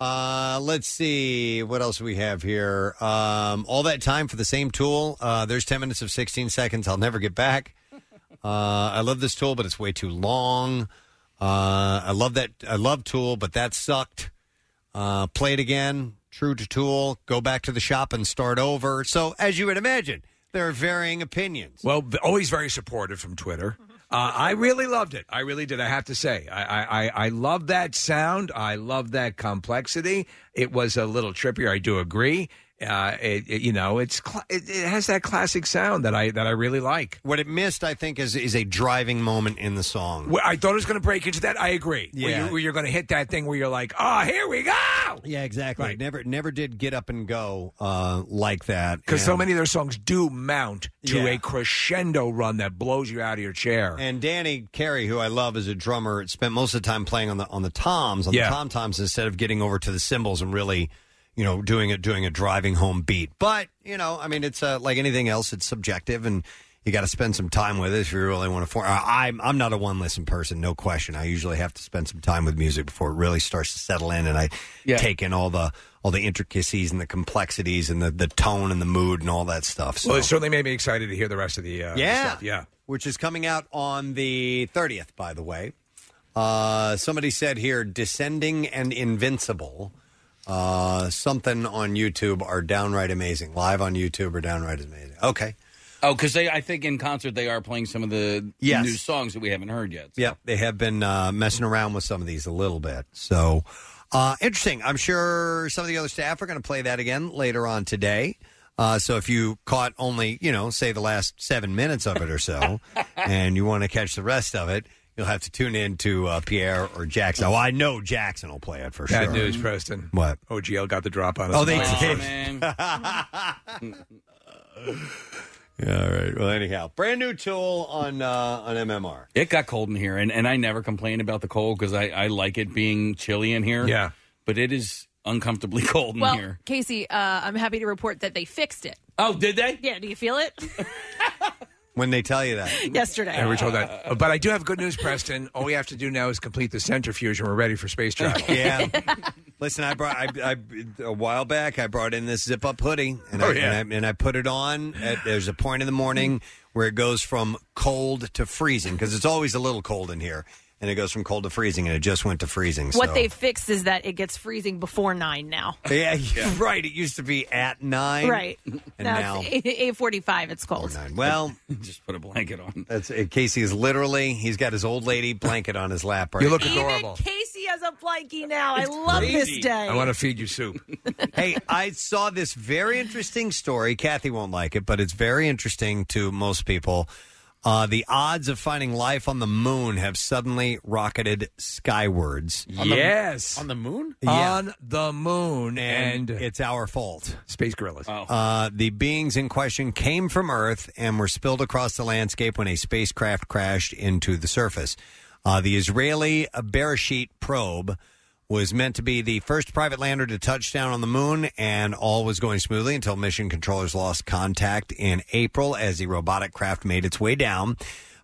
[SPEAKER 2] Uh, let's see what else we have here. Um, all that time for the same tool. Uh, there's 10 minutes of 16 seconds. I'll never get back. Uh, I love this tool, but it's way too long. Uh, I love that. I love Tool, but that sucked. Uh, play it again. True to Tool. Go back to the shop and start over. So, as you would imagine, there are varying opinions.
[SPEAKER 5] Well, b- always very supportive from Twitter. Uh, I really loved it. I really did. I have to say, I I, I- I love that sound. I love that complexity. It was a little trippier. I do agree. Uh, it, it- you know, it's cl- it, it has that classic sound that I that I really like.
[SPEAKER 2] What it missed, I think, is is a driving moment in the song.
[SPEAKER 5] Well, I thought it was going to break into that. I agree. Where,
[SPEAKER 2] Yeah.
[SPEAKER 5] you, where you're going to hit that thing where you're like, oh, here we go.
[SPEAKER 2] Yeah, exactly. Never never did get up and go uh, like that
[SPEAKER 5] Because so
[SPEAKER 2] And-
[SPEAKER 5] many of their songs do mount to
[SPEAKER 2] Yeah.
[SPEAKER 5] a crescendo run that blows you out of your chair.
[SPEAKER 2] And Danny Carey, who I love as a drummer, spent most of the time playing on the on the toms, on
[SPEAKER 5] Yeah.
[SPEAKER 2] the tom toms, instead of getting over to the cymbals and really, you know, doing it doing a driving home beat. But you know, I mean, it's uh, like anything else; it's subjective, and you got to spend some time with it if you really want to. For- I- I'm I'm not a one listen person, no question. I usually have to spend some time with music before it really starts to settle in, and I take in all the all the intricacies and the complexities and the the tone and the mood and all that stuff. So.
[SPEAKER 5] Well, it certainly made me excited to hear the rest of the uh,
[SPEAKER 2] Yeah.
[SPEAKER 5] stuff. Yeah.
[SPEAKER 2] which is coming out on the 30th, by the way. Uh, somebody said here, Descending and Invincible. Uh, something on YouTube are downright amazing. Live on YouTube are downright amazing. Okay.
[SPEAKER 4] Oh, because they, I think in concert they are playing some of the
[SPEAKER 2] Yes.
[SPEAKER 4] new songs that we haven't heard yet.
[SPEAKER 2] Yeah, they have been uh, messing around with some of these a little bit. So uh, interesting. I'm sure some of the other staff are going to play that again later on today. Uh, so if you caught only, you know, say the last seven minutes of it or so, and you want to catch the rest of it, you'll have to tune in to uh, Pierre or Jackson. Oh, I know Jackson will play it for
[SPEAKER 5] Bad
[SPEAKER 2] sure.
[SPEAKER 5] news, Preston.
[SPEAKER 2] What?
[SPEAKER 5] OGL got the drop on us.
[SPEAKER 2] Oh, they did. (laughs) Yeah, all right. Well, anyhow, brand new tool on uh, on MMR.
[SPEAKER 4] It got cold in here, and, and I never complain about the cold because I, I like it being chilly in here.
[SPEAKER 5] Yeah.
[SPEAKER 4] But it is uncomfortably (laughs) cold
[SPEAKER 3] (laughs)
[SPEAKER 4] in
[SPEAKER 3] well,
[SPEAKER 4] here.
[SPEAKER 3] Casey, uh, I'm happy to report that they fixed it.
[SPEAKER 4] Oh, did they?
[SPEAKER 3] Yeah. Do you feel it? (laughs)
[SPEAKER 2] When they tell you that.
[SPEAKER 3] Yesterday.
[SPEAKER 5] And we're told
[SPEAKER 3] (laughs)
[SPEAKER 5] that. Uh, But I do have good news, Preston. All we have to do now is complete the centrifuge, and we're ready for space travel.
[SPEAKER 2] (laughs) yeah. Listen, I brought I, I a while back. I brought in this zip up hoodie, and,
[SPEAKER 5] Oh,
[SPEAKER 2] I,
[SPEAKER 5] yeah.
[SPEAKER 2] and I and I put it on. At, there's a point in the morning where it goes from cold to freezing because it's always a little cold in here, and it goes from cold to freezing, and it just went to freezing.
[SPEAKER 3] What
[SPEAKER 2] so.
[SPEAKER 3] they fixed is that it gets freezing before nine now.
[SPEAKER 2] yeah, (laughs) yeah, right. It used to be at nine,
[SPEAKER 3] Right.
[SPEAKER 2] and
[SPEAKER 3] now,
[SPEAKER 2] now
[SPEAKER 3] it's eight eight forty-five. It's cold.
[SPEAKER 2] well,
[SPEAKER 4] just put a blanket on.
[SPEAKER 2] That's it. Casey is literally he's got his old lady blanket on his lap. Right
[SPEAKER 5] You look
[SPEAKER 2] now.
[SPEAKER 5] adorable.
[SPEAKER 3] Casey has a blankie now. I love this day.
[SPEAKER 5] I want to feed you
[SPEAKER 3] (laughs)
[SPEAKER 5] soup.
[SPEAKER 2] hey, I saw this very interesting story. Kathy won't like it, but it's very interesting to most people. Uh, the odds of finding life on the moon have suddenly rocketed skywards.
[SPEAKER 5] yes.
[SPEAKER 6] on the moon?
[SPEAKER 5] On the moon, and, Oh.
[SPEAKER 2] it's our fault.
[SPEAKER 5] Space gorillas.
[SPEAKER 2] Uh, the beings in question came from Earth and were spilled across the landscape when a spacecraft crashed into the surface. Uh, the Israeli Bereshit probe was meant to be the first private lander to touch down on the moon, and all was going smoothly until mission controllers lost contact in April as the robotic craft made its way down.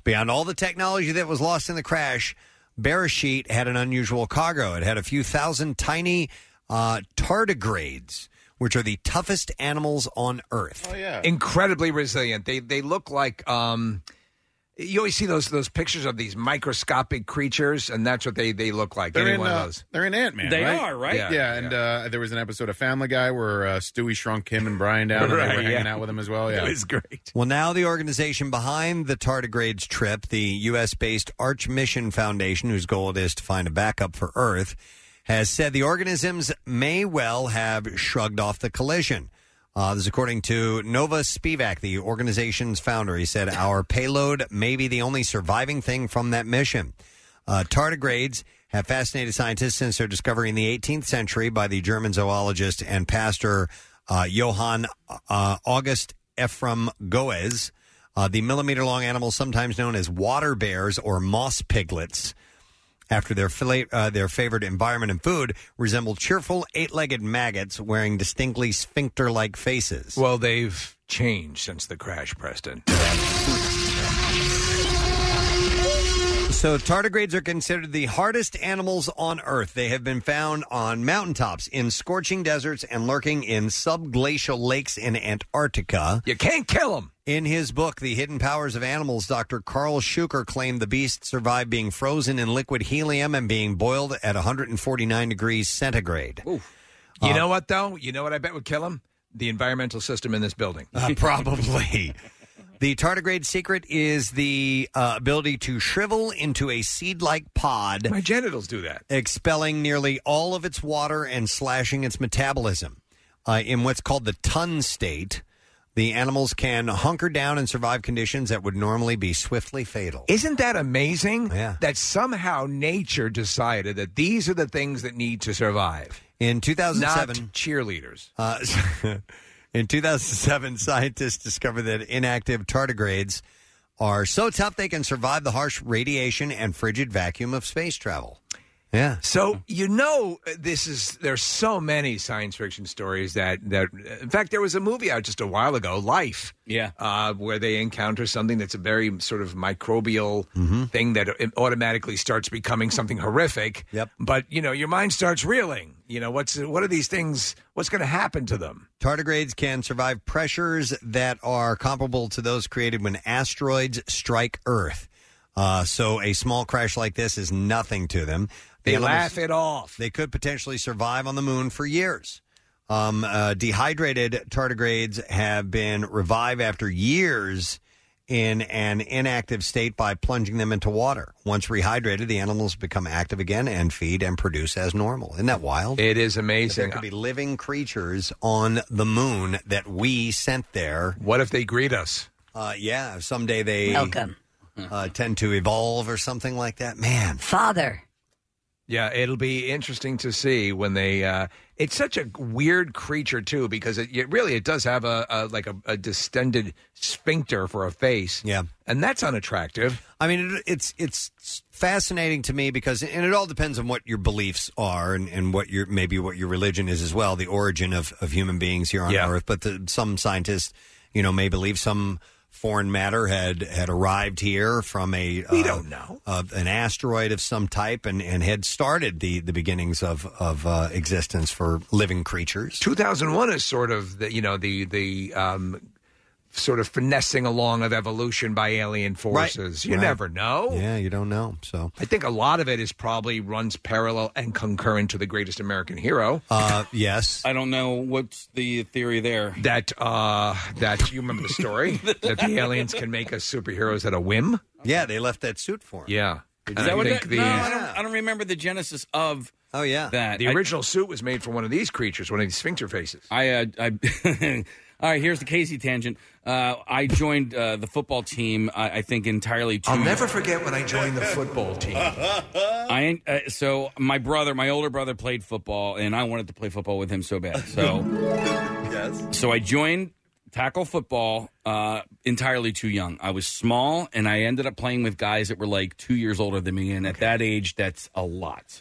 [SPEAKER 2] Beyond all the technology that was lost in the crash, Bereshit had an unusual cargo. It had a few thousand tiny uh, tardigrades, which are the toughest animals on Earth.
[SPEAKER 6] Oh yeah.
[SPEAKER 5] incredibly resilient. They they look like um you always see those those pictures of these microscopic creatures and that's what they they look like.
[SPEAKER 6] They're
[SPEAKER 5] Any
[SPEAKER 6] in,
[SPEAKER 5] one of
[SPEAKER 6] uh,
[SPEAKER 5] those.
[SPEAKER 6] they're in Ant Man.
[SPEAKER 5] They
[SPEAKER 6] right?
[SPEAKER 5] are, right?
[SPEAKER 6] Yeah,
[SPEAKER 5] Yeah,
[SPEAKER 6] and Uh, there was an episode of Family Guy where uh, Stewie shrunk him and
[SPEAKER 5] (laughs)
[SPEAKER 6] Brian down, and they
[SPEAKER 2] Right,
[SPEAKER 6] were hanging
[SPEAKER 2] Oh, yeah.
[SPEAKER 6] out with him as well. Yeah,
[SPEAKER 2] (laughs) It was
[SPEAKER 5] great.
[SPEAKER 2] Well, now the organization behind the tardigrades trip, the U.S. based Arch Mission Foundation, whose goal it is to find a backup for Earth, has said the organisms may well have shrugged off the collision. Uh, this is according to Nova Spivak, the organization's founder. He said, Our payload may be the only surviving thing from that mission. Uh, tardigrades have fascinated scientists since their discovery in the 18th century by the German zoologist and pastor uh, Johann uh, August Ephraim Goes. Uh, the millimeter long animals, sometimes known as water bears or moss piglets, after their fla- uh, their favored environment and food, resemble cheerful eight legged maggots wearing distinctly sphincter like faces.
[SPEAKER 5] Well, they've changed since the crash, Preston.
[SPEAKER 2] So, tardigrades are considered the hardest animals on Earth. They have been found on mountaintops, in scorching deserts, and lurking in subglacial lakes in Antarctica.
[SPEAKER 5] You can't kill them.
[SPEAKER 2] In his book, The Hidden Powers of Animals, Dr. Carl Schuker claimed the beast survived being frozen in liquid helium and being boiled at 149 degrees centigrade.
[SPEAKER 5] You
[SPEAKER 2] Uh, (laughs)
[SPEAKER 5] know what though? You know what I bet would kill them? The environmental system in this building.
[SPEAKER 2] Uh, probably. The tardigrade secret is the uh, ability to shrivel into a seed like pod. My
[SPEAKER 5] genitals do that.
[SPEAKER 2] Expelling nearly all of its water and slashing its metabolism. Uh, in what's called the ton state, the animals can hunker down and survive conditions that would normally be swiftly fatal.
[SPEAKER 5] Isn't that amazing? Yeah. That somehow nature decided that these are the things that need to survive.
[SPEAKER 2] In 2007,
[SPEAKER 5] Not cheerleaders.
[SPEAKER 2] Uh, (laughs) in 2007, scientists discovered that inactive tardigrades are so tough they can survive the harsh radiation and frigid vacuum of space travel. Yeah.
[SPEAKER 5] So you know, uh, this is there's so many science fiction stories that that. In fact, there was a movie out just a while ago, Life.
[SPEAKER 4] Yeah.
[SPEAKER 5] Uh, where they encounter something that's a very sort of microbial
[SPEAKER 2] Mm-hmm.
[SPEAKER 5] thing that it automatically starts becoming something horrific. Yep. But you know, your mind starts reeling. You know, what's what are these things? What's going to happen to them?
[SPEAKER 2] Tardigrades can survive pressures that are comparable to those created when asteroids strike Earth. Uh, so a small crash like this is nothing to them. The
[SPEAKER 5] They
[SPEAKER 2] animals-
[SPEAKER 5] laugh it off.
[SPEAKER 2] They could potentially survive on the moon for years. Um, uh, dehydrated tardigrades have been revived after years in an inactive state by plunging them into water. Once rehydrated, the animals become active again and feed and produce as normal. Isn't that wild?
[SPEAKER 5] It is amazing.
[SPEAKER 2] There could be living creatures on the moon that we sent there.
[SPEAKER 5] What if they greet us?
[SPEAKER 2] Uh, yeah, if someday they
[SPEAKER 5] Welcome.
[SPEAKER 2] Uh, tend to evolve or something like that. Man,
[SPEAKER 17] father.
[SPEAKER 5] Yeah, it'll be interesting to see when they. Uh, it's such a weird creature too, because it, it really it does have a, a like a, a distended sphincter for a face. Yeah, and that's unattractive.
[SPEAKER 2] I mean, it, it's it's fascinating to me because, and it all depends on what your beliefs are and, and what your maybe what your religion is as well. The origin of, of human beings here on Earth, but the, some scientists, you know, may believe some foreign matter had had arrived here from a we don't know an asteroid of some type and, and had started the the beginnings of of uh, existence for living creatures.
[SPEAKER 5] Two thousand one is sort of the you know the the um, sort of finessing along of evolution by alien forces. You
[SPEAKER 2] Right.
[SPEAKER 5] never know.
[SPEAKER 2] Yeah, you don't know. So
[SPEAKER 5] I think a lot of it is probably runs parallel and concurrent to the greatest American hero.
[SPEAKER 2] Uh, yes.
[SPEAKER 4] I don't know what's the theory there.
[SPEAKER 5] That uh, that you remember the story
[SPEAKER 4] (laughs)
[SPEAKER 5] that the aliens can make us superheroes at a whim.
[SPEAKER 2] Yeah, they left that suit for him.
[SPEAKER 5] Yeah,
[SPEAKER 4] Is
[SPEAKER 5] And
[SPEAKER 4] that
[SPEAKER 5] I
[SPEAKER 4] what
[SPEAKER 5] think
[SPEAKER 4] that-
[SPEAKER 5] the uh,
[SPEAKER 4] no, I don't, I don't remember the genesis of.
[SPEAKER 2] Oh yeah,
[SPEAKER 4] that
[SPEAKER 5] the
[SPEAKER 4] I-
[SPEAKER 5] original suit was made for one of these creatures, one of these sphincter faces.
[SPEAKER 4] I, (laughs) uh, I all right. Here's the Casey tangent. Uh, I joined uh, the football team. I, I think entirely. Two
[SPEAKER 5] I'll never forget when I joined the football team.
[SPEAKER 4] I uh, so my brother, my older brother, played football, and I wanted to play football with him so bad. (laughs) So
[SPEAKER 2] yes.
[SPEAKER 4] so I joined tackle football uh, entirely too young. I was small, and I ended up playing with guys that were like two years older than me, and at that age, that's a lot.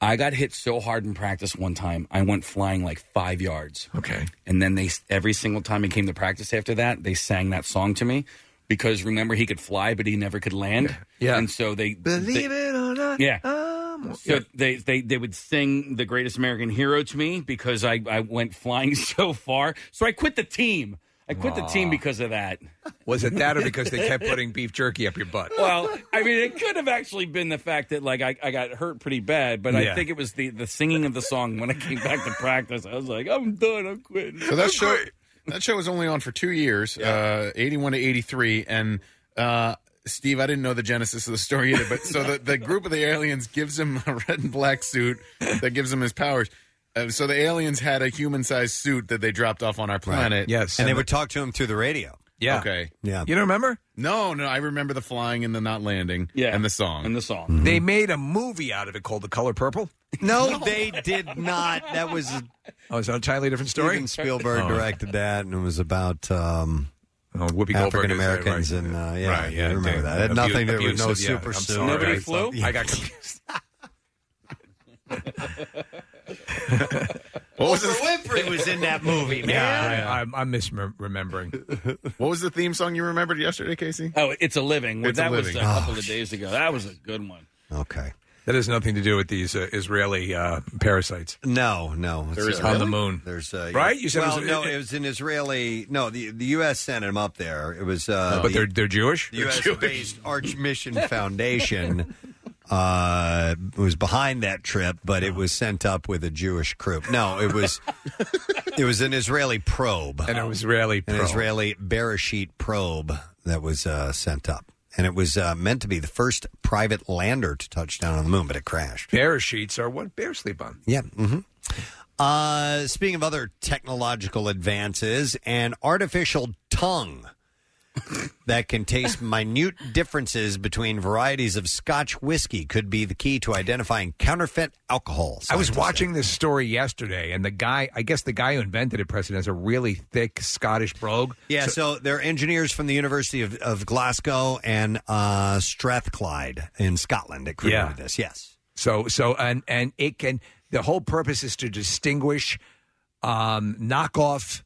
[SPEAKER 4] I got hit so hard in practice one time, I went flying like five yards.
[SPEAKER 5] Okay.
[SPEAKER 4] And then they every single time he came to practice after that, they sang that song to me because remember he could fly, but he never could land. Yeah. And so they
[SPEAKER 5] Believe it or not.
[SPEAKER 4] Yeah.
[SPEAKER 5] I'm-
[SPEAKER 4] so they, they they would sing the greatest American hero to me because I, I went flying (laughs) so far. So I quit the team. I quit the team
[SPEAKER 5] Aw.
[SPEAKER 4] because of that.
[SPEAKER 5] Was it that or because they kept putting beef jerky up your (laughs) butt?
[SPEAKER 4] (laughs) Well, I mean, it could have actually been the fact that like I, I got hurt pretty bad, but I
[SPEAKER 5] Yeah.
[SPEAKER 4] think it was the, the singing of the song when I came back to practice. I was like, I'm done. I'm quitting.
[SPEAKER 6] So that show that show was only on for two years, uh, eighty one to eighty three, and uh, Steve, I didn't know the genesis of the story either. But so the, the group of the aliens gives him a (laughs) red and black suit that gives him his powers. Uh, so the aliens had a human sized suit that they dropped off on our planet.
[SPEAKER 2] Yes. And they would talk to him through the radio.
[SPEAKER 5] Yeah.
[SPEAKER 6] Okay.
[SPEAKER 2] Yeah.
[SPEAKER 5] You don't remember?
[SPEAKER 6] No, no. I remember the flying and the not landing. Yeah. And the song. Mm-hmm. And
[SPEAKER 4] the song.
[SPEAKER 5] They made a movie out of it called The Color Purple.
[SPEAKER 2] No, they did not. That was
[SPEAKER 5] oh, it's an entirely different story.
[SPEAKER 2] Steven Spielberg
[SPEAKER 5] Oh.
[SPEAKER 2] directed that, and it was about um,
[SPEAKER 5] Whoopi Goldberg
[SPEAKER 2] African
[SPEAKER 5] is there,
[SPEAKER 2] Americans,
[SPEAKER 5] right?
[SPEAKER 2] and uh, yeah,
[SPEAKER 5] Right, yeah,
[SPEAKER 2] I remember
[SPEAKER 5] dude.
[SPEAKER 2] that. It had nothing to do with no
[SPEAKER 5] Abusive, yeah,
[SPEAKER 2] super
[SPEAKER 5] I'm
[SPEAKER 2] suit.
[SPEAKER 5] sorry. Nobody I flew?
[SPEAKER 2] Yeah.
[SPEAKER 5] I got confused.
[SPEAKER 6] What was the-
[SPEAKER 2] Winfrey was in that movie, man.
[SPEAKER 5] Yeah, I, I'm, I'm misremembering.
[SPEAKER 6] What was the theme song you remembered yesterday, Casey?
[SPEAKER 4] Oh, it's a living.
[SPEAKER 6] It's a
[SPEAKER 4] that was uh, a
[SPEAKER 6] Living.
[SPEAKER 4] couple
[SPEAKER 5] Oh,
[SPEAKER 4] of days ago. That was a good one.
[SPEAKER 2] Okay.
[SPEAKER 5] That has nothing to do with these uh, Israeli uh, parasites.
[SPEAKER 2] No, no.
[SPEAKER 5] There
[SPEAKER 2] It's,
[SPEAKER 5] is
[SPEAKER 2] uh,
[SPEAKER 5] on the moon.
[SPEAKER 2] There's uh,
[SPEAKER 5] right. You said
[SPEAKER 2] well,
[SPEAKER 5] it was,
[SPEAKER 2] no, it, was an Israeli. No, the the U.S. sent him up there. It was,
[SPEAKER 5] Uh,
[SPEAKER 2] uh,
[SPEAKER 5] but
[SPEAKER 2] the-
[SPEAKER 5] they're (laughs) they're Jewish.
[SPEAKER 2] The U.S. based Arch Mission
[SPEAKER 5] (laughs)
[SPEAKER 2] Foundation uh,
[SPEAKER 5] Uh-huh.
[SPEAKER 2] was behind that trip, but it was sent up with a Jewish crew. No, it was It was an Israeli probe.
[SPEAKER 5] An Israeli
[SPEAKER 2] An
[SPEAKER 5] probe.
[SPEAKER 2] Israeli Bereshit probe that was uh, sent up. And it was uh, meant to be the first private lander to touch down on the moon, but it crashed.
[SPEAKER 5] Bear sheets are what bears sleep on.
[SPEAKER 2] Yeah. hmm Uh, speaking of other technological advances, an artificial tongue (laughs) that can taste minute differences between varieties of Scotch whiskey could be the key to identifying counterfeit alcohol.
[SPEAKER 5] I was watching this story yesterday, and the guy, I guess the guy who invented it, President, has a really thick Scottish brogue.
[SPEAKER 2] Yeah, so, they're engineers from the University of, of Glasgow and uh, Strathclyde in Scotland that created this. Yes.
[SPEAKER 5] So, so, and, and it can, the whole purpose is to distinguish um, knockoff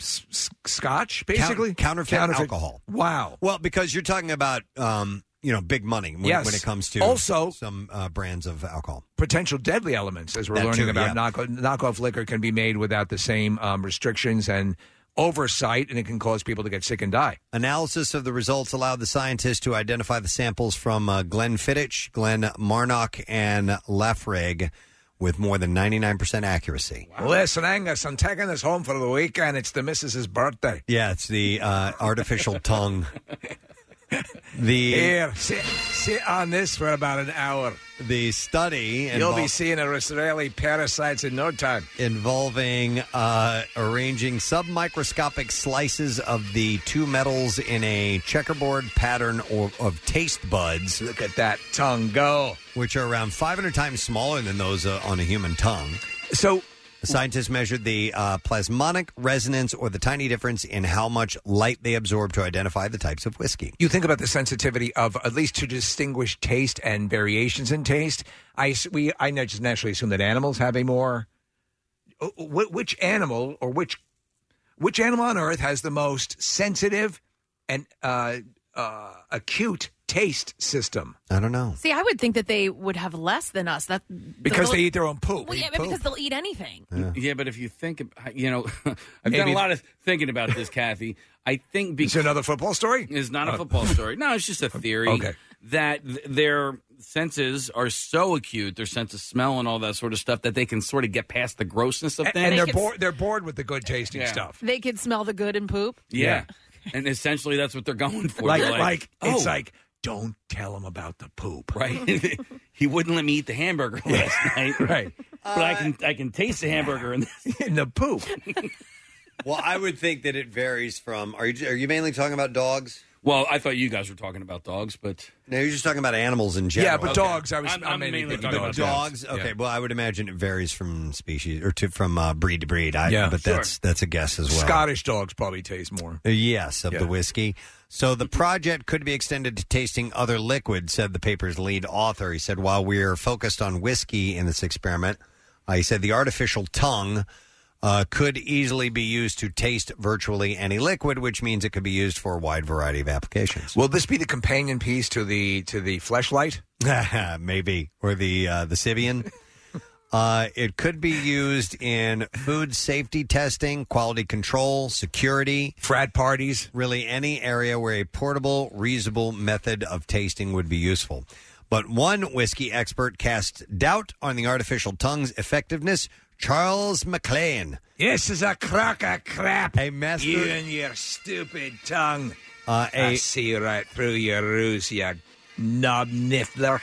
[SPEAKER 5] s- s- scotch, basically.
[SPEAKER 2] Count- counterfeit, alcohol.
[SPEAKER 5] Wow.
[SPEAKER 2] Well, because you're talking about um, you know big money when,
[SPEAKER 5] Yes.
[SPEAKER 2] when it comes to
[SPEAKER 5] Also-
[SPEAKER 2] some uh, brands of alcohol.
[SPEAKER 5] Potential deadly elements, as we're
[SPEAKER 2] That
[SPEAKER 5] learning
[SPEAKER 2] too,
[SPEAKER 5] about
[SPEAKER 2] yeah.
[SPEAKER 5] knock- knockoff liquor, can be made without the same um, restrictions and oversight, and it can cause people to get sick and die.
[SPEAKER 2] Analysis of the results allowed the scientists to identify the samples from uh, Glenfiddich, Glen Marnock, and Lafrig with more than 99% accuracy.
[SPEAKER 5] Listen, Angus, I'm taking this home for the weekend. It's the missus's birthday.
[SPEAKER 2] Yeah, it's the uh, artificial
[SPEAKER 5] (laughs)
[SPEAKER 2] tongue. The
[SPEAKER 5] Here, sit, sit on this for about an hour.
[SPEAKER 2] The study
[SPEAKER 5] You'll be
[SPEAKER 2] involved-
[SPEAKER 5] seeing a Israeli parasites in no time.
[SPEAKER 2] involving uh, arranging submicroscopic slices of the two metals in a checkerboard pattern or, of taste buds.
[SPEAKER 5] Look at that tongue go.
[SPEAKER 2] Which are around 500 times smaller than those uh, on a human tongue.
[SPEAKER 5] So.
[SPEAKER 2] Scientists measured the uh, plasmonic resonance or the tiny difference in how much light they absorb to identify the types of whiskey.
[SPEAKER 5] You think about the sensitivity of at least to distinguish taste and variations in taste. I s- we I na- just naturally assume that animals have a more. wh- wh- Which animal or which which animal on earth has the most sensitive and uh, uh, acute taste system?
[SPEAKER 2] I don't know
[SPEAKER 3] See, I would think that they would have less than us. That
[SPEAKER 5] because they eat their own poop.
[SPEAKER 3] Well, yeah, but because they'll eat anything.
[SPEAKER 4] Yeah. but if you think about, you know, (laughs) I've done
[SPEAKER 5] Maybe-
[SPEAKER 4] a lot of thinking about this, Kathy. I think because
[SPEAKER 5] another football story.
[SPEAKER 4] It's not
[SPEAKER 5] Oh. (laughs)
[SPEAKER 4] a football story. No, it's just a theory.
[SPEAKER 5] Okay.
[SPEAKER 4] That th- their senses are so acute, their sense of smell and all that sort of stuff, that they can sort of get past the grossness of
[SPEAKER 5] And,
[SPEAKER 4] things.
[SPEAKER 5] and they're bored. They're bored with the good tasting
[SPEAKER 4] Yeah.
[SPEAKER 5] stuff.
[SPEAKER 3] They could smell the good in poop.
[SPEAKER 4] Yeah. And essentially, that's what they're going for.
[SPEAKER 5] Like,
[SPEAKER 4] They're
[SPEAKER 5] like, it's
[SPEAKER 4] oh,
[SPEAKER 5] like, don't tell him about the poop. (laughs)
[SPEAKER 4] right. (laughs) he wouldn't let me eat the hamburger last night.
[SPEAKER 5] Right.
[SPEAKER 4] But I can I can taste the hamburger in
[SPEAKER 5] (laughs)
[SPEAKER 4] this.
[SPEAKER 5] In the poop.
[SPEAKER 2] (laughs) Well, I would think that it varies from. Are you are you mainly talking about dogs?
[SPEAKER 4] Well, I thought you guys were talking about dogs, but
[SPEAKER 2] no, you're just talking about animals in general.
[SPEAKER 5] Yeah, but dogs. I was
[SPEAKER 4] I'm- I'm
[SPEAKER 5] mainly
[SPEAKER 4] mainly
[SPEAKER 5] thinking
[SPEAKER 4] talking
[SPEAKER 5] about
[SPEAKER 4] about
[SPEAKER 2] dogs. Okay, well, I would imagine it varies from species or to from uh, breed to breed. I,
[SPEAKER 5] Yeah.
[SPEAKER 2] but that's
[SPEAKER 5] Sure.
[SPEAKER 2] that's a guess as well.
[SPEAKER 5] Scottish dogs probably taste more.
[SPEAKER 2] Uh, Yes, of
[SPEAKER 5] Yeah.
[SPEAKER 2] the whiskey. So the project could be extended to tasting other liquids, said the paper's lead author. He said, while we're focused on whiskey in this experiment, uh, he said the artificial tongue uh, could easily be used to taste virtually any liquid, which means it could be used for a wide variety of applications.
[SPEAKER 5] Will this be the companion piece to the to the fleshlight?
[SPEAKER 2] (laughs) Maybe. Or the, uh, the Sibian.
[SPEAKER 5] (laughs)
[SPEAKER 2] Uh, it could be used in food safety testing, quality control, security,
[SPEAKER 5] frat parties,
[SPEAKER 2] really any area where a portable, reusable method of tasting would be useful. But one whiskey expert casts doubt on the artificial tongue's effectiveness. Charles McLean,
[SPEAKER 5] This is a crock of crap.
[SPEAKER 2] Hey, master.
[SPEAKER 5] You and your stupid tongue.
[SPEAKER 2] Uh,
[SPEAKER 5] I
[SPEAKER 2] a-
[SPEAKER 5] see right through your ruse, you knob niffler.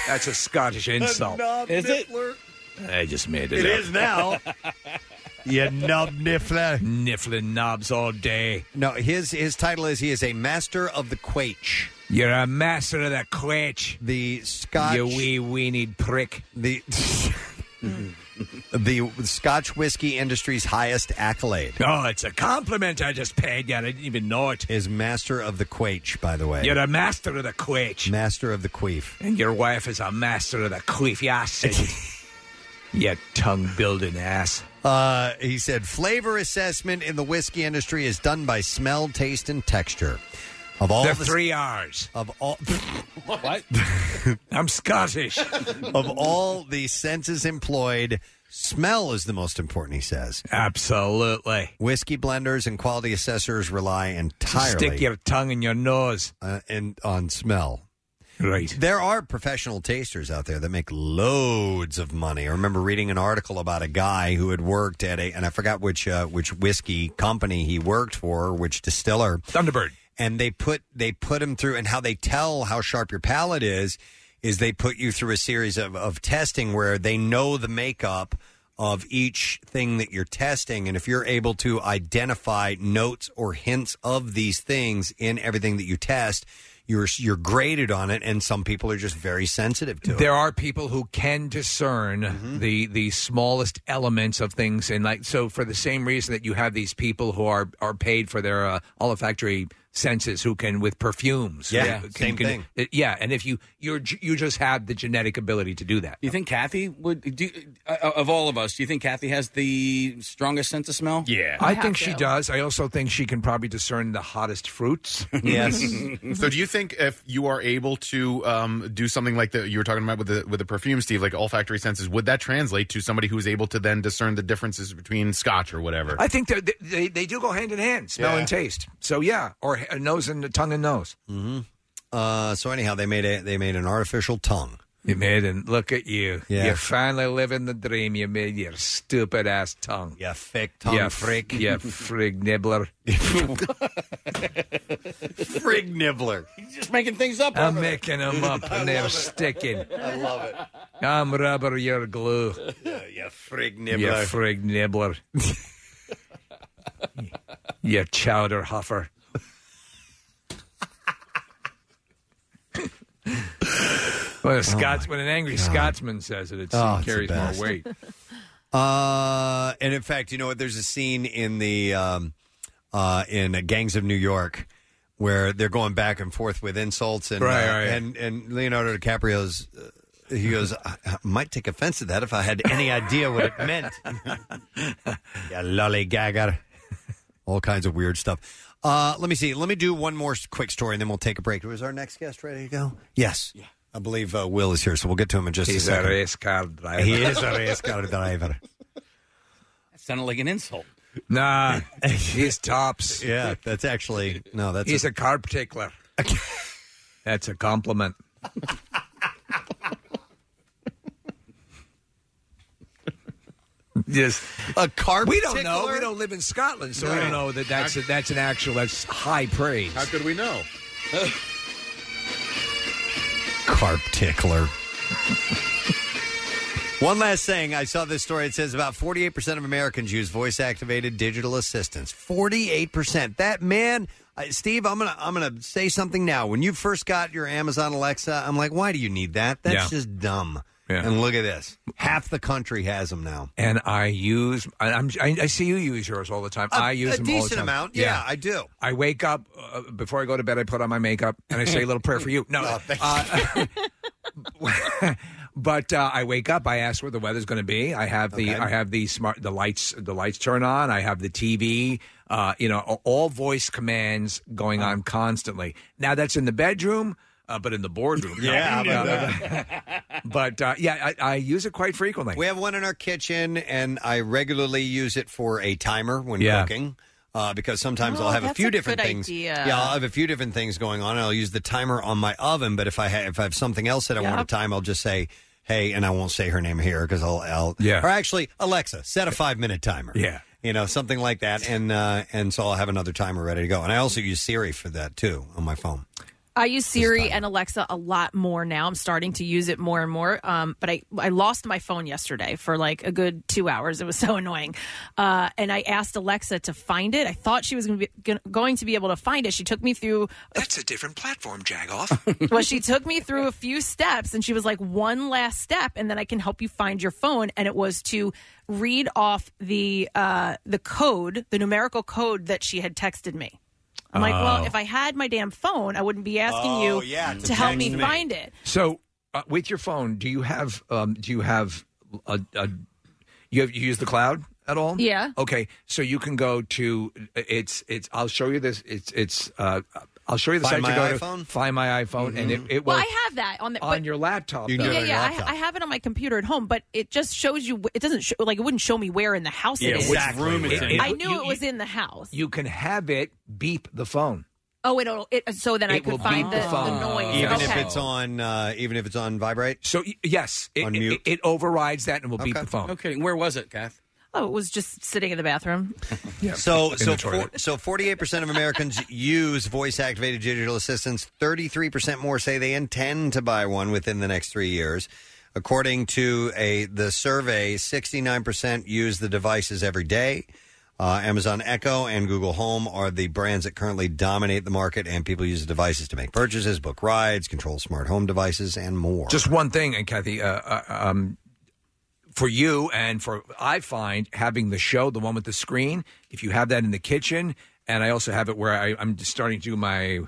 [SPEAKER 2] (laughs)
[SPEAKER 5] That's a Scottish insult.
[SPEAKER 10] Is it?
[SPEAKER 5] I just made it
[SPEAKER 10] It
[SPEAKER 5] up.
[SPEAKER 10] is (laughs) now.
[SPEAKER 2] you (laughs) knob niffler.
[SPEAKER 5] Niffling knobs all day.
[SPEAKER 2] No, his his title is he is a master of the quaich.
[SPEAKER 5] You're a master of the quetch.
[SPEAKER 2] The Scotch.
[SPEAKER 5] You wee weenied prick.
[SPEAKER 2] The (laughs) the Scotch whiskey industry's highest accolade.
[SPEAKER 5] Oh, it's a compliment I just paid you. I didn't even know it.
[SPEAKER 2] Is master of the quaich, by the way.
[SPEAKER 5] You're a master of the quetch.
[SPEAKER 2] master of the queef.
[SPEAKER 5] And your wife is a master of the queefy acid. (laughs) you tongue building ass.
[SPEAKER 2] Uh, he said flavor assessment in the whiskey industry is done by smell, taste, and texture. Of all
[SPEAKER 5] the
[SPEAKER 2] the
[SPEAKER 5] three R's.
[SPEAKER 2] of all (laughs)
[SPEAKER 4] what?
[SPEAKER 5] (laughs) I'm Scottish.
[SPEAKER 2] of all the senses employed, smell is the most important. He says.
[SPEAKER 5] Absolutely.
[SPEAKER 2] Whiskey blenders and quality assessors rely entirely
[SPEAKER 5] Stick your tongue in your nose.
[SPEAKER 2] uh, and on smell.
[SPEAKER 5] Right.
[SPEAKER 2] There are professional tasters out there that make loads of money. I remember reading an article about a guy who had worked at a, and I forgot which uh, which whiskey company he worked for, which distiller,
[SPEAKER 5] Thunderbird,
[SPEAKER 2] and they put they put him through, and how they tell how sharp your palate is is they put you through a series of, of testing where they know the makeup of each thing that you're testing. And if you're able to identify notes or hints of these things in everything that you test, you're you're graded on it, and some people are just very sensitive to it.
[SPEAKER 5] There are people who can discern the the smallest elements of things, and like so for the same reason that you have these people who are are paid for their uh, olfactory senses, who can with perfumes, who
[SPEAKER 4] Yeah,
[SPEAKER 5] can-
[SPEAKER 4] same
[SPEAKER 5] can-
[SPEAKER 4] thing.
[SPEAKER 5] uh, yeah, and if you you're j- you just have the genetic ability to do that.
[SPEAKER 4] Do you think Kathy would do? Uh, of all of us, do you think Kathy has the strongest sense of smell? Yeah,
[SPEAKER 5] I think she does. I also think she can probably discern the hottest fruits.
[SPEAKER 2] Ah,
[SPEAKER 5] (laughs)
[SPEAKER 6] (laughs) so, do you think if you are able to um, do something like the you were talking about with the with the perfume, Steve, like olfactory senses, would that translate to somebody who is able to then discern the differences between Scotch or whatever?
[SPEAKER 5] I think that- that they they do go hand in hand, smell
[SPEAKER 6] Yeah.
[SPEAKER 5] and taste. So yeah, or h- nose and tongue and nose.
[SPEAKER 2] Mm-hmm. Uh, so anyhow, they made a, they made an artificial tongue.
[SPEAKER 5] You made and look at you.
[SPEAKER 2] Yeah.
[SPEAKER 5] You're finally living the dream. You made your stupid ass tongue.
[SPEAKER 2] You thick tongue
[SPEAKER 5] you
[SPEAKER 2] freak. (laughs)
[SPEAKER 5] You frig nibbler.
[SPEAKER 2] frig nibbler.
[SPEAKER 4] He's just making things up.
[SPEAKER 5] I'm
[SPEAKER 4] over there.
[SPEAKER 5] making them
[SPEAKER 4] (laughs)
[SPEAKER 5] up
[SPEAKER 2] (laughs)
[SPEAKER 5] and they're sticking.
[SPEAKER 4] I love it.
[SPEAKER 5] I'm rubber, you're glue.
[SPEAKER 2] Yeah, you frig
[SPEAKER 5] You
[SPEAKER 2] (laughs)
[SPEAKER 5] frig nibbler. you chowder huffer. when a Scots, when an angry Scotsman says it, it
[SPEAKER 2] Oh, it's the
[SPEAKER 5] carries more
[SPEAKER 2] best.
[SPEAKER 5] weight.
[SPEAKER 2] Uh, and in fact, you know what? There's a scene in the um, uh, in Gangs of New York where they're going back and forth with insults, and
[SPEAKER 5] Right,
[SPEAKER 2] uh,
[SPEAKER 5] right.
[SPEAKER 2] and and Leonardo DiCaprio's. Uh, he goes, I, I might take offense to that if I had any idea (laughs) what it
[SPEAKER 5] (laughs)
[SPEAKER 2] meant. yeah, lollygagger. (laughs) All kinds of weird stuff. Uh, let me see. Let me do one more s- quick story, and then we'll take a break. Was our next guest ready to go? Yes. I believe uh, Will is here, so we'll get to him in just
[SPEAKER 5] He's
[SPEAKER 2] a
[SPEAKER 5] a
[SPEAKER 2] second.
[SPEAKER 5] race car driver.
[SPEAKER 2] He is a race car (laughs) driver.
[SPEAKER 4] Sounded like an insult.
[SPEAKER 2] (laughs)
[SPEAKER 5] Nah, he's tops.
[SPEAKER 2] Yeah, that's actually no. That's
[SPEAKER 5] he's a, carb tickler. (laughs) that's a compliment. Yes,
[SPEAKER 2] a carb.
[SPEAKER 5] We don't know.
[SPEAKER 2] tickler?
[SPEAKER 5] We don't live in Scotland, so we
[SPEAKER 2] No.
[SPEAKER 5] don't know that that's a, that's an actual that's high praise. How
[SPEAKER 6] could we know?
[SPEAKER 2] carp tickler. One last thing. I saw this story. It says about 48% of Americans use voice activated digital assistants. 48%. That man, uh, Steve, I'm going to I'm going to say something now. When you first got your Amazon Alexa, I'm like, "Why do you need that? That's
[SPEAKER 5] Yeah.
[SPEAKER 2] just dumb." And look at this. Half the country has them now.
[SPEAKER 5] and I use. I, I'm, I, I see you use yours all the time.
[SPEAKER 2] A-
[SPEAKER 5] I use
[SPEAKER 2] a
[SPEAKER 5] them all the
[SPEAKER 2] decent
[SPEAKER 5] time.
[SPEAKER 2] amount. Yeah, I do.
[SPEAKER 5] I wake up uh, before I go to bed. I put on my makeup and I say a little prayer for you.
[SPEAKER 2] (laughs) Oh,
[SPEAKER 5] No, uh, (laughs) but uh, I wake up. I ask where the weather's going to be. I have the
[SPEAKER 17] Okay.
[SPEAKER 5] I have the smart the lights the lights turn on. I have the TV. Uh, you know, a- all voice commands
[SPEAKER 2] Uh-huh.
[SPEAKER 5] going on constantly. Now that's in the bedroom. Uh, but in the boardroom, no.
[SPEAKER 2] (laughs) Yeah, I knew
[SPEAKER 5] (laughs) but uh, yeah, I, I use it quite frequently.
[SPEAKER 2] We have one in our kitchen, and I regularly use it for a timer when
[SPEAKER 5] Yeah.
[SPEAKER 2] cooking. Uh, because sometimes
[SPEAKER 3] Oh,
[SPEAKER 2] I'll have a
[SPEAKER 3] that's
[SPEAKER 2] few
[SPEAKER 3] a
[SPEAKER 2] different
[SPEAKER 3] good
[SPEAKER 2] things.
[SPEAKER 3] idea.
[SPEAKER 2] Yeah, I'll have a few different things going on. I'll use the timer on my oven, but if I ha- if I have something else that I want
[SPEAKER 3] Yep.
[SPEAKER 2] to time, I'll just say, "Hey," and I won't say her name here because I'll, I'll
[SPEAKER 5] Yeah.
[SPEAKER 2] Or actually, Alexa, set a five minute timer.
[SPEAKER 5] Yeah.
[SPEAKER 2] you know something like that, and uh, and so I'll have another timer ready to go. And I also use Siri for that too on my phone.
[SPEAKER 3] I use Siri and Alexa a lot more now. I'm starting to use it more and more. Um, but I, I lost my phone yesterday for like a good two hours. It was (laughs) so annoying. Uh, and I asked Alexa to find it. I thought she was gonna be, gonna, going to be able to find it. She took me through
[SPEAKER 5] That's a different platform, Jagoff. (laughs)
[SPEAKER 3] well, she took me through a few steps and she was like, one last step, and then I can help you find your phone. And it was to read off the uh, the code, the numerical code that she had texted me. I'm like, well,
[SPEAKER 5] Oh.
[SPEAKER 3] if I had my damn phone, I wouldn't be asking
[SPEAKER 5] Oh,
[SPEAKER 3] you
[SPEAKER 5] yeah,
[SPEAKER 3] to,
[SPEAKER 5] to
[SPEAKER 3] help
[SPEAKER 5] text
[SPEAKER 3] me,
[SPEAKER 5] me.
[SPEAKER 3] find it.
[SPEAKER 5] So, uh, with your phone, do you have um, do you have a, a you have you use the cloud at all?
[SPEAKER 3] Yeah.
[SPEAKER 5] Okay, so you can go to it's it's. I'll show you this. It's it's. Uh, I'll show you the
[SPEAKER 2] Find
[SPEAKER 5] site
[SPEAKER 2] My
[SPEAKER 5] to go
[SPEAKER 2] iPhone?
[SPEAKER 5] to. Find my iPhone, and it, it will
[SPEAKER 3] Mm-hmm. Well, I have that on the
[SPEAKER 5] on your laptop.
[SPEAKER 3] Yeah,
[SPEAKER 5] though.
[SPEAKER 3] yeah, I, I have it on my computer at home, but it just shows you. It doesn't show like it wouldn't show me where in the house
[SPEAKER 5] Yeah,
[SPEAKER 3] it is.
[SPEAKER 5] which room it's in.
[SPEAKER 3] I knew
[SPEAKER 5] You-
[SPEAKER 3] it was in the house.
[SPEAKER 5] you can have it beep the phone.
[SPEAKER 3] Oh, it'll. It, so then I
[SPEAKER 2] It will
[SPEAKER 3] could find
[SPEAKER 2] beep
[SPEAKER 3] the,
[SPEAKER 2] the
[SPEAKER 3] the noise.
[SPEAKER 2] Even
[SPEAKER 3] okay.
[SPEAKER 2] if it's on, uh, even if it's on vibrate.
[SPEAKER 5] So yes, it,
[SPEAKER 2] on mute.
[SPEAKER 5] It, overrides that and will
[SPEAKER 2] beat
[SPEAKER 5] the phone.
[SPEAKER 4] Okay, where was it, Kath?
[SPEAKER 3] Oh, it was just sitting in the bathroom.
[SPEAKER 2] So
[SPEAKER 5] in
[SPEAKER 2] so
[SPEAKER 5] the toilet.
[SPEAKER 2] four, so forty eight percent of Americans (laughs) use voice activated digital assistants. Thirty three percent more say they intend to buy one within the next three years. According to a the survey, sixty nine percent use the devices every day. Uh, Amazon Echo and Google Home are the brands that currently dominate the market, and people use the devices to make purchases, book rides, control smart home devices, and more.
[SPEAKER 5] Just one thing, and Kathy, uh, uh, um, for you and for I find having the show, the one with the screen, if you have that in the kitchen, and I also have it where I, I'm just starting to do my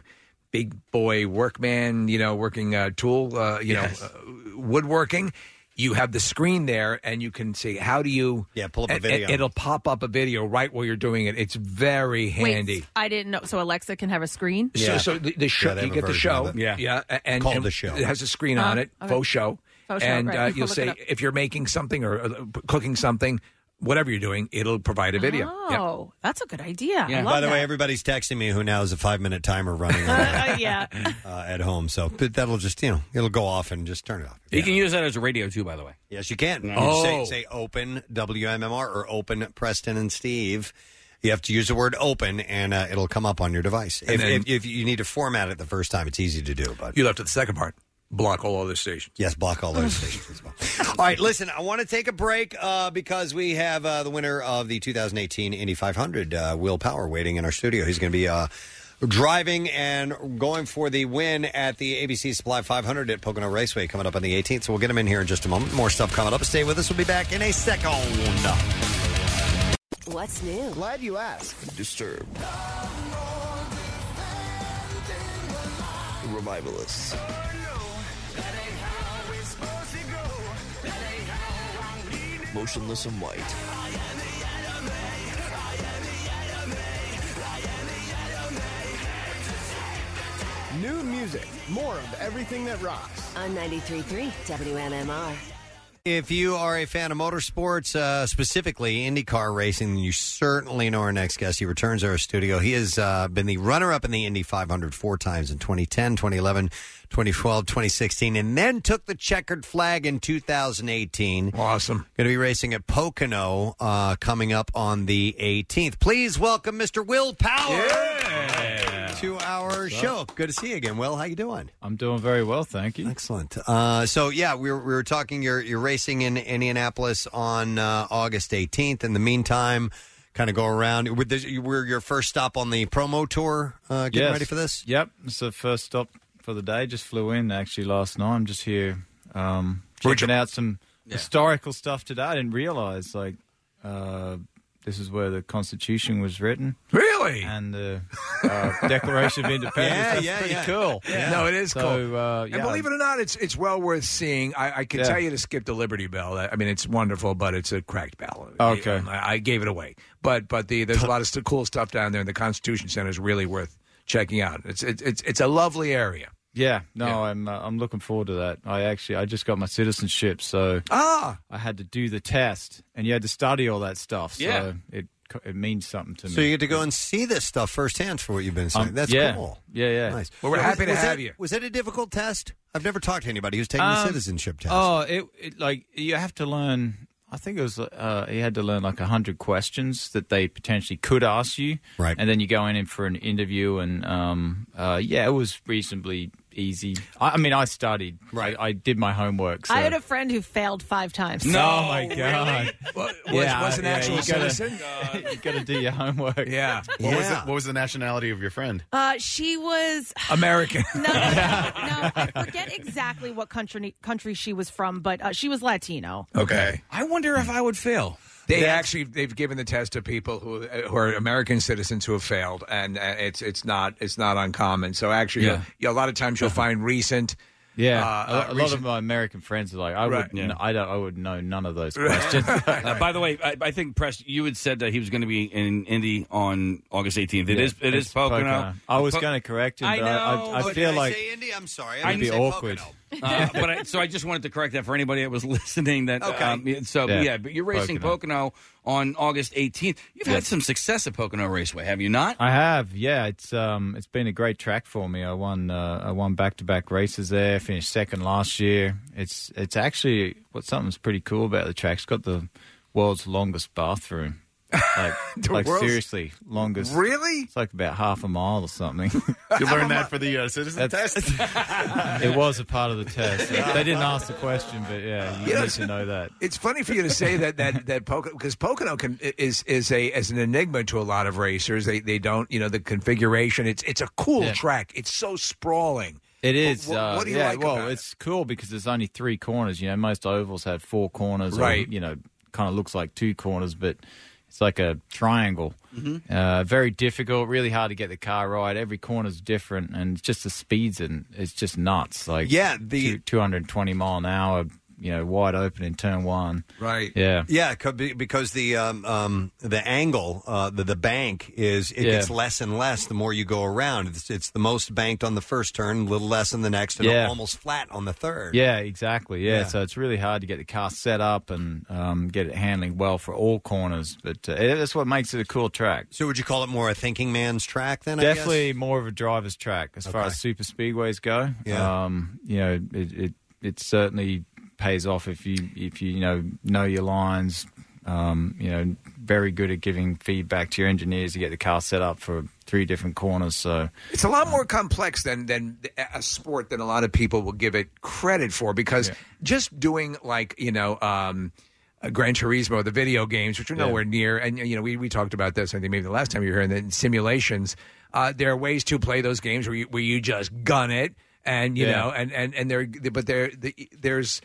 [SPEAKER 5] big boy workman, you know, working uh, tool, uh, you
[SPEAKER 2] Yes.
[SPEAKER 5] know, uh, woodworking. You have the screen there, and you can see how do you yeah pull
[SPEAKER 2] up a video.
[SPEAKER 5] It'll pop up a video right while you're doing it. It's very handy.
[SPEAKER 3] Wait, I didn't know. So Alexa can have a screen.
[SPEAKER 5] So, so the, the show,
[SPEAKER 2] they
[SPEAKER 5] you
[SPEAKER 2] have a
[SPEAKER 5] get the
[SPEAKER 2] version
[SPEAKER 5] show,
[SPEAKER 2] of it. Yeah.
[SPEAKER 5] yeah, a- and
[SPEAKER 2] Called
[SPEAKER 5] and
[SPEAKER 2] The Show.
[SPEAKER 5] It has a screen
[SPEAKER 2] Oh,
[SPEAKER 5] on it,
[SPEAKER 2] okay.
[SPEAKER 5] faux show,
[SPEAKER 2] Faux show,
[SPEAKER 5] and
[SPEAKER 2] right.
[SPEAKER 5] uh,
[SPEAKER 2] I'll
[SPEAKER 5] you'll
[SPEAKER 2] look
[SPEAKER 5] say
[SPEAKER 2] it up.
[SPEAKER 5] if you're making something or uh, cooking something, whatever you're doing, it'll provide a video. Yeah.
[SPEAKER 3] Oh, that's a good idea. I love
[SPEAKER 2] By the way,
[SPEAKER 3] that.
[SPEAKER 2] everybody's texting me who now has a five minute timer running on
[SPEAKER 3] Uh, yeah.
[SPEAKER 2] uh, at home. So but that'll just you know it'll go off and just turn it off.
[SPEAKER 4] You can use that as a radio too, by the way.
[SPEAKER 2] Yes, you can. You
[SPEAKER 4] Mm. Oh.
[SPEAKER 2] say, say open WMMR or open Preston and Steve. You have to use the word open, and uh, it'll come up on your device.
[SPEAKER 5] And
[SPEAKER 2] If,
[SPEAKER 5] then-
[SPEAKER 2] if, if you need to format it the first time, it's easy to do. But
[SPEAKER 5] You left at the second part. Block all other stations.
[SPEAKER 2] Yes, block all other (laughs) stations as well. all right, listen, I want to take a break uh, because we have uh, the winner of the 2018 Indy 500, uh, Will Power, waiting in our studio. He's going to be uh, driving and going for the win at the ABC Supply 500 at Pocono Raceway coming up on the 18th. So we'll get him in here in just a moment. More stuff coming up. Stay with us. We'll be back in a second.
[SPEAKER 14] What's new? Glad you asked.
[SPEAKER 7] Disturbed. The Revivalists. Motionless and White.
[SPEAKER 17] New music, more of everything that rocks.
[SPEAKER 14] On 93.3 WMMR.
[SPEAKER 2] If you are a fan of motorsports, uh, specifically IndyCar racing, then you certainly know our next guest. He returns to our studio. He has uh, been the runner up in the Indy 500 four times in 2010, 2011, 2012, 2016, and then took the checkered flag in 2018.
[SPEAKER 5] Awesome.
[SPEAKER 2] Going to be racing at Pocono uh, coming up on the 18th. Please welcome Mr. Will Power to our show. Good to see you again, Will. How you doing?
[SPEAKER 18] I'm doing very well, thank you.
[SPEAKER 2] Excellent. Uh, so yeah, we were, we were talking. You're you're racing in Indianapolis on uh, August 18th. In the meantime, kind of go around. Were, this, you were your first stop on the promo tour? Uh, getting
[SPEAKER 18] Yes.
[SPEAKER 2] ready for this?
[SPEAKER 18] Yep, it's the first stop for the day. Just flew in actually last night. I'm just here um,
[SPEAKER 5] Where'd
[SPEAKER 18] checking
[SPEAKER 5] you-
[SPEAKER 18] out some
[SPEAKER 5] Yeah.
[SPEAKER 18] historical stuff today. I didn't realize like uh, this is where the Constitution was written.
[SPEAKER 5] Really?
[SPEAKER 18] And the uh, Declaration
[SPEAKER 2] (laughs)
[SPEAKER 18] of Independence.
[SPEAKER 5] Yeah,
[SPEAKER 18] That's
[SPEAKER 5] yeah,
[SPEAKER 18] pretty
[SPEAKER 5] yeah.
[SPEAKER 18] cool.
[SPEAKER 5] Yeah. No, it is
[SPEAKER 18] So,
[SPEAKER 5] cool.
[SPEAKER 18] Uh, yeah,
[SPEAKER 5] and believe it or not, it's it's well worth seeing. I, I can
[SPEAKER 18] Yeah.
[SPEAKER 5] tell you to skip the Liberty Bell. I I mean, it's wonderful, but it's a cracked bell.
[SPEAKER 18] Okay.
[SPEAKER 5] I, I gave it away, but but the there's a lot of st- cool stuff down there, and the Constitution Center is really worth checking out. It's it's it's, it's a lovely area.
[SPEAKER 18] Yeah, no, I'm uh, I'm looking forward to that. I actually I just got my citizenship, so
[SPEAKER 5] ah,
[SPEAKER 18] I had to do the test, and you had to study all that stuff. So
[SPEAKER 2] Yeah.
[SPEAKER 18] it co- it means something to me.
[SPEAKER 2] So you get to go and see this stuff firsthand for what you've been saying.
[SPEAKER 18] Um,
[SPEAKER 2] That's
[SPEAKER 18] yeah.
[SPEAKER 2] cool.
[SPEAKER 18] Yeah, yeah.
[SPEAKER 2] Nice.
[SPEAKER 18] Well, we're
[SPEAKER 2] Was-
[SPEAKER 18] happy to
[SPEAKER 2] was
[SPEAKER 18] have
[SPEAKER 2] that-
[SPEAKER 18] you.
[SPEAKER 2] Was that a difficult test? I've never talked to anybody who's taken the
[SPEAKER 18] Um,
[SPEAKER 2] citizenship test.
[SPEAKER 18] Oh, it, it like you have to learn. I think it was uh, you had to learn like hundred questions that they potentially could ask you, right? And then you go in and for an interview, and um, uh, yeah, it was reasonably easy. I, I mean, I studied, right? I, I did my homework. So.
[SPEAKER 3] I had a friend who failed five times.
[SPEAKER 18] (laughs) oh my
[SPEAKER 6] (laughs)
[SPEAKER 18] god!
[SPEAKER 6] was an actual
[SPEAKER 18] you gotta-
[SPEAKER 6] citizen?
[SPEAKER 18] (laughs) you got to do your homework.
[SPEAKER 5] Yeah.
[SPEAKER 6] What, was the, what was the nationality of your friend?
[SPEAKER 3] Uh, she was.
[SPEAKER 18] (laughs)
[SPEAKER 5] American.
[SPEAKER 6] (laughs)
[SPEAKER 3] I forget exactly what country country she was from, but uh, she was Latino.
[SPEAKER 5] Okay.
[SPEAKER 4] I wonder if I would fail.
[SPEAKER 5] They actually they've given the test to people who uh, who are American citizens who have failed, and uh, it's it's not it's not uncommon. So actually,
[SPEAKER 18] Yeah.
[SPEAKER 5] you- a lot of times you'll find recent. uh, uh,
[SPEAKER 18] Yeah, a, a lot of
[SPEAKER 5] recent-
[SPEAKER 18] my American friends are like, I
[SPEAKER 5] Right.
[SPEAKER 18] would,
[SPEAKER 5] Yeah.
[SPEAKER 18] I don't, I would know none
[SPEAKER 5] (laughs)
[SPEAKER 18] of those questions.
[SPEAKER 4] Uh, by the way, I, I think Press, you had said that he was going to be in Indy on August 18th. It
[SPEAKER 18] Yeah,
[SPEAKER 4] is, it is
[SPEAKER 18] it's
[SPEAKER 4] Pocono. Uh,
[SPEAKER 18] Pocono. I was gonna correct him,
[SPEAKER 4] I
[SPEAKER 18] but I- I-
[SPEAKER 4] know.
[SPEAKER 18] I Oh, feel did I like
[SPEAKER 2] Indy, I'm sorry.
[SPEAKER 18] it'd be awkward.
[SPEAKER 4] Uh, but I, so I just wanted to correct that for anybody that was (laughs) listening. That
[SPEAKER 6] Okay.
[SPEAKER 4] um, yeah, so
[SPEAKER 6] Yeah.
[SPEAKER 4] yeah. but you're racing Pocono,
[SPEAKER 6] Pocono.
[SPEAKER 4] on August 18th. You've had some success at Pocono Raceway, have you not?
[SPEAKER 18] I have, yeah. It's um, it's been a great track for me. I won, uh, I won back to back races there. Finished second last year. It's it's actually what something's pretty cool about the track. It's got the world's longest
[SPEAKER 19] (laughs)
[SPEAKER 18] bathroom. Like,
[SPEAKER 19] The
[SPEAKER 18] like
[SPEAKER 19] world's-
[SPEAKER 18] seriously, longest.
[SPEAKER 19] Really?
[SPEAKER 18] It's like about half a mile or something.
[SPEAKER 19] (laughs) You learned that for the uh, citizen
[SPEAKER 18] That's-
[SPEAKER 19] test.
[SPEAKER 18] (laughs) it was a part of the test.
[SPEAKER 19] (laughs)
[SPEAKER 18] They didn't ask the question, but yeah, you
[SPEAKER 5] Yeah.
[SPEAKER 18] need to know that.
[SPEAKER 5] It's funny for you to say that that that Pocono because Pocono can, is is a is an enigma to a lot of racers. They they don't you know the configuration. It's it's a cool
[SPEAKER 18] Yeah.
[SPEAKER 5] track. It's so sprawling.
[SPEAKER 18] It is.
[SPEAKER 5] What, what,
[SPEAKER 18] uh,
[SPEAKER 5] what do you
[SPEAKER 18] yeah,
[SPEAKER 5] like
[SPEAKER 18] well,
[SPEAKER 5] about it?
[SPEAKER 18] it's cool because there's only three corners. You know, most ovals have four corners,
[SPEAKER 5] Right.
[SPEAKER 18] Or, you know, kind of looks like two corners, but it's like a triangle.
[SPEAKER 4] Mm-hmm.
[SPEAKER 5] Mhm.
[SPEAKER 18] Uh, very difficult. Really hard to get the car right. Every corner's different, and just the speeds and it's just nuts. Like
[SPEAKER 2] Yeah, the-
[SPEAKER 18] two hundred and twenty mile an hour. You know, wide open in turn one.
[SPEAKER 5] Right.
[SPEAKER 18] Yeah.
[SPEAKER 2] Yeah, co- be- because the um, um, the angle, uh, the the bank is it
[SPEAKER 18] Yeah.
[SPEAKER 2] gets less and less the more you go around. It's, it's the most banked on the first turn, a little less on the next, and
[SPEAKER 18] Yeah.
[SPEAKER 2] almost flat on the third.
[SPEAKER 18] Yeah, exactly. Yeah.
[SPEAKER 2] Yeah.
[SPEAKER 18] so it's really hard to get the car set up and um, get it handling well for all corners, but uh, it- that's what makes it a cool track.
[SPEAKER 2] So would you call it more a thinking man's track then? I guess?
[SPEAKER 18] Definitely more of a driver's track as far
[SPEAKER 2] Okay.
[SPEAKER 18] as super speedways go.
[SPEAKER 2] Yeah.
[SPEAKER 18] Um, you know, it, it it certainly pays off if you if you you know know your lines. Um, you know, very good at giving feedback to your engineers to get the car set up for three different corners. So
[SPEAKER 5] It's a lot more complex than than a sport than a lot of people will give it credit for because just doing like you know. Um, uh, Gran Turismo, the video games, which are
[SPEAKER 18] Yeah.
[SPEAKER 5] nowhere near, and you know we, we talked about this. I think maybe the last time you were here, and then simulations. Uh, there are ways to play those games where you, where you just gun it, and you
[SPEAKER 18] Yeah.
[SPEAKER 5] know, and and and there, but there the, there's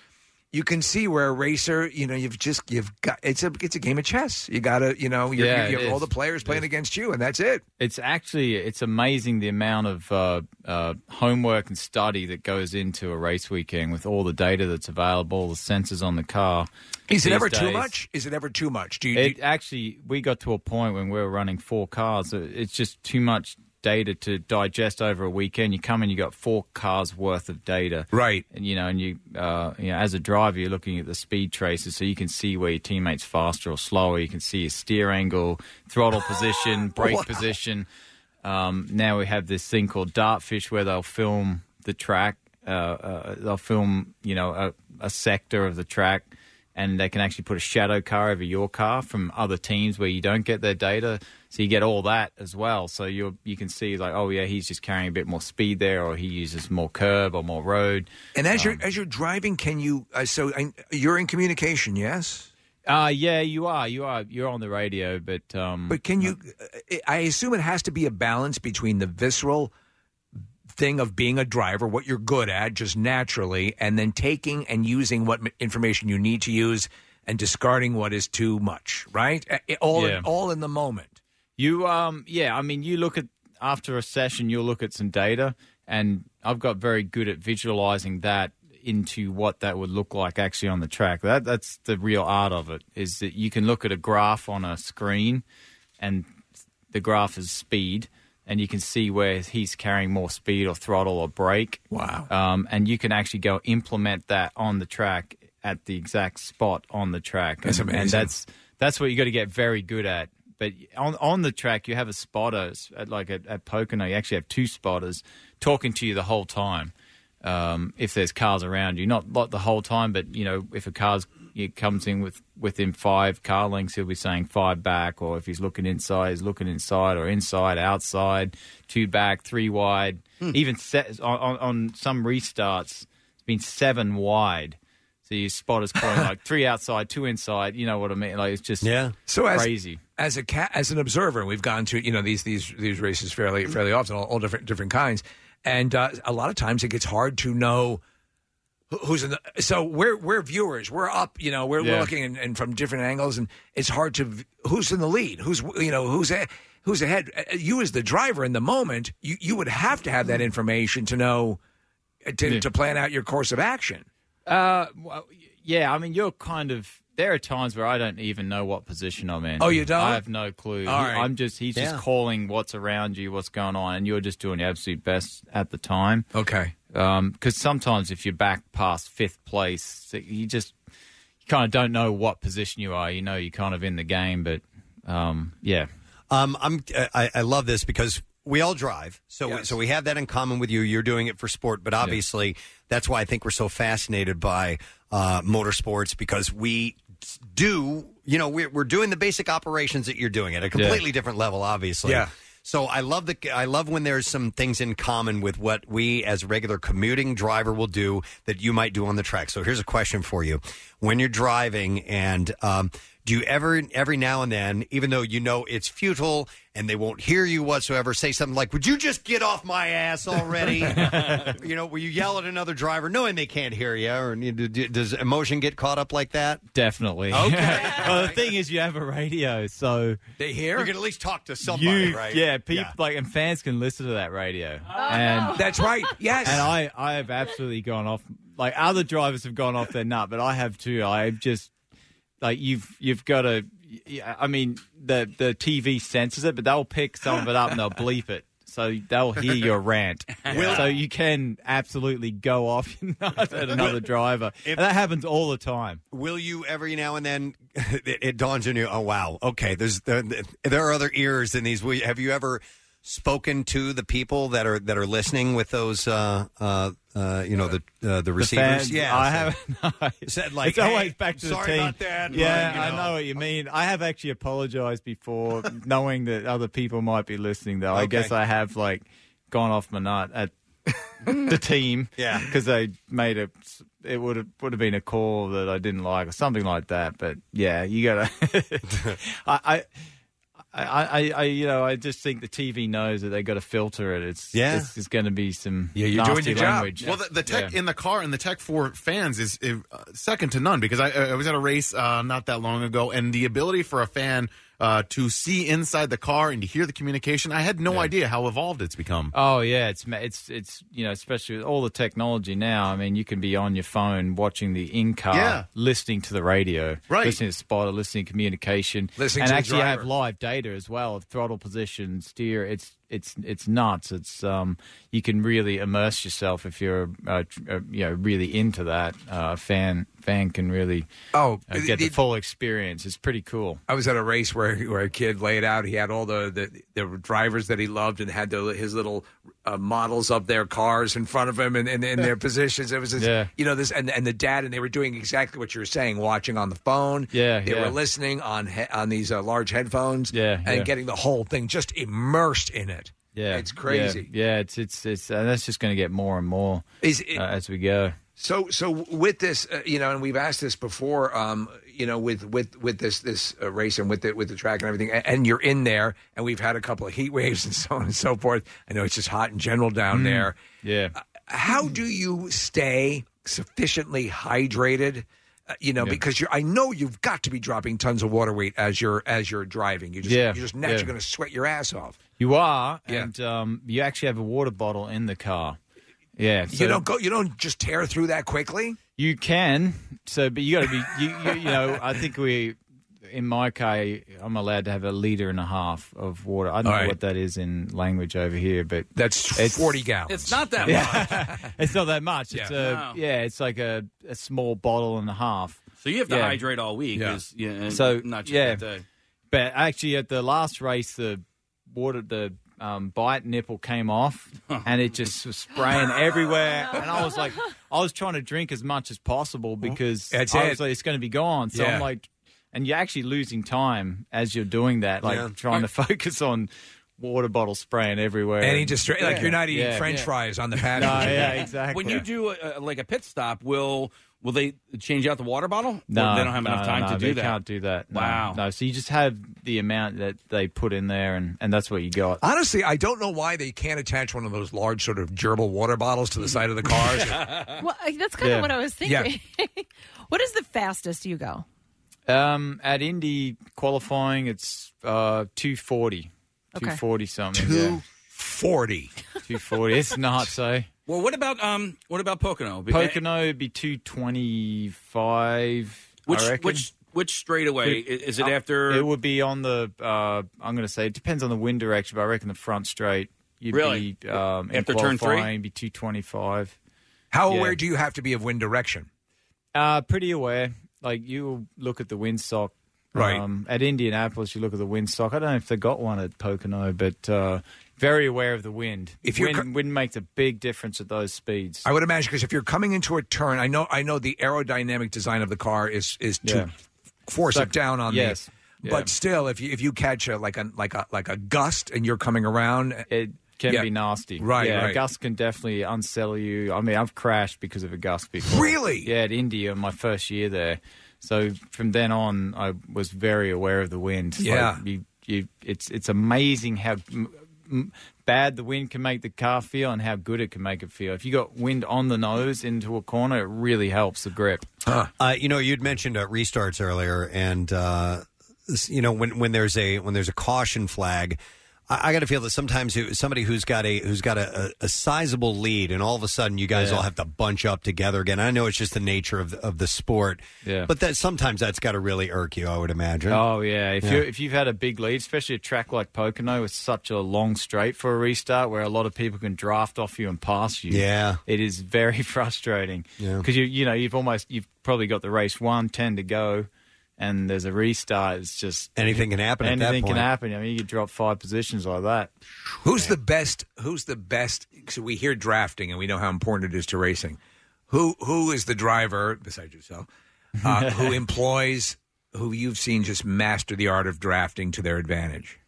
[SPEAKER 5] you can see where a racer, you know, you've just you've got it's a it's a game of chess. You gotta, you know, you're,
[SPEAKER 18] Yeah,
[SPEAKER 5] you
[SPEAKER 18] it
[SPEAKER 5] have all
[SPEAKER 18] is.
[SPEAKER 5] the players playing against you, and that's it.
[SPEAKER 18] It's actually it's amazing the amount of uh, uh, homework and study that goes into a race weekend with all the data that's available, the sensors on the car.
[SPEAKER 5] Is it
[SPEAKER 18] These
[SPEAKER 5] ever too
[SPEAKER 18] days-
[SPEAKER 5] much? Is it ever too much? Do you,
[SPEAKER 18] it actually we got to a point when we were running four cars uh, it's just too much data to digest over a weekend you come in you got four cars worth of data
[SPEAKER 5] right
[SPEAKER 18] and you know and you uh, you know as a driver you're looking at the speed traces so you can see where your teammates faster or slower you can see your steer angle throttle
[SPEAKER 5] (laughs)
[SPEAKER 18] position brake
[SPEAKER 19] Wow.
[SPEAKER 18] position um, now we have this thing called dartfish where they'll film the track uh, uh, they'll film you know a, a sector of the track and they can actually put a shadow car over your car from other teams where you don't get their data. So you get all that as well. So you you can see like, oh yeah, he's just carrying a bit more speed there, or he uses more curb or more road. Uh,
[SPEAKER 5] And as you're as you're driving, can you? Uh, so I, you're in communication, yes.
[SPEAKER 18] Uh yeah, you are, you are, you're on the radio, but um,
[SPEAKER 5] But can you? uh, I assume it has to be a balance between the visceral thing of being a driver, what you're good at, just naturally, and then taking and using what m- information you need to use, and discarding what is too much. Right? Uh, it- All
[SPEAKER 18] Yeah.
[SPEAKER 5] in, all in the moment.
[SPEAKER 18] You um yeah, I mean you look at after a session you'll look at some data and I've got very good at visualizing that into what that would look like actually on the track. That that's the real art of it is that you can look at a graph on a screen and the graph is speed and you can see where he's carrying more speed or throttle or brake.
[SPEAKER 5] Wow.
[SPEAKER 18] Um, and you can actually go implement that on the track at the exact spot on the track.
[SPEAKER 5] That's
[SPEAKER 18] and,
[SPEAKER 5] amazing.
[SPEAKER 18] And that's that's what you got to get very good at. But on on the track, you have a spotter s- at like at, at Pocono. You actually have two spotters talking to you the whole time. Um, if there's cars around you, not not the whole time, but you know, if a car's it comes in with within five car lengths, he'll be saying five back, or if he's looking inside, he's looking inside, or inside, outside, two back, three wide. Even set, on, on on some restarts, it's been seven wide. So your spotters calling like three outside, two inside. You know what I mean? Like it's just yeah,
[SPEAKER 5] so as,
[SPEAKER 18] crazy.
[SPEAKER 5] As a ca- as an observer, we've gone to you know these these these races fairly fairly often, all, all different different kinds, and uh, a lot of times it gets hard to know who- who's in the. So we're we're viewers, we're up, you know, we're,
[SPEAKER 18] Yeah.
[SPEAKER 5] we're looking and, and from different angles, and it's hard to v- who's in the lead, who's you know who's a, who's ahead. Uh, You as the driver in the moment, you you would have to have that information to know uh, to, to plan out your course of action.
[SPEAKER 18] Uh, well, yeah, I mean, you're kind of there are times where I don't even know what position I'm in.
[SPEAKER 5] Oh, you don't?
[SPEAKER 18] I have no clue.
[SPEAKER 5] All right.
[SPEAKER 18] I'm just he's
[SPEAKER 5] Yeah.
[SPEAKER 18] just calling what's around you, what's going on, and you're just doing your absolute best at the time.
[SPEAKER 5] Okay.
[SPEAKER 18] Because sometimes if you're back past fifth place, you just you kind of don't know what position you are. You know, you're kind of in the game, but um, yeah.
[SPEAKER 2] Um, I'm I, I love this because we all drive, so so we have that in common with you. You're doing it for sport, but obviously that's why I think we're so fascinated by uh, motorsports because we do. You know, we're, we're doing the basic operations that you're doing at a completely different level, obviously.
[SPEAKER 5] Yeah.
[SPEAKER 2] So I love the I love when there's some things in common with what we as regular commuting driver will do that you might do on the track. So here's a question for you: When you're driving, and um, do you ever every now and then, even though you know it's futile and they won't hear you whatsoever, say something like, "Would you just get off my ass (laughs)
[SPEAKER 18] (laughs)
[SPEAKER 2] already?" you know, where you yell at another driver knowing they can't hear you, or you know, d- does emotion get caught up like that?
[SPEAKER 5] (laughs)
[SPEAKER 18] Definitely.
[SPEAKER 2] Okay.
[SPEAKER 18] well, the thing is, you have a radio, so
[SPEAKER 5] they hear.
[SPEAKER 2] (laughs) You can at least talk to somebody,
[SPEAKER 18] you-
[SPEAKER 2] right?
[SPEAKER 18] Yeah, people like and fans can listen to that radio. (laughs)
[SPEAKER 5] no. That's right, yes.
[SPEAKER 18] And I, I have absolutely gone off. Like other drivers have gone off their nut, but I have too. I've just like you've you've got to. I mean, the the TV censors it, but they'll pick some of it up and they'll bleep it. So they'll hear your rant.
[SPEAKER 2] Will-
[SPEAKER 18] so you can absolutely go off your (laughs) nut at another driver. and that happens all the time.
[SPEAKER 2] Will you every now and then? (laughs) It, it dawns on you. Oh wow. Okay. There's there, there are other ears in these. Will you- Have you ever spoken to the people that are that are listening with those? Uh, uh, uh, you know the uh, the receivers.
[SPEAKER 18] fans,
[SPEAKER 2] yeah.
[SPEAKER 18] I
[SPEAKER 2] so-
[SPEAKER 18] haven't. (laughs) No,
[SPEAKER 2] Said like,
[SPEAKER 18] it's always
[SPEAKER 2] "Hey,
[SPEAKER 18] back to
[SPEAKER 2] sorry
[SPEAKER 18] the team.
[SPEAKER 2] about that,
[SPEAKER 18] yeah,
[SPEAKER 2] but, you know."
[SPEAKER 18] I know what you mean. I have actually apologized before, (laughs) knowing that other people might be listening. Though I
[SPEAKER 2] Okay.
[SPEAKER 18] guess I have like gone off my nut at the team.
[SPEAKER 2] Yeah,
[SPEAKER 18] because they made a. It would have would have been a call that I didn't like or something like that. But yeah, you gotta. (laughs) I. I I, I, I, you know, I just think the TV knows that they got to filter it. It's
[SPEAKER 6] Yeah.
[SPEAKER 18] it's, it's going to be some
[SPEAKER 6] Yeah,
[SPEAKER 18] nasty language.
[SPEAKER 6] Well, the, the tech
[SPEAKER 18] Yeah.
[SPEAKER 6] in the car and the tech for fans is uh, second to none because I, I was at a race uh, not that long ago, and the ability for a fan uh, to see inside the car and to hear the communication, I had no idea how evolved it's become.
[SPEAKER 18] Oh yeah, it's ma- it's it's you know especially with all the technology now. I mean, you can be on your phone watching the in car,
[SPEAKER 6] Yeah.
[SPEAKER 18] listening to the radio,
[SPEAKER 6] Right.
[SPEAKER 18] listening to spotter, listening to communication,
[SPEAKER 5] Listening
[SPEAKER 18] and
[SPEAKER 5] to the
[SPEAKER 18] actually have
[SPEAKER 5] driver.
[SPEAKER 18] live data as well of throttle position, steer. It's it's it's nuts. It's um you can really immerse yourself if you're uh, tr- uh, you know really into that. Uh, fan fan can really
[SPEAKER 5] oh
[SPEAKER 18] uh, get the full experience. It's pretty cool.
[SPEAKER 5] I was at a race where, where a kid laid out. He had all the, the, the drivers that he loved and had the, his little uh, models of their cars in front of him and in
[SPEAKER 18] (laughs)
[SPEAKER 5] their positions. It was, this,
[SPEAKER 18] Yeah.
[SPEAKER 5] you know, this and and the dad and they were doing exactly what you were saying, watching on the phone.
[SPEAKER 18] Yeah,
[SPEAKER 5] they
[SPEAKER 18] yeah.
[SPEAKER 5] were listening on he- on these uh, large headphones.
[SPEAKER 18] Yeah,
[SPEAKER 5] and
[SPEAKER 18] yeah.
[SPEAKER 5] getting the whole thing just immersed in it.
[SPEAKER 18] Yeah,
[SPEAKER 5] it's crazy.
[SPEAKER 18] Yeah, yeah, it's it's it's and that's just going to get more and more
[SPEAKER 5] Is it-
[SPEAKER 18] uh, as we go.
[SPEAKER 5] So, so with this, uh, you know, and we've asked this before, um, you know, with with with this this uh, race and with it with the track and everything, and, and you're in there, and we've had a couple of heat waves (laughs) and so on and so forth. I know it's just hot in general down
[SPEAKER 18] Mm.
[SPEAKER 5] there.
[SPEAKER 18] Yeah.
[SPEAKER 5] Uh, How do you stay sufficiently hydrated? Uh, you know,
[SPEAKER 18] Yeah.
[SPEAKER 5] because you're, I know you've got to be dropping tons of water weight as you're as you're driving. You just,
[SPEAKER 18] Yeah,
[SPEAKER 5] you're just naturally
[SPEAKER 18] yeah.
[SPEAKER 5] going to sweat your ass off.
[SPEAKER 18] You are, and um, you actually have a water bottle in the car. Yeah, so
[SPEAKER 5] you don't go. You don't just tear through that quickly.
[SPEAKER 18] You can, so but you got to be. You, you, you know, I think we, in my car, I'm allowed to have a liter and a half of water. I don't
[SPEAKER 5] All
[SPEAKER 18] know
[SPEAKER 5] right.
[SPEAKER 18] what that is in language over here, but
[SPEAKER 5] that's forty gallons.
[SPEAKER 4] It's not that
[SPEAKER 18] much. (laughs) it's not that much. It's
[SPEAKER 4] Yeah.
[SPEAKER 18] a
[SPEAKER 4] No.
[SPEAKER 18] yeah. It's like a, a small bottle and a half.
[SPEAKER 4] So you have to
[SPEAKER 18] Yeah.
[SPEAKER 4] hydrate all week.
[SPEAKER 18] Yeah.
[SPEAKER 4] is- yeah, and
[SPEAKER 18] So
[SPEAKER 4] not just
[SPEAKER 18] yeah,
[SPEAKER 4] that day.
[SPEAKER 18] but actually at the last race, the water the um, bite nipple came
[SPEAKER 4] (laughs)
[SPEAKER 18] off, and it just was spraying everywhere. (laughs) And I was like, I was trying to drink as much as possible because
[SPEAKER 5] That's
[SPEAKER 18] obviously
[SPEAKER 5] it.
[SPEAKER 18] it's going to be gone. So
[SPEAKER 5] Yeah.
[SPEAKER 18] I'm like, and you're actually losing time as you're doing that, like
[SPEAKER 5] Yeah.
[SPEAKER 18] trying to (laughs) focus on water bottle spraying everywhere.
[SPEAKER 5] And he just stra- like, you're not eating french
[SPEAKER 18] yeah.
[SPEAKER 5] fries on the patio.
[SPEAKER 18] (laughs)
[SPEAKER 5] (laughs)
[SPEAKER 18] No, yeah, exactly.
[SPEAKER 4] When you do a, a- like a pit stop, will will they change out the water bottle?
[SPEAKER 18] No,
[SPEAKER 4] Or they don't have
[SPEAKER 18] no,
[SPEAKER 4] enough time
[SPEAKER 18] no,
[SPEAKER 4] to do
[SPEAKER 18] they
[SPEAKER 4] that.
[SPEAKER 18] Can't do that. No,
[SPEAKER 4] Wow.
[SPEAKER 18] No, so you just have the amount that they put in there, and, and that's what you got.
[SPEAKER 5] Honestly, I don't know why they (laughs) can't attach one of those large sort of gerbil water bottles to the side of the cars.
[SPEAKER 3] Well, I- that's kind
[SPEAKER 18] Yeah.
[SPEAKER 3] of what I was thinking. (laughs) what is the fastest you go?
[SPEAKER 18] Um, at Indy qualifying, it's uh, 240.
[SPEAKER 3] Okay.
[SPEAKER 18] 240 something.
[SPEAKER 5] 240.
[SPEAKER 18] 240. It's eh? not
[SPEAKER 4] (laughs)
[SPEAKER 18] so.
[SPEAKER 4] Well, what about um, what about Pocono? eh,
[SPEAKER 18] Pocono would be 225.
[SPEAKER 4] Which
[SPEAKER 18] I reckon.
[SPEAKER 4] which which straightaway I- is it
[SPEAKER 18] Uh,
[SPEAKER 4] after?
[SPEAKER 18] It would be on the. Uh, I'm going to say it depends on the wind direction, but I reckon the front straight. You'd
[SPEAKER 5] Really?
[SPEAKER 18] be, um, in
[SPEAKER 5] After turn three?
[SPEAKER 18] qualifying, be two twenty five.
[SPEAKER 5] How aware do you have to be of wind direction?
[SPEAKER 18] Uh, pretty aware. Like you look at the windsock.
[SPEAKER 5] Right.
[SPEAKER 18] Um, at Indianapolis, you look at the windsock. I don't know if they got one at Pocono, but uh, very aware of the wind.
[SPEAKER 5] If you're
[SPEAKER 18] wind, wind makes a big difference at those speeds.
[SPEAKER 5] I would imagine because if you're coming into a turn, I know I know the aerodynamic design of the car is is to
[SPEAKER 18] Yeah.
[SPEAKER 5] force
[SPEAKER 18] Suck-
[SPEAKER 5] it down on
[SPEAKER 18] yes.
[SPEAKER 5] the.
[SPEAKER 18] Yeah.
[SPEAKER 5] But still, if you if you catch a like a like a like a gust and you're coming around,
[SPEAKER 18] it can
[SPEAKER 5] yeah.
[SPEAKER 18] be nasty.
[SPEAKER 5] Right,
[SPEAKER 18] Yeah,
[SPEAKER 5] right.
[SPEAKER 18] a gust can definitely unsettle you. I mean, I've crashed because of a gust before.
[SPEAKER 5] Really?
[SPEAKER 18] Yeah, at India, my first year there. So from then on, I was very aware of the wind. Like,
[SPEAKER 5] Yeah.
[SPEAKER 18] you, you, it's it's amazing how m- m- bad the wind can make the car feel and how good it can make it feel. If you got wind on the nose into a corner, it really helps the grip.
[SPEAKER 2] Uh, you know, you'd mentioned uh, restarts earlier, and uh, s- you know when when there's a when there's a caution flag, I, I got to feel that sometimes who, somebody who's got a who's got a, a, a sizable lead, and all of a sudden you guys
[SPEAKER 18] Yeah.
[SPEAKER 2] all have to bunch up together again. I know it's just the nature of the, of the sport,
[SPEAKER 18] Yeah.
[SPEAKER 2] but that sometimes that's got to really irk you. I would imagine.
[SPEAKER 18] Oh yeah, if
[SPEAKER 2] Yeah.
[SPEAKER 18] you if you've had a big lead, especially a track like Pocono, it's such a long straight for a restart where a lot of people can draft off you and pass you.
[SPEAKER 2] Yeah.
[SPEAKER 18] it is very (laughs) frustrating
[SPEAKER 2] Yeah.
[SPEAKER 18] because you you know you've almost you've probably got the race one ten to go, and there's a restart. It's just
[SPEAKER 2] Anything can happen at that
[SPEAKER 18] Anything can
[SPEAKER 2] point.
[SPEAKER 18] happen. I mean, you could drop five positions like that.
[SPEAKER 5] Who's the best? Who's the best? So we hear drafting, and we know how important it is to racing. Who who is the driver besides yourself?
[SPEAKER 18] (laughs)
[SPEAKER 5] Uh, who employs who you've seen just master the art of drafting to their advantage?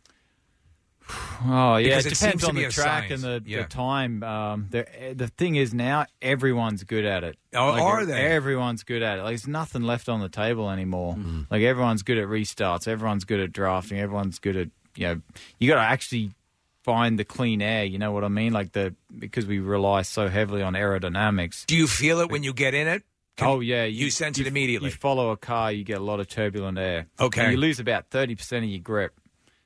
[SPEAKER 18] Oh yeah,
[SPEAKER 5] Because
[SPEAKER 18] it,
[SPEAKER 5] it seems
[SPEAKER 18] depends
[SPEAKER 5] to
[SPEAKER 18] on
[SPEAKER 5] be
[SPEAKER 18] the
[SPEAKER 5] a
[SPEAKER 18] track
[SPEAKER 5] science.
[SPEAKER 18] and the,
[SPEAKER 5] Yeah.
[SPEAKER 18] the time. Um, the the thing is now everyone's good at it.
[SPEAKER 5] Oh, are they?
[SPEAKER 18] Everyone's good at it. Like there's nothing left on the table anymore.
[SPEAKER 5] Hmm.
[SPEAKER 18] Like everyone's good at restarts. Everyone's good at drafting. Everyone's good at you know. You got to actually find the clean air. You know what I mean? Like the because we rely so heavily on aerodynamics.
[SPEAKER 5] Do you feel it when you get in it? Can-
[SPEAKER 18] oh yeah, you,
[SPEAKER 5] sense it immediately.
[SPEAKER 18] You follow a car, you get a lot of turbulent air.
[SPEAKER 5] Okay.
[SPEAKER 18] and you lose about thirty percent of your grip.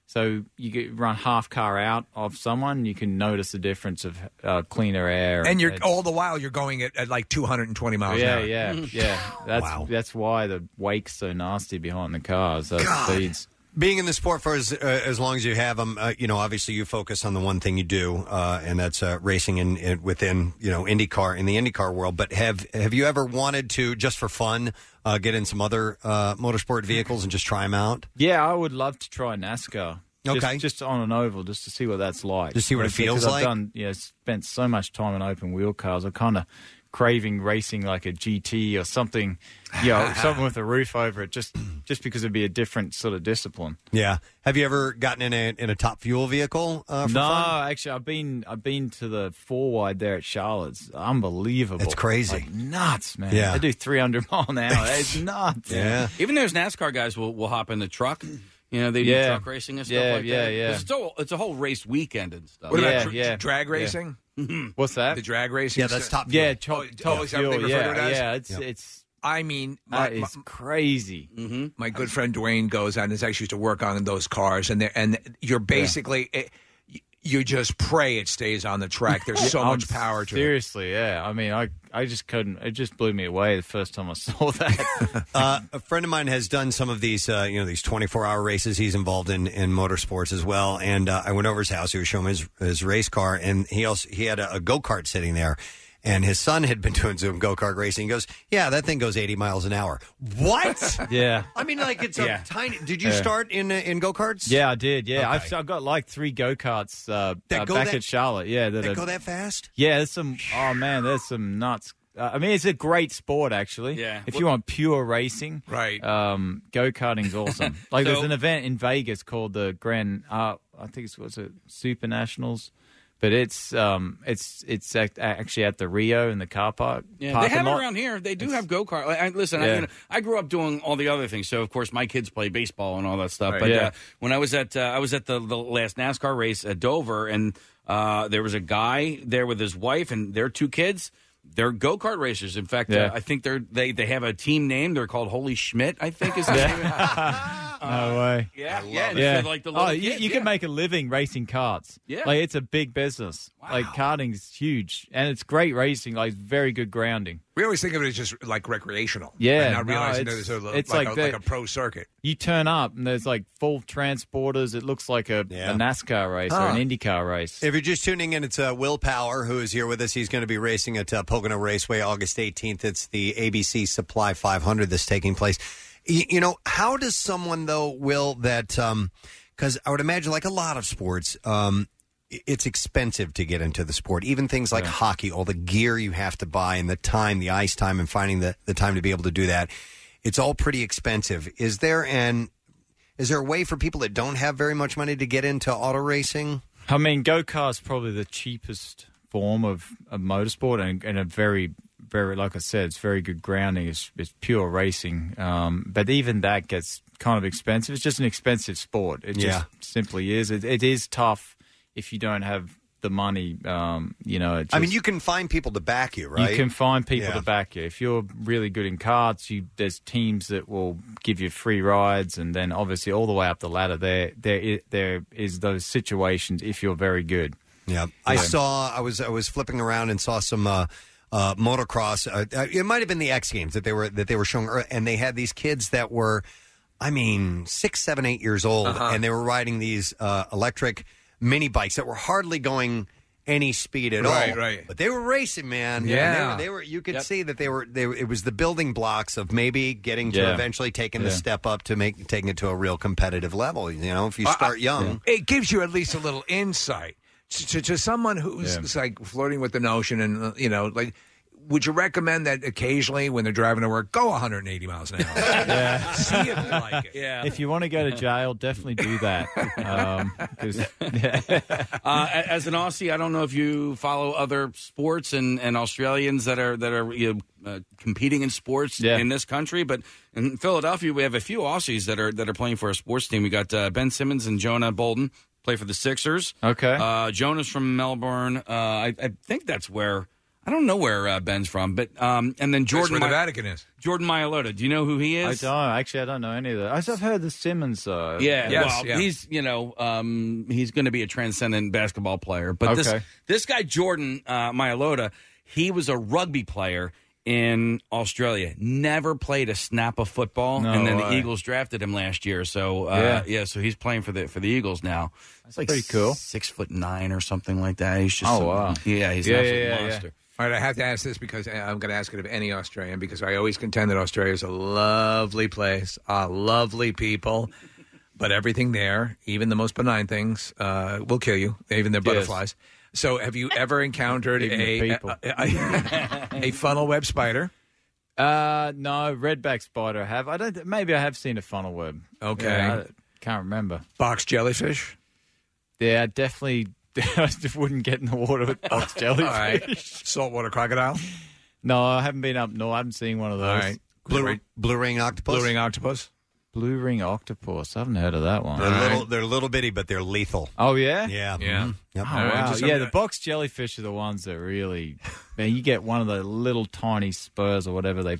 [SPEAKER 18] So you get, run half car out of someone, you can notice the difference of uh, cleaner air,
[SPEAKER 5] and you're
[SPEAKER 18] It's-
[SPEAKER 5] all the while you're going at, at like 220 miles an
[SPEAKER 18] yeah,
[SPEAKER 2] (laughs)
[SPEAKER 5] hour.
[SPEAKER 18] yeah, (laughs) yeah. That's that's why the wake's so nasty behind the cars. Those speeds.
[SPEAKER 2] being in the sport for as, uh, as long as you have them, uh, you know, obviously you focus on the one thing you do, uh, and that's uh, racing in, in within you know IndyCar in the IndyCar world. But have have you ever wanted to just for fun uh, get in some other uh, motorsport vehicles and just try them out?
[SPEAKER 18] Yeah, I would love to try NASCAR. Just-
[SPEAKER 2] Okay.
[SPEAKER 18] just, on an oval, just to see what that's like.
[SPEAKER 2] Just see what it
[SPEAKER 18] Because
[SPEAKER 2] feels
[SPEAKER 18] I've
[SPEAKER 2] like?
[SPEAKER 18] Done, yeah, spent so much time in open wheel cars. I'm kind of craving racing like a GT or something,
[SPEAKER 2] (laughs)
[SPEAKER 18] you know, something with a roof over it. Just just because it'd be a different sort of discipline.
[SPEAKER 2] Yeah. Have you ever gotten in a in a top fuel vehicle? Uh, for
[SPEAKER 18] no,
[SPEAKER 2] fun?
[SPEAKER 18] actually, I've been I've been to the four wide there at Charlotte's. Unbelievable.
[SPEAKER 2] That's crazy.
[SPEAKER 18] Like nuts, man.
[SPEAKER 2] Yeah.
[SPEAKER 18] They do 300 (laughs) mile an hour.
[SPEAKER 2] (laughs)
[SPEAKER 18] It's nuts.
[SPEAKER 5] (laughs)
[SPEAKER 4] Even those NASCAR guys will, will hop in the truck. You know, they do
[SPEAKER 18] Yeah.
[SPEAKER 4] truck racing and stuff
[SPEAKER 18] Yeah,
[SPEAKER 4] like
[SPEAKER 18] yeah,
[SPEAKER 4] that.
[SPEAKER 18] yeah.
[SPEAKER 4] It's, a whole, it's a whole race weekend and stuff.
[SPEAKER 5] What about dra- drag racing?
[SPEAKER 18] What's that? The
[SPEAKER 5] drag racing? Oh,
[SPEAKER 18] Yeah, that's top fuel. Yeah, top- top
[SPEAKER 5] is that what they
[SPEAKER 18] fuel,
[SPEAKER 5] refer to
[SPEAKER 18] yeah,
[SPEAKER 5] it as?
[SPEAKER 18] yeah, it's- Yeah. it's-
[SPEAKER 5] I mean,
[SPEAKER 18] That is crazy.
[SPEAKER 5] My good friend Dwayne goes out and his ex used to work on those cars, and they're- and you're basically it, you just pray it stays on the track. There's so
[SPEAKER 18] (laughs) I'm
[SPEAKER 5] much power to it.
[SPEAKER 18] Seriously, yeah. I mean, I I just couldn't. It just blew me away the first time I (laughs) saw that.
[SPEAKER 2] uh, a friend of mine has done some of these, uh, you know, these 24 hour races. He's involved in, in motorsports as well. And uh, I went over his house. He was showing me his, his race car, and he also he had a, a go kart sitting there. And his son had been (laughs) doing Zoom go kart racing. He goes, "Yeah, that thing goes 80 miles an hour." What?
[SPEAKER 18] Yeah.
[SPEAKER 2] I mean, like it's a
[SPEAKER 18] Yeah.
[SPEAKER 2] tiny. Did you
[SPEAKER 18] Yeah.
[SPEAKER 2] start in uh, in go karts?
[SPEAKER 18] yeah, I did. Yeah,
[SPEAKER 2] Okay.
[SPEAKER 18] I've, I've got like three go karts uh,
[SPEAKER 2] That
[SPEAKER 18] uh,
[SPEAKER 2] go
[SPEAKER 18] back
[SPEAKER 2] that-
[SPEAKER 18] at Charlotte. Yeah, that,
[SPEAKER 2] They
[SPEAKER 18] are-
[SPEAKER 2] go that fast?
[SPEAKER 18] Yeah, there's some. Oh man, there's some nuts. Uh, I mean, it's a great sport actually.
[SPEAKER 4] Yeah.
[SPEAKER 18] If you want pure racing,
[SPEAKER 5] right?
[SPEAKER 18] Um, go karting's
[SPEAKER 4] (laughs)
[SPEAKER 18] awesome. like there's
[SPEAKER 4] So-
[SPEAKER 18] an event in Vegas called the Grand. Uh, I think it's what's it Super Nationals. But it's um it's it's act- actually at the Rio in the car park.
[SPEAKER 4] Yeah, they
[SPEAKER 18] parking
[SPEAKER 4] have it
[SPEAKER 18] lot. (laughs)
[SPEAKER 4] around here. They do have go kart. I, I- listen, I,
[SPEAKER 18] Yeah.
[SPEAKER 4] you know, I grew up doing all the other things. So of course, my kids play baseball and all that stuff.
[SPEAKER 18] Right.
[SPEAKER 4] But
[SPEAKER 18] Yeah.
[SPEAKER 4] uh, when I was at uh, I was at the, the last NASCAR race at Dover, and uh, there was a guy there with his wife and their two kids. They're go kart racers. In fact,
[SPEAKER 18] Yeah.
[SPEAKER 4] uh, I think they're they they have a team name. They're called Holy Schmidt. I think is the name.
[SPEAKER 18] No way.
[SPEAKER 4] Yeah, yeah. they said, like the little
[SPEAKER 18] oh, you,
[SPEAKER 4] kid,
[SPEAKER 18] you
[SPEAKER 4] yeah.
[SPEAKER 18] can make a living racing carts.
[SPEAKER 4] Yeah.
[SPEAKER 18] Like it's a big business. Like karting's huge, and it's great racing. Like very good grounding.
[SPEAKER 5] We always think of it as just like recreational.
[SPEAKER 18] Yeah,
[SPEAKER 5] and not
[SPEAKER 18] no,
[SPEAKER 5] realizing
[SPEAKER 18] it's-
[SPEAKER 5] that there's a,
[SPEAKER 18] it's
[SPEAKER 5] like,
[SPEAKER 18] like
[SPEAKER 5] a,
[SPEAKER 18] the-
[SPEAKER 5] like a pro circuit.
[SPEAKER 18] You turn up and there's like full transporters. It looks like a, a NASCAR race or
[SPEAKER 2] Huh.
[SPEAKER 18] an IndyCar race.
[SPEAKER 2] If you're just tuning in, it's uh, Will Power who is here with us. He's going to be racing at uh, Pocono Raceway August 18th. It's the ABC Supply 500 that's taking place. Y- you know, how does someone though, Will, that because I would imagine like a lot of sports, um, i- it's expensive to get into the sport. Even things like hockey, all the gear you have to buy and the time, the ice time, and finding the, the time to be able to do that. It's all pretty expensive. Is there an is there a way for people that don't have very much money to get into auto racing?
[SPEAKER 18] I mean, go kart's probably the cheapest form of, of motorsport and, and a very, very, like I said, it's very good grounding. It's, it's pure racing. Um, but even that gets kind of expensive. It's just an expensive sport. It
[SPEAKER 2] Yeah.
[SPEAKER 18] just simply is. It, it is tough if you don't have the money. Um, you know, it
[SPEAKER 2] I mean,
[SPEAKER 18] just-
[SPEAKER 2] you can find people to back you, right?
[SPEAKER 18] you can find people
[SPEAKER 2] Yeah.
[SPEAKER 18] to back you. If you're really good in carts, you, there's teams that will give you free rides, and then obviously all the way up the ladder, there there is, there is those situations if you're very good.
[SPEAKER 2] Yeah, I saw. I was I was flipping around and saw some uh, uh, motocross. Uh, uh, it might have been the X Games that they were that they were showing, ear- and they had these kids that were, I mean, six, seven, eight years old,
[SPEAKER 20] Uh-huh.
[SPEAKER 2] and they were riding these uh, electric mini bikes that were hardly going any speed at
[SPEAKER 5] Right,
[SPEAKER 2] all.
[SPEAKER 5] right.
[SPEAKER 2] But they were racing, man.
[SPEAKER 5] Yeah.
[SPEAKER 2] And they, were, they were. You could
[SPEAKER 5] Yep.
[SPEAKER 2] see that they were. They were- it was the building blocks of maybe getting to
[SPEAKER 5] Yeah.
[SPEAKER 2] eventually taking the
[SPEAKER 5] Yeah.
[SPEAKER 2] step up to make taking it to a real competitive level. You know, if you
[SPEAKER 5] Uh,
[SPEAKER 2] start
[SPEAKER 5] uh,
[SPEAKER 2] young.
[SPEAKER 5] It gives you at least a little insight to, to, to someone who's like flirting with the notion and, uh, you know, like, would you recommend that occasionally when they're driving to work, go 180 miles an hour?
[SPEAKER 18] (laughs) Yeah.
[SPEAKER 5] See (laughs) if you like it.
[SPEAKER 4] Yeah.
[SPEAKER 18] If you want to go to jail, definitely do that. Um 'cause
[SPEAKER 4] (laughs) uh, a- as an Aussie, I don't know if you follow other sports and, and Australians that are that are you know, uh, competing in sports
[SPEAKER 18] Yeah.
[SPEAKER 4] in this country, but in Philadelphia we have a few Aussies that are that are playing for a sports team. We got uh, Ben Simmons and Jonah Bolden play for the Sixers.
[SPEAKER 18] Okay.
[SPEAKER 4] uh, Jonah's from Melbourne. Uh, I, I think that's where I don't know where uh, Ben's from, but um, and then Jordan
[SPEAKER 5] where the
[SPEAKER 4] Mi-
[SPEAKER 5] Vatican is.
[SPEAKER 4] Jordan Maialota. Do you know who he
[SPEAKER 18] I
[SPEAKER 4] is?
[SPEAKER 18] don't actually. I don't know any of that. I've heard the Simmons though.
[SPEAKER 4] Yeah, well, he's you know um, he's going to be a transcendent basketball player. But this
[SPEAKER 18] Okay.
[SPEAKER 4] this guy Jordan uh, Mailota, he was a rugby player in Australia. Never played a snap of football,
[SPEAKER 18] No
[SPEAKER 4] and then the
[SPEAKER 18] way.
[SPEAKER 4] Eagles drafted him last year. So uh,
[SPEAKER 18] Yeah.
[SPEAKER 4] yeah. so he's playing for the for the Eagles now. That's
[SPEAKER 18] pretty cool.
[SPEAKER 4] Six foot nine or something like that. He's just
[SPEAKER 18] Oh,
[SPEAKER 4] some-
[SPEAKER 18] wow.
[SPEAKER 4] yeah, he's an absolute monster.
[SPEAKER 5] All right, I have to ask this because I- I'm going to ask it of any Australian because I always contend that Australia is a lovely place, uh, lovely people, but everything there, even the most benign things, uh, will kill you, even their
[SPEAKER 18] Yes.
[SPEAKER 5] butterflies. So, have you ever encountered
[SPEAKER 18] Even the
[SPEAKER 5] a,
[SPEAKER 18] people.
[SPEAKER 5] a, a, a funnel web spider?
[SPEAKER 18] Uh, no, redback spider. I have I don't. th- Maybe I have seen a funnel web.
[SPEAKER 5] Okay.
[SPEAKER 18] Yeah, I can't remember.
[SPEAKER 5] Box jellyfish?
[SPEAKER 18] Yeah, I definitely. (laughs) I just wouldn't get in the water with
[SPEAKER 5] (laughs)
[SPEAKER 18] box
[SPEAKER 5] All
[SPEAKER 18] jellyfish.
[SPEAKER 5] right. Saltwater crocodile?
[SPEAKER 18] No, I haven't been up north. I haven't seen one of those.
[SPEAKER 5] right.
[SPEAKER 2] Blue- blue ring octopus.
[SPEAKER 5] Blue ring octopus.
[SPEAKER 18] Blue ring octopus. I haven't heard of that one.
[SPEAKER 2] They're little. They're little bitty, but they're lethal.
[SPEAKER 18] Oh yeah,
[SPEAKER 2] Yeah.
[SPEAKER 5] Mm-hmm.
[SPEAKER 2] Mhm. Yep.
[SPEAKER 18] Oh,
[SPEAKER 2] All right,
[SPEAKER 18] wow.
[SPEAKER 2] just-
[SPEAKER 18] yeah, the box jellyfish are the ones that really. Man, you get one of the little tiny spurs or whatever they.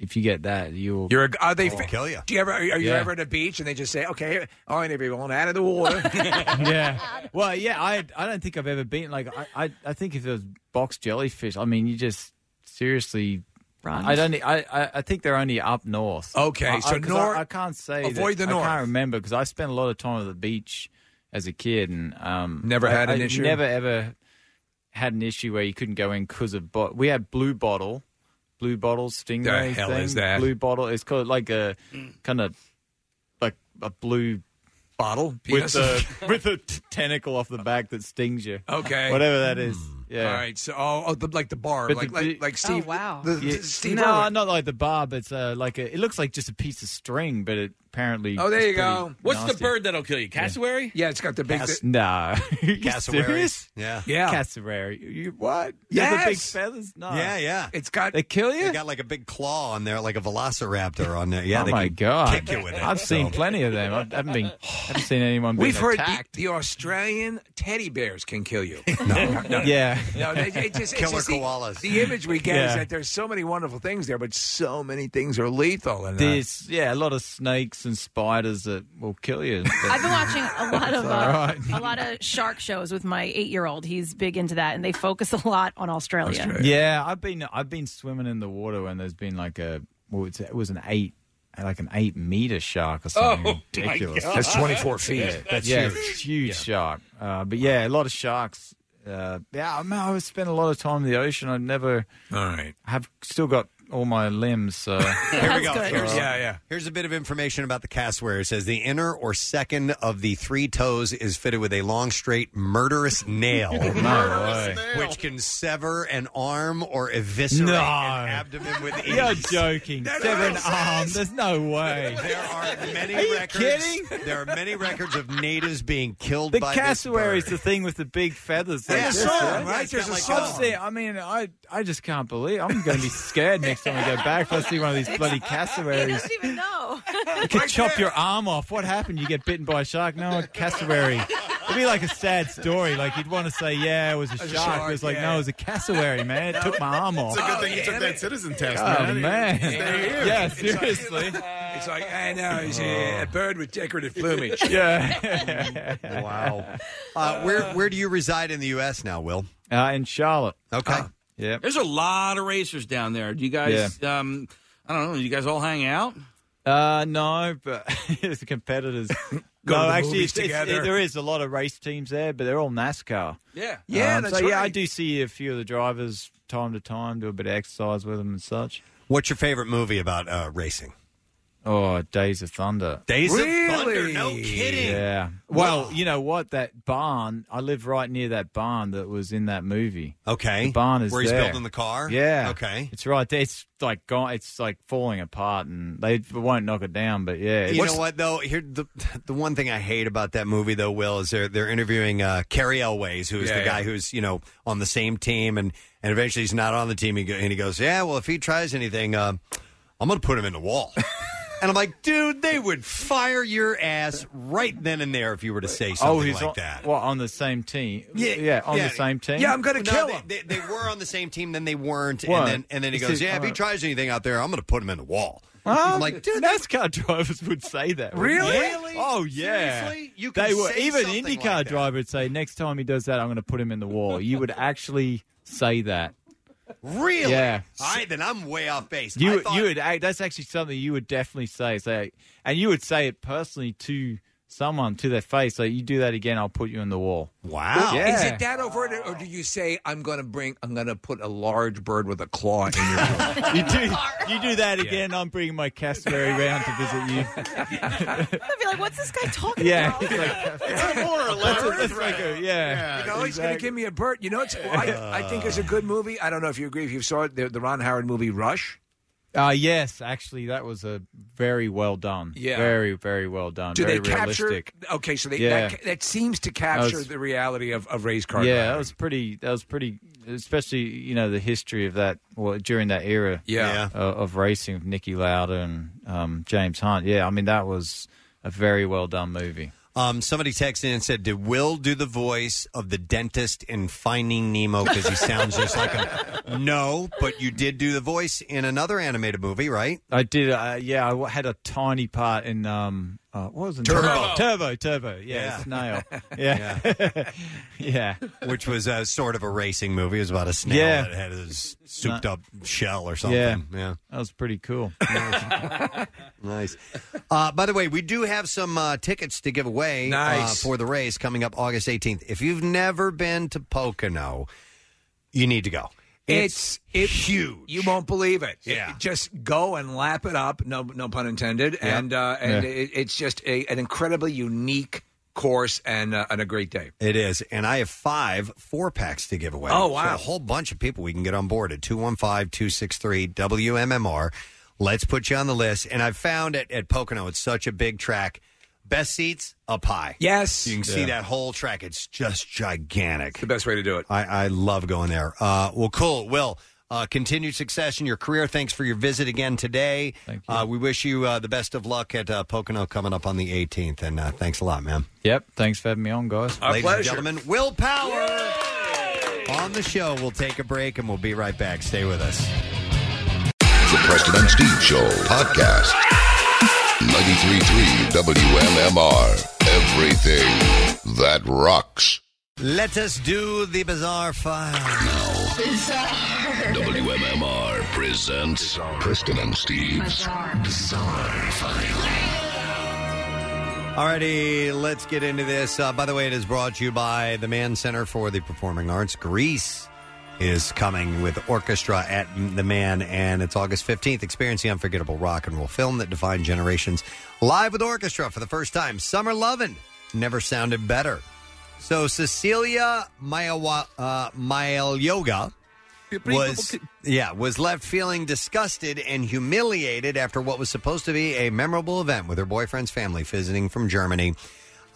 [SPEAKER 18] If you get that, you'll.
[SPEAKER 5] You're a, are they
[SPEAKER 18] Oh.
[SPEAKER 5] fi- Do you ever are, you (laughs)
[SPEAKER 18] Yeah.
[SPEAKER 5] ever at a beach and they just say, "Okay, all right, everyone, out of the
[SPEAKER 18] (laughs)
[SPEAKER 5] water."
[SPEAKER 18] yeah. Well, yeah. I I don't think I've ever been like I I, I think if there's box jellyfish, I mean, you just seriously.
[SPEAKER 5] Run.
[SPEAKER 18] I don't. e, I, I I think they're only up north.
[SPEAKER 5] Okay,
[SPEAKER 18] I,
[SPEAKER 5] so
[SPEAKER 18] I, uh, 'cause
[SPEAKER 5] nor-
[SPEAKER 18] I, I can't say
[SPEAKER 5] avoid
[SPEAKER 18] that-
[SPEAKER 5] the north.
[SPEAKER 18] I can't remember because I spent a lot of time at the beach as a kid and um,
[SPEAKER 5] Never
[SPEAKER 18] I-
[SPEAKER 5] had an
[SPEAKER 18] I
[SPEAKER 5] issue?
[SPEAKER 18] Never ever had an issue where you couldn't go in because of bo- we had blue bottle, blue bottle stingray.
[SPEAKER 5] hell
[SPEAKER 18] thing.
[SPEAKER 5] is that?
[SPEAKER 18] Blue bottle. It's called like a kind of like a blue
[SPEAKER 5] bottle (laughs)
[SPEAKER 18] with
[SPEAKER 5] penis?
[SPEAKER 18] the with a t- tentacle off the back that stings you.
[SPEAKER 5] Okay, Hmm.
[SPEAKER 18] whatever that is. Yeah.
[SPEAKER 5] All right. So, oh, oh, the, like the bar,
[SPEAKER 18] But
[SPEAKER 5] like,
[SPEAKER 18] the-
[SPEAKER 5] like like Steve.
[SPEAKER 18] Oh,
[SPEAKER 5] The,
[SPEAKER 18] Yeah,
[SPEAKER 5] the Steve
[SPEAKER 18] no,
[SPEAKER 5] Irwin.
[SPEAKER 18] not like the barb. It's uh, like a, it looks like just a piece of string, but it apparently.
[SPEAKER 5] Oh, there
[SPEAKER 18] is
[SPEAKER 5] you go.
[SPEAKER 18] pretty
[SPEAKER 4] What's the
[SPEAKER 18] nasty.
[SPEAKER 4] bird that'll kill you? Cassowary?
[SPEAKER 5] Yeah, it's got the big.
[SPEAKER 18] Cass- no, Are (laughs) you
[SPEAKER 5] Cassowaries.
[SPEAKER 18] serious?
[SPEAKER 2] Yeah,
[SPEAKER 5] Yeah.
[SPEAKER 18] cassowary. You, you- what? Yeah,
[SPEAKER 5] Yes.
[SPEAKER 18] the big feathers. No.
[SPEAKER 2] Yeah, yeah.
[SPEAKER 5] It's got
[SPEAKER 18] They kill you.
[SPEAKER 2] They got like a big claw on there, like a velociraptor on there. Yeah,
[SPEAKER 18] oh
[SPEAKER 2] they
[SPEAKER 18] my
[SPEAKER 2] can
[SPEAKER 18] god!
[SPEAKER 2] kick you with it.
[SPEAKER 18] I've
[SPEAKER 2] so.
[SPEAKER 18] seen plenty of them. I
[SPEAKER 2] (sighs)
[SPEAKER 18] haven't been. haven't seen anyone.
[SPEAKER 5] We've
[SPEAKER 18] being
[SPEAKER 5] heard
[SPEAKER 18] attacked. (laughs)
[SPEAKER 5] the, the Australian teddy bears can kill you.
[SPEAKER 18] Yeah.
[SPEAKER 5] No, it, it just, it's
[SPEAKER 2] Killer
[SPEAKER 5] just the-
[SPEAKER 2] koalas.
[SPEAKER 5] The, image we get is
[SPEAKER 18] Yeah.
[SPEAKER 5] that there's so many wonderful things there, but so many things are lethal. And uh,
[SPEAKER 18] There's yeah, a lot of snakes and spiders that will kill you.
[SPEAKER 3] I've been watching
[SPEAKER 18] (laughs)
[SPEAKER 3] a lot of
[SPEAKER 18] It's all
[SPEAKER 3] uh,
[SPEAKER 18] right.
[SPEAKER 3] a lot of shark shows with my eight year old. He's big into that, and they focus a lot on Australia.
[SPEAKER 18] Yeah, I've been I've been swimming in the water when there's been like a well, it's, it was an eight like an eight meter shark or something
[SPEAKER 5] Oh, my
[SPEAKER 18] ridiculous.
[SPEAKER 5] God. That's 24 feet.
[SPEAKER 18] Yeah,
[SPEAKER 5] That's
[SPEAKER 18] yeah,
[SPEAKER 5] huge.
[SPEAKER 18] it's a huge shark. Uh, but yeah, a lot of sharks. Uh, yeah, I mean, I spent a lot of time in the ocean. I've never.
[SPEAKER 5] All right.
[SPEAKER 18] I've still got all my limbs. uh,
[SPEAKER 5] (laughs)
[SPEAKER 18] (laughs) So
[SPEAKER 2] Here we go. Here's,
[SPEAKER 18] yeah,
[SPEAKER 5] yeah.
[SPEAKER 2] Here's a bit of information about the cassowary. It says the inner or second of the three toes is fitted with a long, straight, murderous
[SPEAKER 18] (laughs)
[SPEAKER 2] nail,
[SPEAKER 18] Murderous
[SPEAKER 2] which can sever an arm or eviscerate
[SPEAKER 18] No.
[SPEAKER 2] an abdomen with ease.
[SPEAKER 18] You're joking. Seven arms. There's no way.
[SPEAKER 2] There are many
[SPEAKER 18] Are you
[SPEAKER 2] records.
[SPEAKER 18] kidding?
[SPEAKER 2] There are many records of natives being killed
[SPEAKER 18] The
[SPEAKER 2] by
[SPEAKER 18] cassowary
[SPEAKER 2] this
[SPEAKER 18] is the thing with the big feathers.
[SPEAKER 2] There's
[SPEAKER 18] Like
[SPEAKER 2] a
[SPEAKER 18] this,
[SPEAKER 2] song, right?
[SPEAKER 18] It's
[SPEAKER 2] There's
[SPEAKER 18] got
[SPEAKER 2] a
[SPEAKER 18] like- I've
[SPEAKER 2] song.
[SPEAKER 18] seen- I mean, I I just can't believe. I'm going to be scared next time I go back if I see one of
[SPEAKER 21] (laughs)
[SPEAKER 18] these bloody cassowaries.
[SPEAKER 3] even
[SPEAKER 18] (laughs)
[SPEAKER 3] know.
[SPEAKER 18] It could chop your arm off. What happened? You get bitten by a shark? No, a cassowary. It'd be like a sad story. Like you'd want to say, "Yeah, it was a,
[SPEAKER 6] A
[SPEAKER 18] shark."
[SPEAKER 6] shark,
[SPEAKER 18] It was like,
[SPEAKER 6] yeah.
[SPEAKER 18] "No, it was a cassowary, man. It took my arm off."
[SPEAKER 6] It's
[SPEAKER 18] (laughs)
[SPEAKER 6] a good thing you took that citizen test,
[SPEAKER 18] Oh,
[SPEAKER 6] man.
[SPEAKER 18] man.
[SPEAKER 6] Stay here.
[SPEAKER 18] Yeah,
[SPEAKER 6] It's like-
[SPEAKER 18] seriously. Oh.
[SPEAKER 5] It's like, I know, he's a, a bird with decorative plumage.
[SPEAKER 18] yeah.
[SPEAKER 2] (laughs)
[SPEAKER 5] (laughs)
[SPEAKER 2] wow. Uh, where where do you reside in the U.S. now, Will?
[SPEAKER 18] Uh, in Charlotte. Uh,
[SPEAKER 2] Okay.
[SPEAKER 18] yeah.
[SPEAKER 4] There's a lot of racers down there. Do you guys? Um, I don't know. Do you guys all hang out?
[SPEAKER 18] Uh, no, but it's the competitors.
[SPEAKER 4] Go to
[SPEAKER 18] no,
[SPEAKER 4] the
[SPEAKER 18] actually,
[SPEAKER 4] movies
[SPEAKER 18] it's, it's,
[SPEAKER 4] together.
[SPEAKER 18] it- there is a lot of race teams there, but they're all NASCAR.
[SPEAKER 4] (laughs) Yeah.
[SPEAKER 18] Um, so, (laughs) yeah, I do see a few of the drivers time to time, do a bit of exercise with them and such.
[SPEAKER 2] What's your favorite movie about uh, racing?
[SPEAKER 18] Oh, Days of Thunder.
[SPEAKER 2] Days of Thunder. No kidding.
[SPEAKER 18] Yeah. Well, you know what? That barn, I live right near that barn that was in that movie.
[SPEAKER 2] Okay.
[SPEAKER 18] The barn is
[SPEAKER 2] Where he's
[SPEAKER 18] there.
[SPEAKER 2] building the car?
[SPEAKER 18] Yeah.
[SPEAKER 2] Okay.
[SPEAKER 18] It's right there. It's like gone. It's like falling apart, and they won't knock it down. But yeah,
[SPEAKER 2] You
[SPEAKER 18] it's-
[SPEAKER 2] know what though? Here, the the one thing I hate about that movie though, Will, is they're they're interviewing uh, Carrie Elways, who's
[SPEAKER 18] Yeah,
[SPEAKER 2] the guy
[SPEAKER 18] yeah.
[SPEAKER 2] who's you know on the same team, and and eventually he's not on the team, he go- and he goes, yeah, well, if he tries anything, uh, I'm gonna put him in the (laughs) wall. And I'm like, dude, they would fire your ass right then and there if you were to say
[SPEAKER 18] Oh,
[SPEAKER 2] something
[SPEAKER 18] he's
[SPEAKER 2] like
[SPEAKER 18] on,
[SPEAKER 2] that.
[SPEAKER 18] Well, on the same team. Yeah, yeah, on
[SPEAKER 2] yeah.
[SPEAKER 18] the same team.
[SPEAKER 2] No, they, They, they were on the same team, then they weren't,
[SPEAKER 18] What?
[SPEAKER 2] and then and then he
[SPEAKER 18] Is
[SPEAKER 2] goes,
[SPEAKER 18] it-
[SPEAKER 2] "Yeah, if he
[SPEAKER 18] uh,
[SPEAKER 2] tries anything out there, I'm going to put him in the wall."
[SPEAKER 18] Huh?
[SPEAKER 2] I'm like, dude,
[SPEAKER 18] NASCAR drivers would say that. wouldn't
[SPEAKER 2] Really?
[SPEAKER 18] they?
[SPEAKER 2] Really?
[SPEAKER 18] Oh yeah.
[SPEAKER 2] Seriously? You
[SPEAKER 18] they
[SPEAKER 2] can
[SPEAKER 18] were
[SPEAKER 2] say
[SPEAKER 18] even
[SPEAKER 2] something
[SPEAKER 18] IndyCar
[SPEAKER 2] like that.
[SPEAKER 18] driver would say, "Next time he does that, I'm going to put him in the wall." You would actually say that.
[SPEAKER 2] really?
[SPEAKER 18] Yeah.
[SPEAKER 2] All right, then I'm way off base. I
[SPEAKER 18] You
[SPEAKER 2] thought-
[SPEAKER 18] you would act- that's actually something you would definitely say. Say, and you would say it personally to someone to their face. Like you do that again, I'll put you in the wall.
[SPEAKER 2] Wow.
[SPEAKER 18] Yeah.
[SPEAKER 5] Is it that overt, or do you say, I'm going to bring, I'm going to put a large bird with a claw
[SPEAKER 18] (laughs)
[SPEAKER 5] in your
[SPEAKER 18] (laughs) you do
[SPEAKER 2] (laughs)
[SPEAKER 18] you do that again. I'm bringing my cassowary round to visit you.
[SPEAKER 3] I'd be like, what's this guy
[SPEAKER 2] (laughs)
[SPEAKER 3] talking
[SPEAKER 18] Yeah, (laughs)
[SPEAKER 3] about?
[SPEAKER 18] it's like,
[SPEAKER 5] more
[SPEAKER 18] That's a- that's like a- yeah.
[SPEAKER 5] You know, he's going to
[SPEAKER 18] exactly.
[SPEAKER 5] give me a bird. You know, it's, well, I, I think it's a good movie. I don't know if you agree. If you saw it, the, the Ron Howard movie Rush.
[SPEAKER 18] Uh, yes, actually, that was a very well done.
[SPEAKER 5] Yeah.
[SPEAKER 18] very very well done.
[SPEAKER 5] Do
[SPEAKER 18] Uh, very
[SPEAKER 5] they capture?
[SPEAKER 18] realistic.
[SPEAKER 5] Okay, so they,
[SPEAKER 18] Yeah.
[SPEAKER 5] that, that seems to capture
[SPEAKER 18] That's-
[SPEAKER 5] the reality of, of race car.
[SPEAKER 18] yeah,
[SPEAKER 5] driving.
[SPEAKER 18] that was pretty. That was pretty, especially you know the history of that well, during that era.
[SPEAKER 5] Yeah.
[SPEAKER 18] uh, of racing with Nicky Lauda and um, James Hunt. Yeah, I mean that was a very well done movie.
[SPEAKER 2] Um, somebody texted in and said, "Did Will do the voice of the dentist in Finding Nemo because he sounds just like him?" (laughs) No, but you did do the voice in another animated movie, right?
[SPEAKER 18] I did. Uh, yeah, I w- had a tiny part in um, uh, what was it?
[SPEAKER 2] Turbo.
[SPEAKER 18] Turbo, Turbo. Yeah,
[SPEAKER 2] Yeah.
[SPEAKER 18] Snail.
[SPEAKER 2] (laughs)
[SPEAKER 18] Yeah, (laughs) yeah.
[SPEAKER 2] Which was uh, sort of a racing movie. It was about a snail
[SPEAKER 18] Yeah.
[SPEAKER 2] that had his souped up shell or something.
[SPEAKER 18] Yeah.
[SPEAKER 2] yeah.
[SPEAKER 18] That was pretty cool.
[SPEAKER 2] Nice. Uh, by the way, we do have some uh, tickets to give away
[SPEAKER 18] Nice.
[SPEAKER 2] uh, for the race coming up August 18th. If you've never been to Pocono, you need to go.
[SPEAKER 5] It's, it's huge. You won't believe it.
[SPEAKER 2] Yeah.
[SPEAKER 5] It- just go and lap it up. No, no pun intended.
[SPEAKER 2] Yeah.
[SPEAKER 5] And uh, and
[SPEAKER 2] Yeah.
[SPEAKER 5] it, it's just a, an incredibly unique course and uh, and a great day.
[SPEAKER 2] It is. And I have five four packs to give away.
[SPEAKER 5] Oh,
[SPEAKER 2] So
[SPEAKER 5] wow.
[SPEAKER 2] a whole bunch of people we can get on board at 215 263 WMMR. Let's put you on the list. And I've found at, at Pocono, it's such a big track. Best seats up high.
[SPEAKER 5] Yes.
[SPEAKER 2] You can see
[SPEAKER 5] Yeah.
[SPEAKER 2] that whole track. It's just gigantic.
[SPEAKER 5] The best way to do it.
[SPEAKER 2] I, I love going there. Uh, well, cool. Will, uh, continued success in your career. Thanks for your visit again today. Thank you. Uh, we wish you uh, the best of luck at uh, Pocono coming up on the 18th. And uh, thanks a lot, man.
[SPEAKER 18] Yep. Thanks for having me on, guys.
[SPEAKER 2] Ladies and gentlemen, Will Power. on the show. We'll take a break and we'll be right back. Stay with us.
[SPEAKER 1] The Preston and Steve Show podcast. 93.3 WMMR. Everything that rocks.
[SPEAKER 2] Let us do the bizarre file.
[SPEAKER 1] WMMR presents Preston and Steve's Bizarre File.
[SPEAKER 2] Alrighty, let's get into this. Uh, by the way, it is brought to you by the Mann Center for the Performing Arts. Greece is coming with orchestra at M- the Man, and it's August 15th. Experience the unforgettable rock and roll film that defined generations live with orchestra for the first time. Summer Lovin' never sounded better. So Cecilia Mayawa, uh, Maelyoga was yeah was left feeling disgusted and humiliated after what was supposed to be a memorable event with her boyfriend's family visiting from Germany.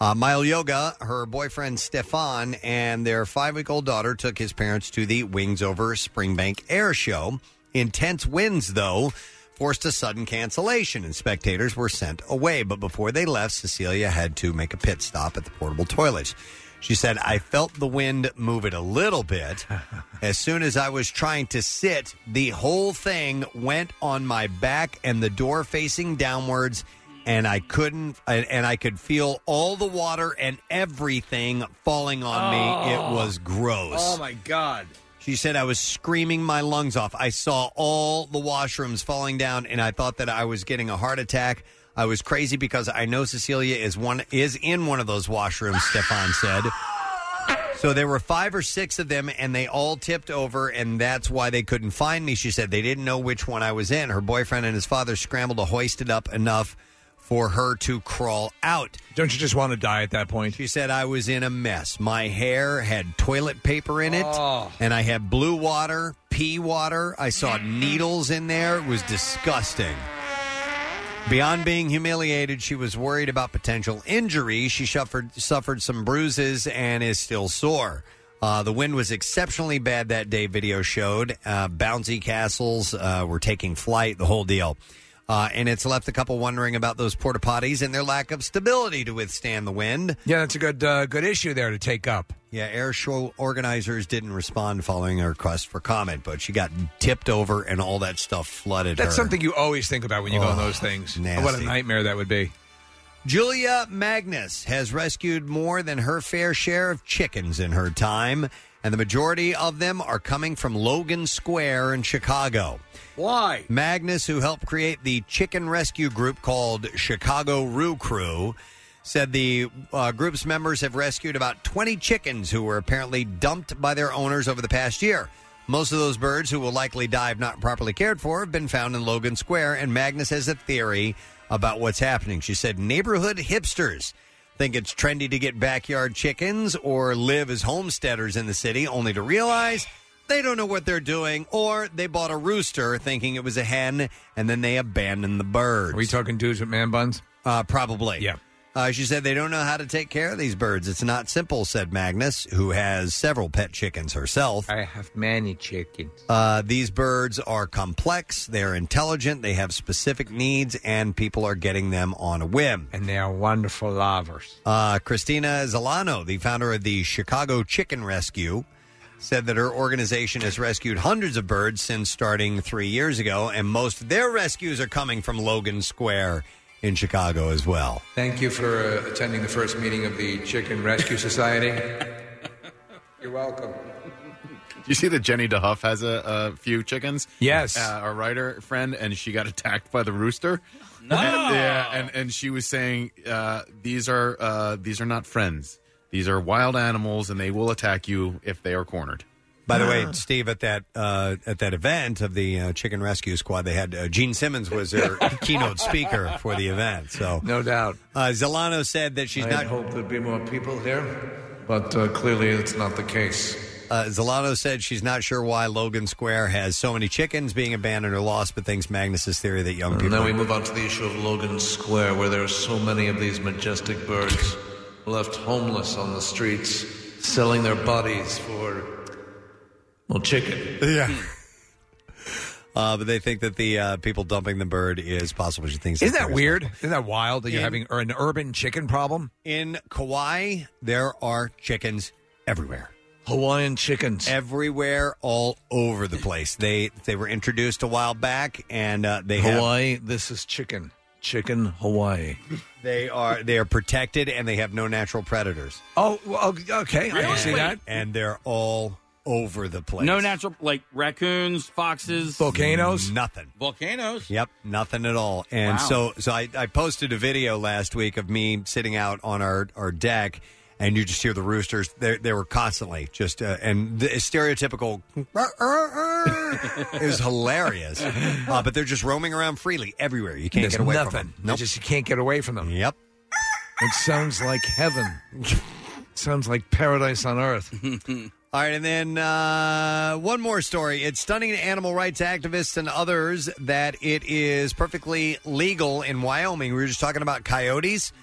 [SPEAKER 2] Uh, Mile Yoga, her boyfriend Stefan, and their five week old daughter took his parents to the Wings Over Springbank Air Show. Intense winds, though, forced a sudden cancellation, and spectators were sent away. But before they left, Cecilia had to make a pit stop at the portable toilets. She said, I felt the wind move it a little
[SPEAKER 5] (laughs)
[SPEAKER 2] bit. As soon as I was trying to sit, the whole thing went on my back and the door facing downwards, and I couldn't, and, and I could feel all the water and everything falling on me. It was gross.
[SPEAKER 5] Oh my god.
[SPEAKER 2] She said, I was screaming my lungs off. I saw all the washrooms falling down, and I thought that I was getting a heart attack. I was crazy because I know Cecilia is one is in one of those washrooms, Stefan
[SPEAKER 5] (laughs)
[SPEAKER 2] said. So there were five or six of them, and they all tipped over, and that's why they couldn't find me. She said they didn't know which one I was in. Her boyfriend and his father scrambled to hoist it up enough for her to crawl out.
[SPEAKER 5] Don't you just want to die at that point?
[SPEAKER 2] She said, I was in a mess. My hair had toilet paper in it, and I had blue water, pea water. I saw needles in there. It was disgusting. Beyond being humiliated, she was worried about potential injury. She suffered, suffered some bruises and is still sore. Uh, the wind was exceptionally bad that day, video showed. Uh, bouncy castles uh, were taking flight, the whole deal. Uh, and it's left the couple wondering about those porta potties and their lack of stability to withstand the wind.
[SPEAKER 5] Yeah, that's a good uh, good issue there to take up.
[SPEAKER 2] Yeah, air show organizers didn't respond following her request for comment, but she got tipped over and all that stuff flooded
[SPEAKER 5] That's
[SPEAKER 2] her.
[SPEAKER 5] something you always think about when you go on those things. What a
[SPEAKER 2] nasty.
[SPEAKER 5] nightmare that would be.
[SPEAKER 2] Julia Magnus has rescued more than her fair share of chickens in her time, and the majority of them are coming from Logan Square in Chicago.
[SPEAKER 5] Why?
[SPEAKER 2] Magnus, who helped create the chicken rescue group called Chicago Roo Crew, said the uh, group's members have rescued about 20 chickens who were apparently dumped by their owners over the past year. Most of those birds, who will likely die if not properly cared for, have been found in Logan Square, and Magnus has a theory about what's happening. She said, neighborhood hipsters think it's trendy to get backyard chickens or live as homesteaders in the city, only to realize they don't know what they're doing, or they bought a rooster thinking it was a hen, and then they abandoned the birds. Are we
[SPEAKER 5] talking dudes with man buns?
[SPEAKER 2] Uh, probably.
[SPEAKER 5] Yeah.
[SPEAKER 2] Uh, she said they don't know how to take care of these birds. It's not simple, said Magnus, who has several pet chickens herself.
[SPEAKER 5] I have many chickens.
[SPEAKER 2] Uh, these birds are complex, they're intelligent, they have specific needs, and people are getting them on a whim.
[SPEAKER 5] And they are wonderful lovers.
[SPEAKER 2] Uh, Christina Zolano, the founder of the Chicago Chicken Rescue, said that her organization has rescued hundreds of birds since starting three years ago, and most of their rescues are coming from Logan Square in Chicago as well.
[SPEAKER 5] Thank you for uh, attending the first meeting of the Chicken Rescue Society. (laughs) You're welcome.
[SPEAKER 6] Do you see that Jenny DeHuff has a, a few chickens?
[SPEAKER 5] Yes.
[SPEAKER 6] Uh, our writer friend, and she got attacked by the rooster.
[SPEAKER 5] No.
[SPEAKER 6] And, yeah, and, and she was saying uh, these are uh, these are not friends. These are wild animals, and they will attack you if they are cornered.
[SPEAKER 2] By the way, Steve, at that uh, at that event of the uh, Chicken Rescue Squad, they had uh, Gene Simmons was
[SPEAKER 5] (laughs)
[SPEAKER 2] their keynote speaker for the event. So
[SPEAKER 5] no doubt,
[SPEAKER 2] uh, Zolano said that she's
[SPEAKER 5] I
[SPEAKER 2] not.
[SPEAKER 5] hope there'd be more people here, but uh, clearly it's not the case.
[SPEAKER 2] Uh, Zolano said she's not sure why Logan Square has so many chickens being abandoned or lost, but thinks Magnus's theory that
[SPEAKER 5] Mm,
[SPEAKER 2] young
[SPEAKER 20] And
[SPEAKER 2] people.
[SPEAKER 20] then we move on to the issue of Logan Square, where there are so many of these majestic birds left homeless on the streets, selling their bodies for, well, chicken.
[SPEAKER 2] Yeah. Uh, but they think that the uh, people dumping the bird is possible. She thinks
[SPEAKER 5] Isn't
[SPEAKER 2] that's
[SPEAKER 5] that
[SPEAKER 2] the reason.
[SPEAKER 5] weird? Isn't that wild that you're
[SPEAKER 2] In-
[SPEAKER 5] having an urban chicken problem?
[SPEAKER 2] In Kauai, there are chickens everywhere.
[SPEAKER 5] Hawaiian chickens
[SPEAKER 2] everywhere, all over the place. They they were introduced a while back, and uh, they have-
[SPEAKER 5] Hawaii, this is chicken. Chicken Hawaii.
[SPEAKER 2] they (laughs) are they are protected, and they have no natural predators.
[SPEAKER 5] Oh, well, okay. I can
[SPEAKER 2] And-
[SPEAKER 5] see that.
[SPEAKER 2] And they're all over the place.
[SPEAKER 4] No natural, like raccoons, foxes,
[SPEAKER 2] Volcanoes? Nothing. (laughs)
[SPEAKER 4] Volcanoes?
[SPEAKER 2] Yep, nothing at all. And
[SPEAKER 4] Wow.
[SPEAKER 2] so, so I, I posted a video last week of me sitting out on our, our deck, and you just hear the roosters. They they were constantly just uh, and the stereotypical (laughs) is hilarious,
[SPEAKER 5] (laughs)
[SPEAKER 2] uh, but they're just roaming around freely everywhere. You can't
[SPEAKER 5] There's
[SPEAKER 2] get away
[SPEAKER 5] nothing.
[SPEAKER 2] from them.
[SPEAKER 5] You just- you can't get away from them.
[SPEAKER 2] Yep.
[SPEAKER 5] It sounds like heaven. sounds like paradise on earth.
[SPEAKER 2] (laughs) All right, and then uh, one more story. It's stunning to animal rights activists and others that it is perfectly legal in Wyoming. We were just talking about coyotes.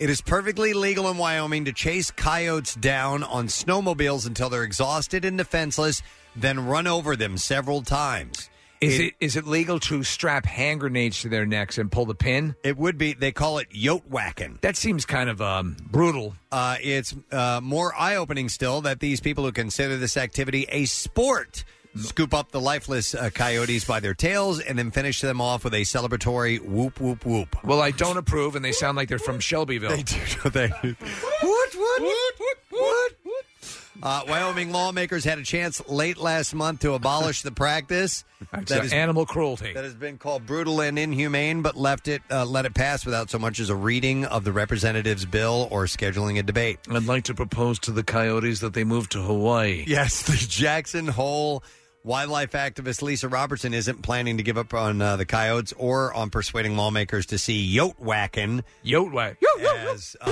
[SPEAKER 2] It is perfectly legal in Wyoming to chase coyotes down on snowmobiles until they're exhausted and defenseless, then run over them several times.
[SPEAKER 5] Is it is it legal to strap hand grenades to their necks and pull the pin?
[SPEAKER 2] It would be. They call it yote whacking.
[SPEAKER 5] That seems kind of um, brutal.
[SPEAKER 2] Uh, it's uh, more eye opening still that these people who consider this activity a sport scoop up the lifeless uh, coyotes by their tails and then finish them off with a celebratory whoop, whoop, whoop. (laughs)
[SPEAKER 5] Well, I don't approve, and they sound like they're from Shelbyville. They
[SPEAKER 2] do. They, What? What? What? What? what? Uh, Wyoming lawmakers had a chance late last month to abolish the
[SPEAKER 5] (laughs)
[SPEAKER 2] practice
[SPEAKER 5] It's a animal cruelty
[SPEAKER 2] that has been called brutal and inhumane, but left it uh, let it pass without so much as a reading of the representative's bill or scheduling a debate.
[SPEAKER 5] I'd like to propose to the coyotes that they move to Hawaii.
[SPEAKER 2] Yes, (laughs) the Jackson Hole wildlife activist Lisa Robertson isn't planning to give up on uh, the coyotes or on persuading lawmakers to see yote whacking
[SPEAKER 5] yote whack
[SPEAKER 2] as uh,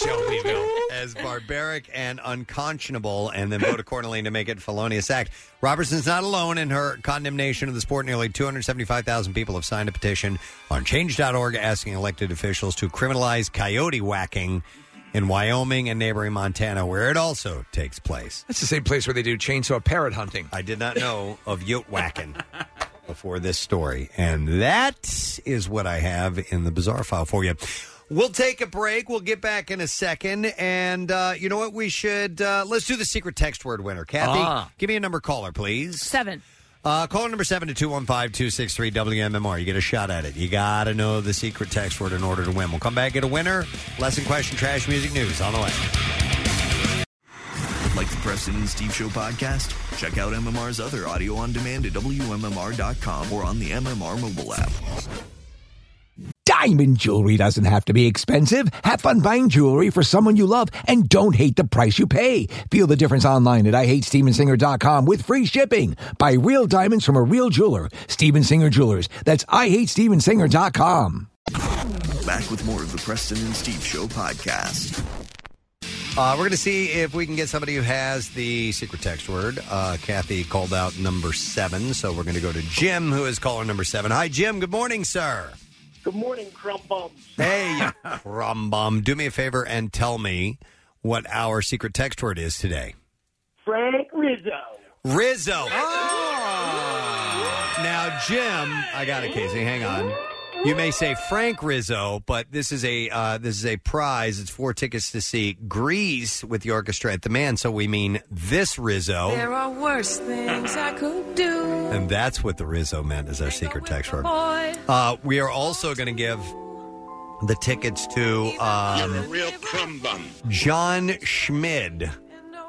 [SPEAKER 5] Shelbyville
[SPEAKER 2] as barbaric and unconscionable, and then vote accordingly to make it a felonious act. Robertson's not alone in her condemnation of the sport. Nearly 275,000 people have signed a petition on Change.org asking elected officials to criminalize coyote whacking in Wyoming and neighboring Montana, where it also takes place.
[SPEAKER 5] That's the same place where they do chainsaw parrot hunting.
[SPEAKER 2] I did not know of yote whacking before this story. And that is what I have in the bizarre file for you. We'll take a break. We'll get back in a second. And uh, you know what? We should uh, let's do the secret text word winner. Kathy,
[SPEAKER 3] Ah.
[SPEAKER 2] give me a number caller, please.
[SPEAKER 3] Seven.
[SPEAKER 2] Uh, caller number seven to 215 263 WMMR. You get a shot at it. You got to know the secret text word in order to win. We'll come back, get a winner. Lesson question, trash music news on the way.
[SPEAKER 7] Like the Preston and Steve Show podcast? Check out MMR's other audio on demand at WMMR.com or on the MMR mobile app.
[SPEAKER 8] Diamond jewelry doesn't have to be expensive. Have fun buying jewelry for someone you love and don't hate the price you pay. Feel the difference online at IHateStevensinger.com with free shipping. Buy real diamonds from a real jeweler. Steven Singer Jewelers. That's IHateStevensinger.com.
[SPEAKER 7] Back with more of the Preston and Steve Show podcast.
[SPEAKER 2] Uh, we're going to see if we can get somebody who has the secret text word. Uh, Kathy called out number seven, so we're going to go to Jim, who is caller number seven. Hi, Jim. Good morning, sir.
[SPEAKER 10] Good morning, crumb bums.
[SPEAKER 2] Hey, Rumbum. Do me a favor and tell me what our secret text word is today.
[SPEAKER 10] Frank Rizzo.
[SPEAKER 2] Rizzo. Ah. Now, Jim, I got it, Casey. Hang on. You may say Frank Rizzo, but this is a uh, this is a prize. It's four tickets to see Grease with the orchestra at the Man. So we mean this Rizzo.
[SPEAKER 21] There are worse things I could do.
[SPEAKER 2] And that's what the Rizzo meant as our secret text word.
[SPEAKER 21] Boy,
[SPEAKER 2] Uh, we are also going to give the tickets to um,
[SPEAKER 10] real crumb bum.
[SPEAKER 2] John Schmid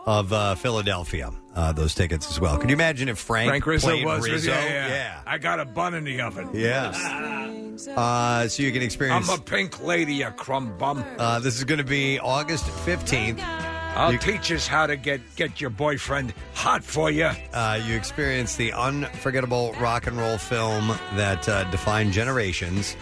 [SPEAKER 2] of uh, Philadelphia. Uh, those tickets as well. Can you imagine if Frank,
[SPEAKER 5] Frank Rizzo
[SPEAKER 2] played
[SPEAKER 5] was
[SPEAKER 2] Rizzo?
[SPEAKER 5] Yeah, yeah. I got a bun in the oven.
[SPEAKER 2] Yes. Uh, so you can experience.
[SPEAKER 5] I'm a pink lady, a crumb bum.
[SPEAKER 2] uh, this is going to be August fifteenth.
[SPEAKER 5] I'll teach us how to get get your boyfriend hot for you.
[SPEAKER 2] Uh, you experience the unforgettable rock and roll film that uh, defined generations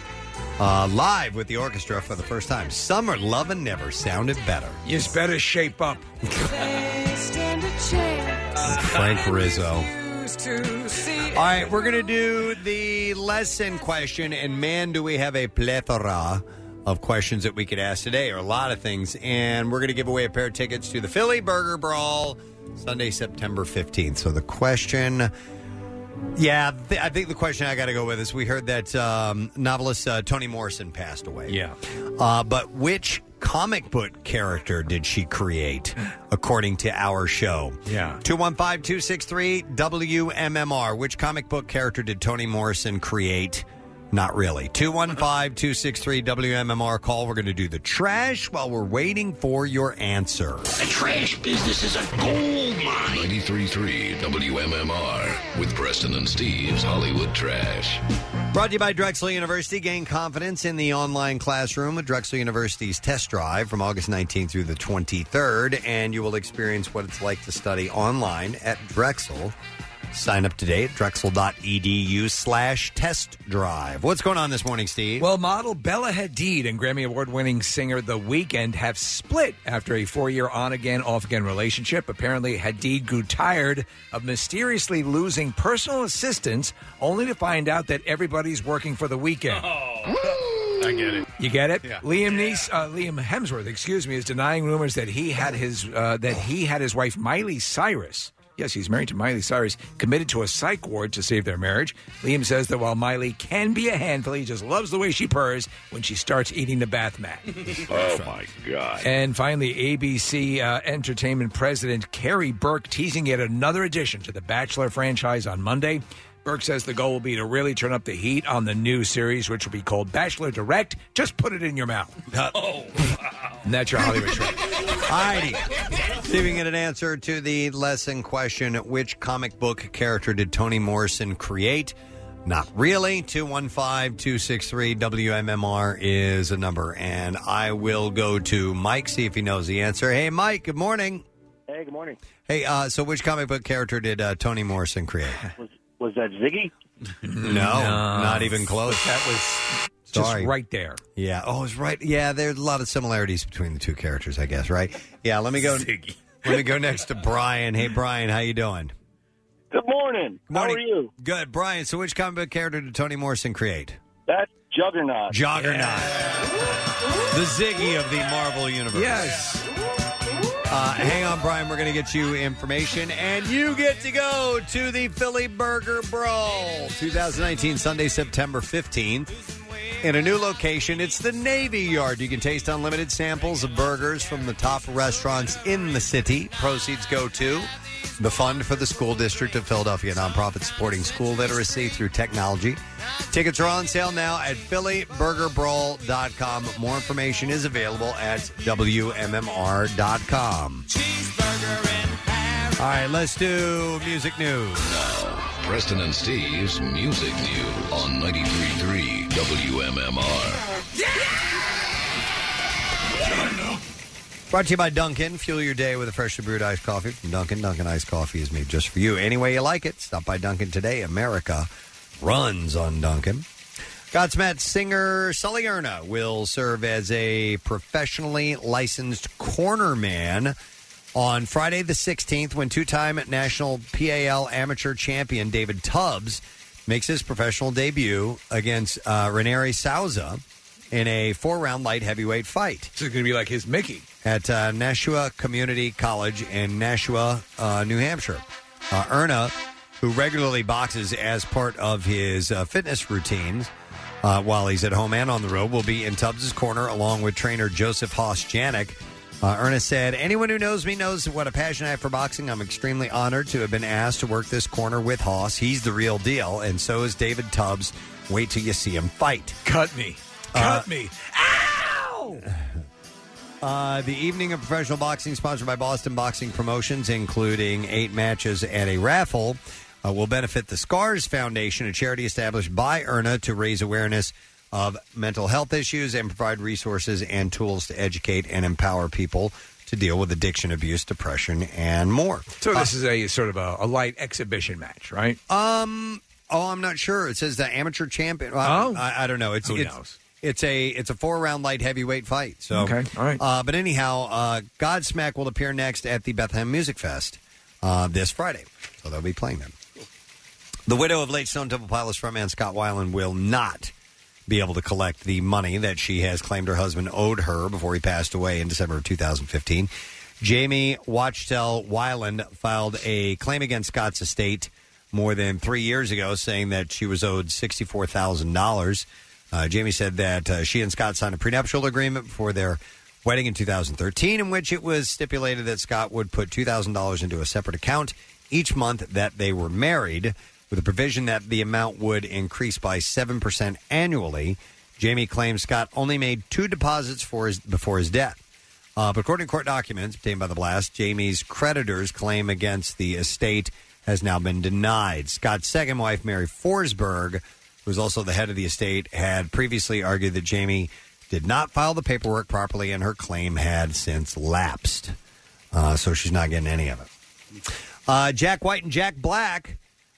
[SPEAKER 2] uh, live with the orchestra for the first time. Summer Lovin' Never sounded better.
[SPEAKER 5] You better shape up.
[SPEAKER 21] they stand a chance.
[SPEAKER 2] (laughs) Frank Rizzo.
[SPEAKER 21] Who's to see
[SPEAKER 2] All right, we're going to do the lesson question, and man, do we have a plethora of questions that we could ask today, or a lot of things. And we're going to give away a pair of tickets to the Philly Burger Brawl Sunday, September 15th. So the question. Yeah, th- I think the question I got to go with is we heard that um, novelist uh, Tony Morrison passed away. Yeah. Uh, but which comic book character did she create, according to our show?
[SPEAKER 5] Yeah.
[SPEAKER 2] 215 263 WMMR. Which comic book character did Toni Morrison create? Not really. 215 263 WMMR call. We're going to do the trash while we're waiting for your answer.
[SPEAKER 1] The trash business is a gold mine. 93.3 WMMR with Preston and Steve's Hollywood Trash.
[SPEAKER 2] Brought to you by Drexel University. Gain confidence in the online classroom with Drexel University's test drive from August 19th through the 23rd, and you will experience what it's like to study online at Drexel. Sign up today at drexel.edu slash test drive. What's going on this morning, Steve?
[SPEAKER 5] Well, model Bella Hadid and Grammy Award winning singer The Weeknd have split after a four year on again, off again relationship. Apparently, Hadid grew tired of mysteriously losing personal assistants only to find out that everybody's working for The Weeknd.
[SPEAKER 6] I get it.
[SPEAKER 5] You get it?
[SPEAKER 6] Yeah.
[SPEAKER 5] Liam Nees, uh, Liam Hemsworth, excuse me, is denying rumors that he had his uh, that he had his wife Miley Cyrus. Yes, he's married to Miley Cyrus, committed to a psych ward to save their marriage. Liam says that while Miley can be a handful, he just loves the way she purrs when she starts eating the bath mat.
[SPEAKER 10] Oh my god.
[SPEAKER 5] And finally, ABC uh, Entertainment president Carrie Burke teasing yet another addition to the Bachelor franchise on Monday. Burke says the goal will be to really turn up the heat on the new series, which will be called Bachelor Direct. Just put it in your
[SPEAKER 10] (laughs)
[SPEAKER 5] mouth.
[SPEAKER 2] oh,
[SPEAKER 5] wow. (laughs) And that's your Hollywood trash.
[SPEAKER 2] Alrighty. See if we can get an answer to the lesson question Which comic book character did Toni Morrison create? Not really. 215 263 WMMR is a number. And I will go to Mike, see if he knows the answer. Hey, Mike, good morning.
[SPEAKER 9] Hey, good morning.
[SPEAKER 2] Hey, uh, so which comic book character did uh, Toni Morrison
[SPEAKER 5] (laughs)
[SPEAKER 2] create?
[SPEAKER 9] Was that Ziggy?
[SPEAKER 2] (laughs) No, not even close. That was
[SPEAKER 5] Just right there.
[SPEAKER 2] Yeah. Oh, it's right. Yeah, there's a lot of similarities between the two characters, I guess. Right. Yeah. Let me go. Let me go next to Brian. Hey, Brian, how you doing?
[SPEAKER 9] Good morning.
[SPEAKER 2] Morning. How are you? Good, Brian. So, which comic book character did Toni Morrison create?
[SPEAKER 9] That's Juggernaut.
[SPEAKER 2] Juggernaut, the Ziggy of the Marvel universe.
[SPEAKER 5] Yes.
[SPEAKER 2] Uh, hang on, Brian. We're going to get you information, and you get to go to the Philly Burger Brawl 2019, Sunday, September 15th. In a new location, it's the Navy Yard. You can taste unlimited samples of burgers from the top restaurants in the city. Proceeds go to the Fund for the School District of Philadelphia, a nonprofit supporting school literacy through technology. Tickets are on sale now at phillyburgerbrawl.com. More information is available at wmmr.com. All right, let's do music news.
[SPEAKER 1] Preston and Steve's Music News on 93.3 WMMR.
[SPEAKER 2] Brought to you by Dunkin'. Fuel your day with a freshly brewed iced coffee from Dunkin'. Dunkin' iced coffee is made just for you any way you like it. Stop by Dunkin' today. America runs on Dunkin'. Godsmack singer Sully Erna will serve as a professionally licensed corner man on Friday the 16th when two-time national PAL amateur champion David Tubbs makes his professional debut against uh, Ranieri Souza in a four-round light heavyweight fight
[SPEAKER 5] This is going to be like his Mickey.
[SPEAKER 2] at uh, Nashua Community College in Nashua, uh, New Hampshire. Uh, Erna, who regularly boxes as part of his uh, fitness routines uh, while he's at home and on the road, will be in Tubbs' corner along with trainer Joseph Haas Janik. Uh, Erna said, Anyone who knows me knows what a passion I have for boxing. I'm extremely honored to have been asked to work this corner with Haas. He's the real deal, and so is David Tubbs. Wait till you see him fight.
[SPEAKER 5] Cut me. Cut me. Ow!
[SPEAKER 2] Uh, the evening of professional boxing, sponsored by Boston Boxing Promotions, including eight matches and a raffle, uh, will benefit the Scars Foundation, a charity established by ERNA to raise awareness of mental health issues and provide resources and tools to educate and empower people to deal with addiction, abuse, depression, and more.
[SPEAKER 5] So this is a sort of a, a light exhibition match, right?
[SPEAKER 2] Um. Oh, I'm not sure. It says the amateur champion. oh, I, I don't know. It's,
[SPEAKER 5] Who
[SPEAKER 2] it's,
[SPEAKER 5] knows?
[SPEAKER 2] It's a it's a four round light heavyweight fight. So
[SPEAKER 5] Okay, all right.
[SPEAKER 2] Uh, but anyhow, uh, Godsmack will appear next at the Bethlehem Music Fest uh, this Friday. So they'll be playing them. The widow of late Stone Temple Pilots frontman Scott Weiland will not be able to collect the money that she has claimed her husband owed her before he passed away in December of 2015. Jamie Watchtell Weiland filed a claim against Scott's estate more than three years ago, saying that she was owed sixty-four thousand dollars. Uh, Jamie said that uh, she and Scott signed a prenuptial agreement before their wedding in 2013, in which it was stipulated that Scott would put $2,000 into a separate account each month that they were married, with a provision that the amount would increase by 7% annually. Jamie claims Scott only made two deposits for his, before his death. Uh, but according to court documents obtained by the blast, Jamie's creditors' claim against the estate has now been denied. Scott's second wife, Mary Forsberg, who is also the head of the estate, had previously argued that Jamie did not file the paperwork properly, and her claim had since lapsed. Uh, so she's not getting any of it. Uh, Jack White and Jack Black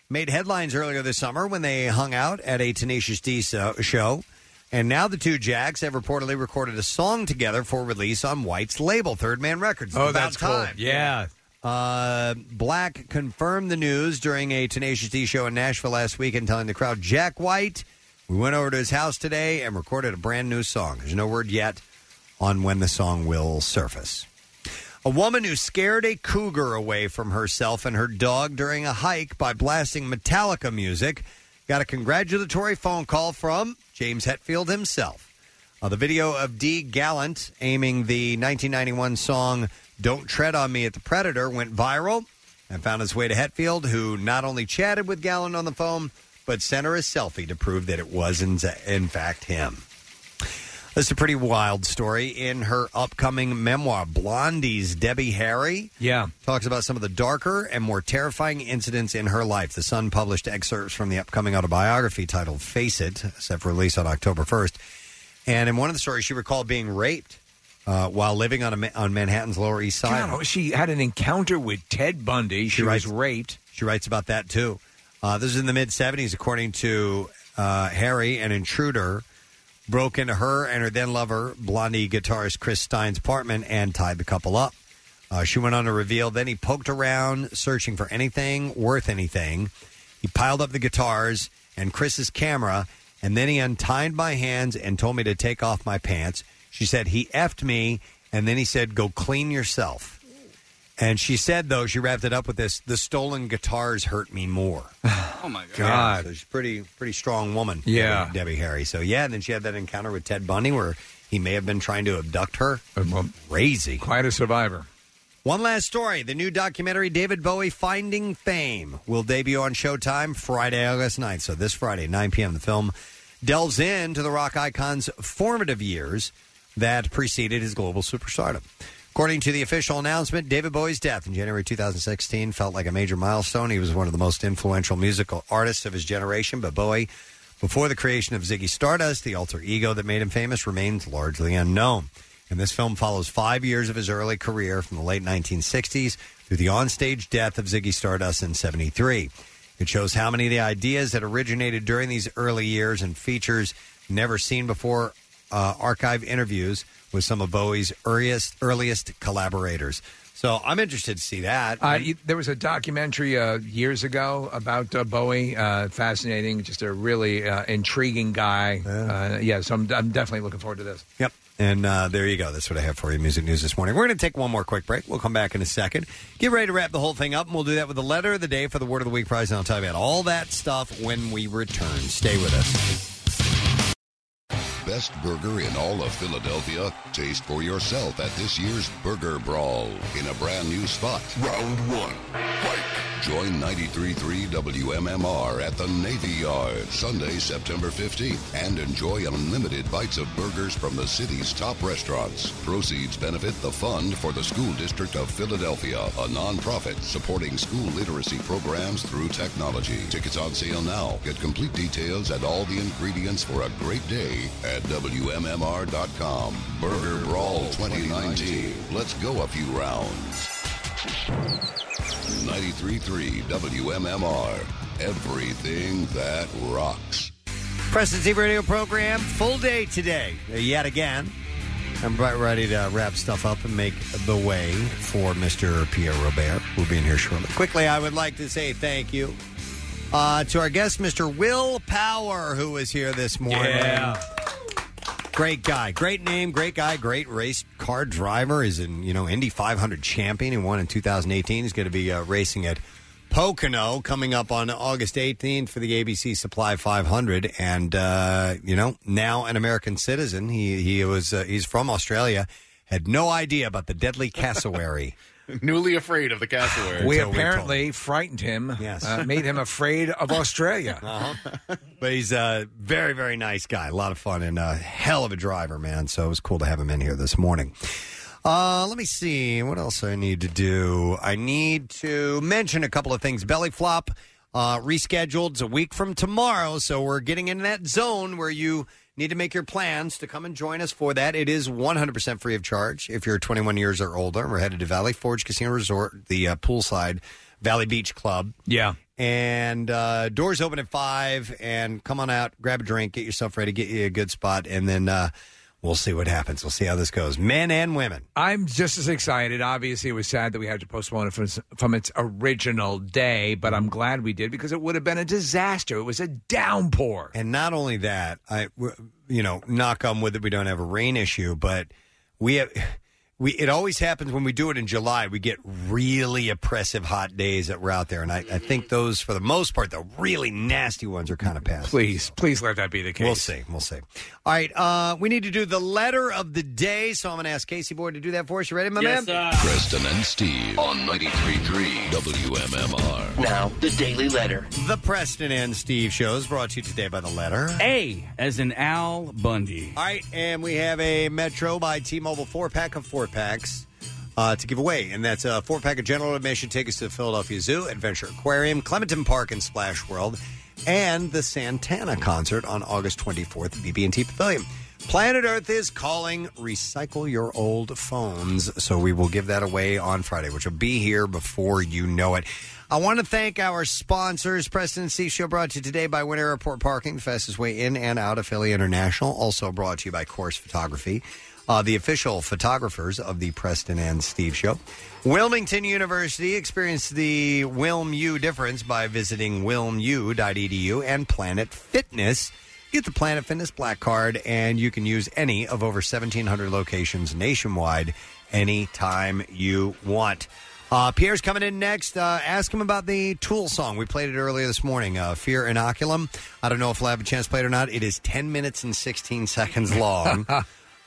[SPEAKER 2] made headlines earlier this summer when they hung out at a Tenacious D so- show. And now the two Jacks have reportedly recorded a song together for release on White's label, Third Man Records. It's
[SPEAKER 5] Oh,
[SPEAKER 2] about
[SPEAKER 5] that's cool.
[SPEAKER 2] time.
[SPEAKER 5] Yeah.
[SPEAKER 2] Uh, Black confirmed the news during a Tenacious D show in Nashville last weekend, telling the crowd, Jack White, we went over to his house today and recorded a brand new song. There's no word yet on when the song will surface. A woman who scared a cougar away from herself and her dog during a hike by blasting Metallica music got a congratulatory phone call from James Hetfield himself. Uh, the video of Dee Gallant aiming the 1991 song Don't Tread on Me at the Predator went viral and found its way to Hetfield, who not only chatted with Gallant on the phone, but sent her a selfie to prove that it was, in, in fact, him. This is a pretty wild story. In her upcoming memoir, Blondie's Debbie Harry
[SPEAKER 5] Yeah.
[SPEAKER 2] talks about some of the darker and more terrifying incidents in her life. The Sun published excerpts from the upcoming autobiography titled Face It, set for release on October 1st. And in one of the stories, she recalled being raped uh, while living on, a, Ma- on Manhattan's Lower East Side.
[SPEAKER 5] God, she had an encounter with Ted Bundy. She, was raped.
[SPEAKER 2] She writes about that too. Uh, this is in the mid 70s, according to uh, Harry, an intruder broke into her and her then lover, Blondie guitarist Chris Stein's apartment, and tied the couple up. Uh, she went on to reveal, then he poked around searching for anything worth anything. He piled up the guitars and Chris's camera, and then he untied my hands and told me to take off my pants. She said, He effed me, and then he said, Go clean yourself. And she said, though, she wrapped it up with this: "The stolen guitars hurt me
[SPEAKER 5] (laughs)
[SPEAKER 2] more."
[SPEAKER 4] Oh my god!
[SPEAKER 2] Yeah, so she's a pretty, pretty strong woman.
[SPEAKER 5] Yeah.
[SPEAKER 2] Debbie, Debbie Harry. So yeah, and then she had that encounter with Ted Bundy where he may have been trying to abduct her. Crazy,
[SPEAKER 5] Uh, quite a survivor.
[SPEAKER 2] One last story: the new documentary David Bowie Finding Fame will debut on Showtime Friday, August 9th. So this Friday, 9 p.m. The film delves into the rock icon's formative years that preceded his global superstardom. According to the official announcement, David Bowie's death in January 2016 felt like a major milestone. He was one of the most influential musical artists of his generation, but Bowie, before the creation of Ziggy Stardust, the alter ego that made him famous, remains largely unknown. And this film follows five years of his early career from the late 1960s through the onstage death of Ziggy Stardust in 73. It shows how many of the ideas that originated during these early years and features never seen before uh, archive interviews with some of Bowie's earliest, earliest collaborators. So I'm interested to see that.
[SPEAKER 5] Uh, you- there was a documentary uh, years ago about uh, Bowie. Uh, fascinating, just a really uh, intriguing guy. Uh, yeah, so I'm, I'm definitely looking forward to this.
[SPEAKER 2] Yep. And uh, there you go. That's what I have for you, music news this morning. We're going to take one more quick break. We'll come back in a second. Get ready to wrap the whole thing up, and we'll do that with the letter of the day for the word of the week prize. And I'll tell you about all that stuff when we return. Stay with us.
[SPEAKER 1] Best burger in all of Philadelphia. Taste for yourself at this year's Burger Brawl in a brand new spot. Round one. Join 93.3 WMMR at the Navy Yard Sunday, September 15th, and enjoy unlimited bites of burgers from the city's top restaurants. Proceeds benefit the Fund for the School District of Philadelphia, a nonprofit supporting school literacy programs through technology. Tickets on sale now. Get complete details and all the ingredients for a great day at WMMR.com. Burger Brawl 2019. Let's go a few rounds. 93.3 WMMR. Everything that rocks.
[SPEAKER 2] Preston Steve Radio Program, full day today, uh, yet again. I'm about ready to wrap stuff up and make the way (laughs) for Mr. Pierre Robert. We'll be in here shortly. Quickly, I would like to say thank you uh, to our guest, Mr. Will Power, who was here this morning.
[SPEAKER 5] Yeah.
[SPEAKER 2] Great guy, great name, great guy, great race car driver. Is in you know Indy 500 champion. He won in 2018. He's going to be uh, racing at Pocono coming up on August 18th for the ABC Supply 500. And uh, you know now an American citizen. He he was uh, he's from Australia. had no idea about the deadly cassowary.
[SPEAKER 6] (laughs) Newly afraid of the cassowary.
[SPEAKER 5] We apparently frightened him.
[SPEAKER 2] Yes.
[SPEAKER 5] uh, made him afraid
[SPEAKER 2] (laughs)
[SPEAKER 5] of Australia. uh-huh.
[SPEAKER 2] But he's a very, very nice guy. A lot of fun and a hell of a driver, man. So it was cool to have him in here this morning. Uh, let me see what else I need to do. I need to mention a couple of things. Belly flop uh, rescheduled. It's a week from tomorrow, so we're getting in that zone where you need to make your plans to come and join us for that. It is 100% free of charge if you're 21 years or older. We're headed to Valley Forge Casino Resort, the uh, poolside Valley Beach Club.
[SPEAKER 5] Yeah.
[SPEAKER 2] And uh, doors open at five. And come on out, grab a drink, get yourself ready, get you a good spot, and then uh, we'll see what happens. We'll see how this goes, men and women.
[SPEAKER 5] I'm just as excited. Obviously, it was sad that we had to postpone it from, from its original day, but I'm glad we did because it would have been a disaster. It was a downpour.
[SPEAKER 2] And not only that, I w- you know, knock on wood that we don't have a rain issue, but we have (laughs) we it always happens when we do it in July. We get really oppressive hot days that we're out there, and I, I think those for the most part, the really nasty ones are kind of past.
[SPEAKER 5] Please, please let that be the case.
[SPEAKER 2] We'll see. We'll see. All right, uh, we need to do the letter of the day, so I'm going to ask Casey Boyd to do that for us. You ready, my
[SPEAKER 1] Yes,
[SPEAKER 2] man?
[SPEAKER 1] Preston and Steve on 93.3 WMMR.
[SPEAKER 2] Now, the Daily Letter. The Preston and Steve show is brought to you today by the letter
[SPEAKER 4] A as in Al Bundy.
[SPEAKER 2] All right, and we have a Metro by T-Mobile four-pack of four-packs uh, to give away, and that's a four-pack of general admission tickets to the Philadelphia Zoo, Adventure Aquarium, Clementon Park, and Splash World, and the Santana concert on August 24th at BB&T Pavilion. Planet Earth is calling. Recycle your old phones. So we will give that away on Friday, which will be here before you know it. I want to thank our sponsors. Preston C. Show brought to you today by Winter Airport Parking, the fastest way in and out of Philly International. Also brought to you by Course Photography, uh, the official photographers of the Preston and Steve Show. Wilmington University experienced the WilmU difference by visiting wilmu.edu E and Planet Fitness. Get the Planet Fitness Black Card, and you can use any of over 1,700 locations nationwide anytime you want. Uh, Pierre's coming in next. Uh, ask him about the Tool song. We played it earlier this morning, uh, Fear Inoculum. I don't know if we'll have a chance to play it or not. It is 10 minutes and 16 (laughs) seconds long.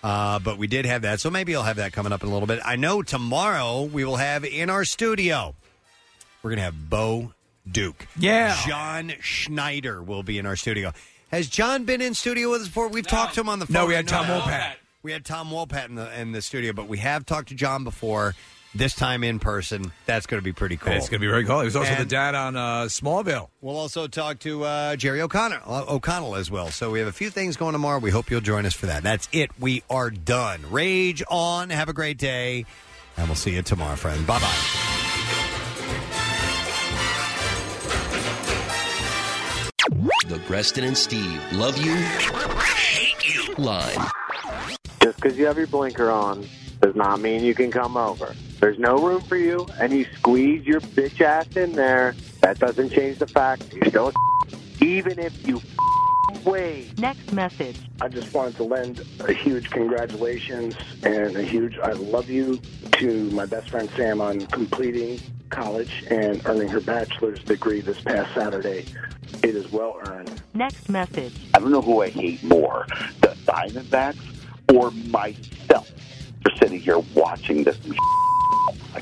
[SPEAKER 2] Uh, but we did have that, so maybe I'll have that coming up in a little bit. I know tomorrow we will have in our studio, we're going to have Bo Duke. Yeah. John Schneider will be in our studio. Has John been in studio with us before? We've talked to him on the phone.
[SPEAKER 5] No, we had
[SPEAKER 2] I know
[SPEAKER 5] Tom
[SPEAKER 2] that.
[SPEAKER 5] Wolpat.
[SPEAKER 2] We had Tom Wolpat in the, in the studio, but we have talked to John before. This time in person. That's going to be pretty cool.
[SPEAKER 5] It's going to be very cool. He was also
[SPEAKER 2] And-
[SPEAKER 5] the dad on uh, Smallville.
[SPEAKER 2] We'll also talk to uh, Jerry O'Connor uh, O'Connell as well. So we have a few things going tomorrow. We hope you'll join us for that. That's it. We are done. Rage on. Have a great day, and we'll see you tomorrow, friend. Bye bye.
[SPEAKER 11] The Preston and Steve love you, hate you line.
[SPEAKER 22] Just because you have your blinker on does not mean you can come over. There's no room for you, and you squeeze your bitch ass in there. That doesn't change the fact that you're still a (laughs) even if you (laughs) weigh.
[SPEAKER 23] Next message.
[SPEAKER 22] I just wanted to lend a huge congratulations and a huge I love you to my best friend Sam on completing college and earning her bachelor's degree this past Saturday. It is well earned.
[SPEAKER 23] Next message.
[SPEAKER 22] I don't know who I hate more, the Diamondbacks or myself for sitting here watching this. (laughs) I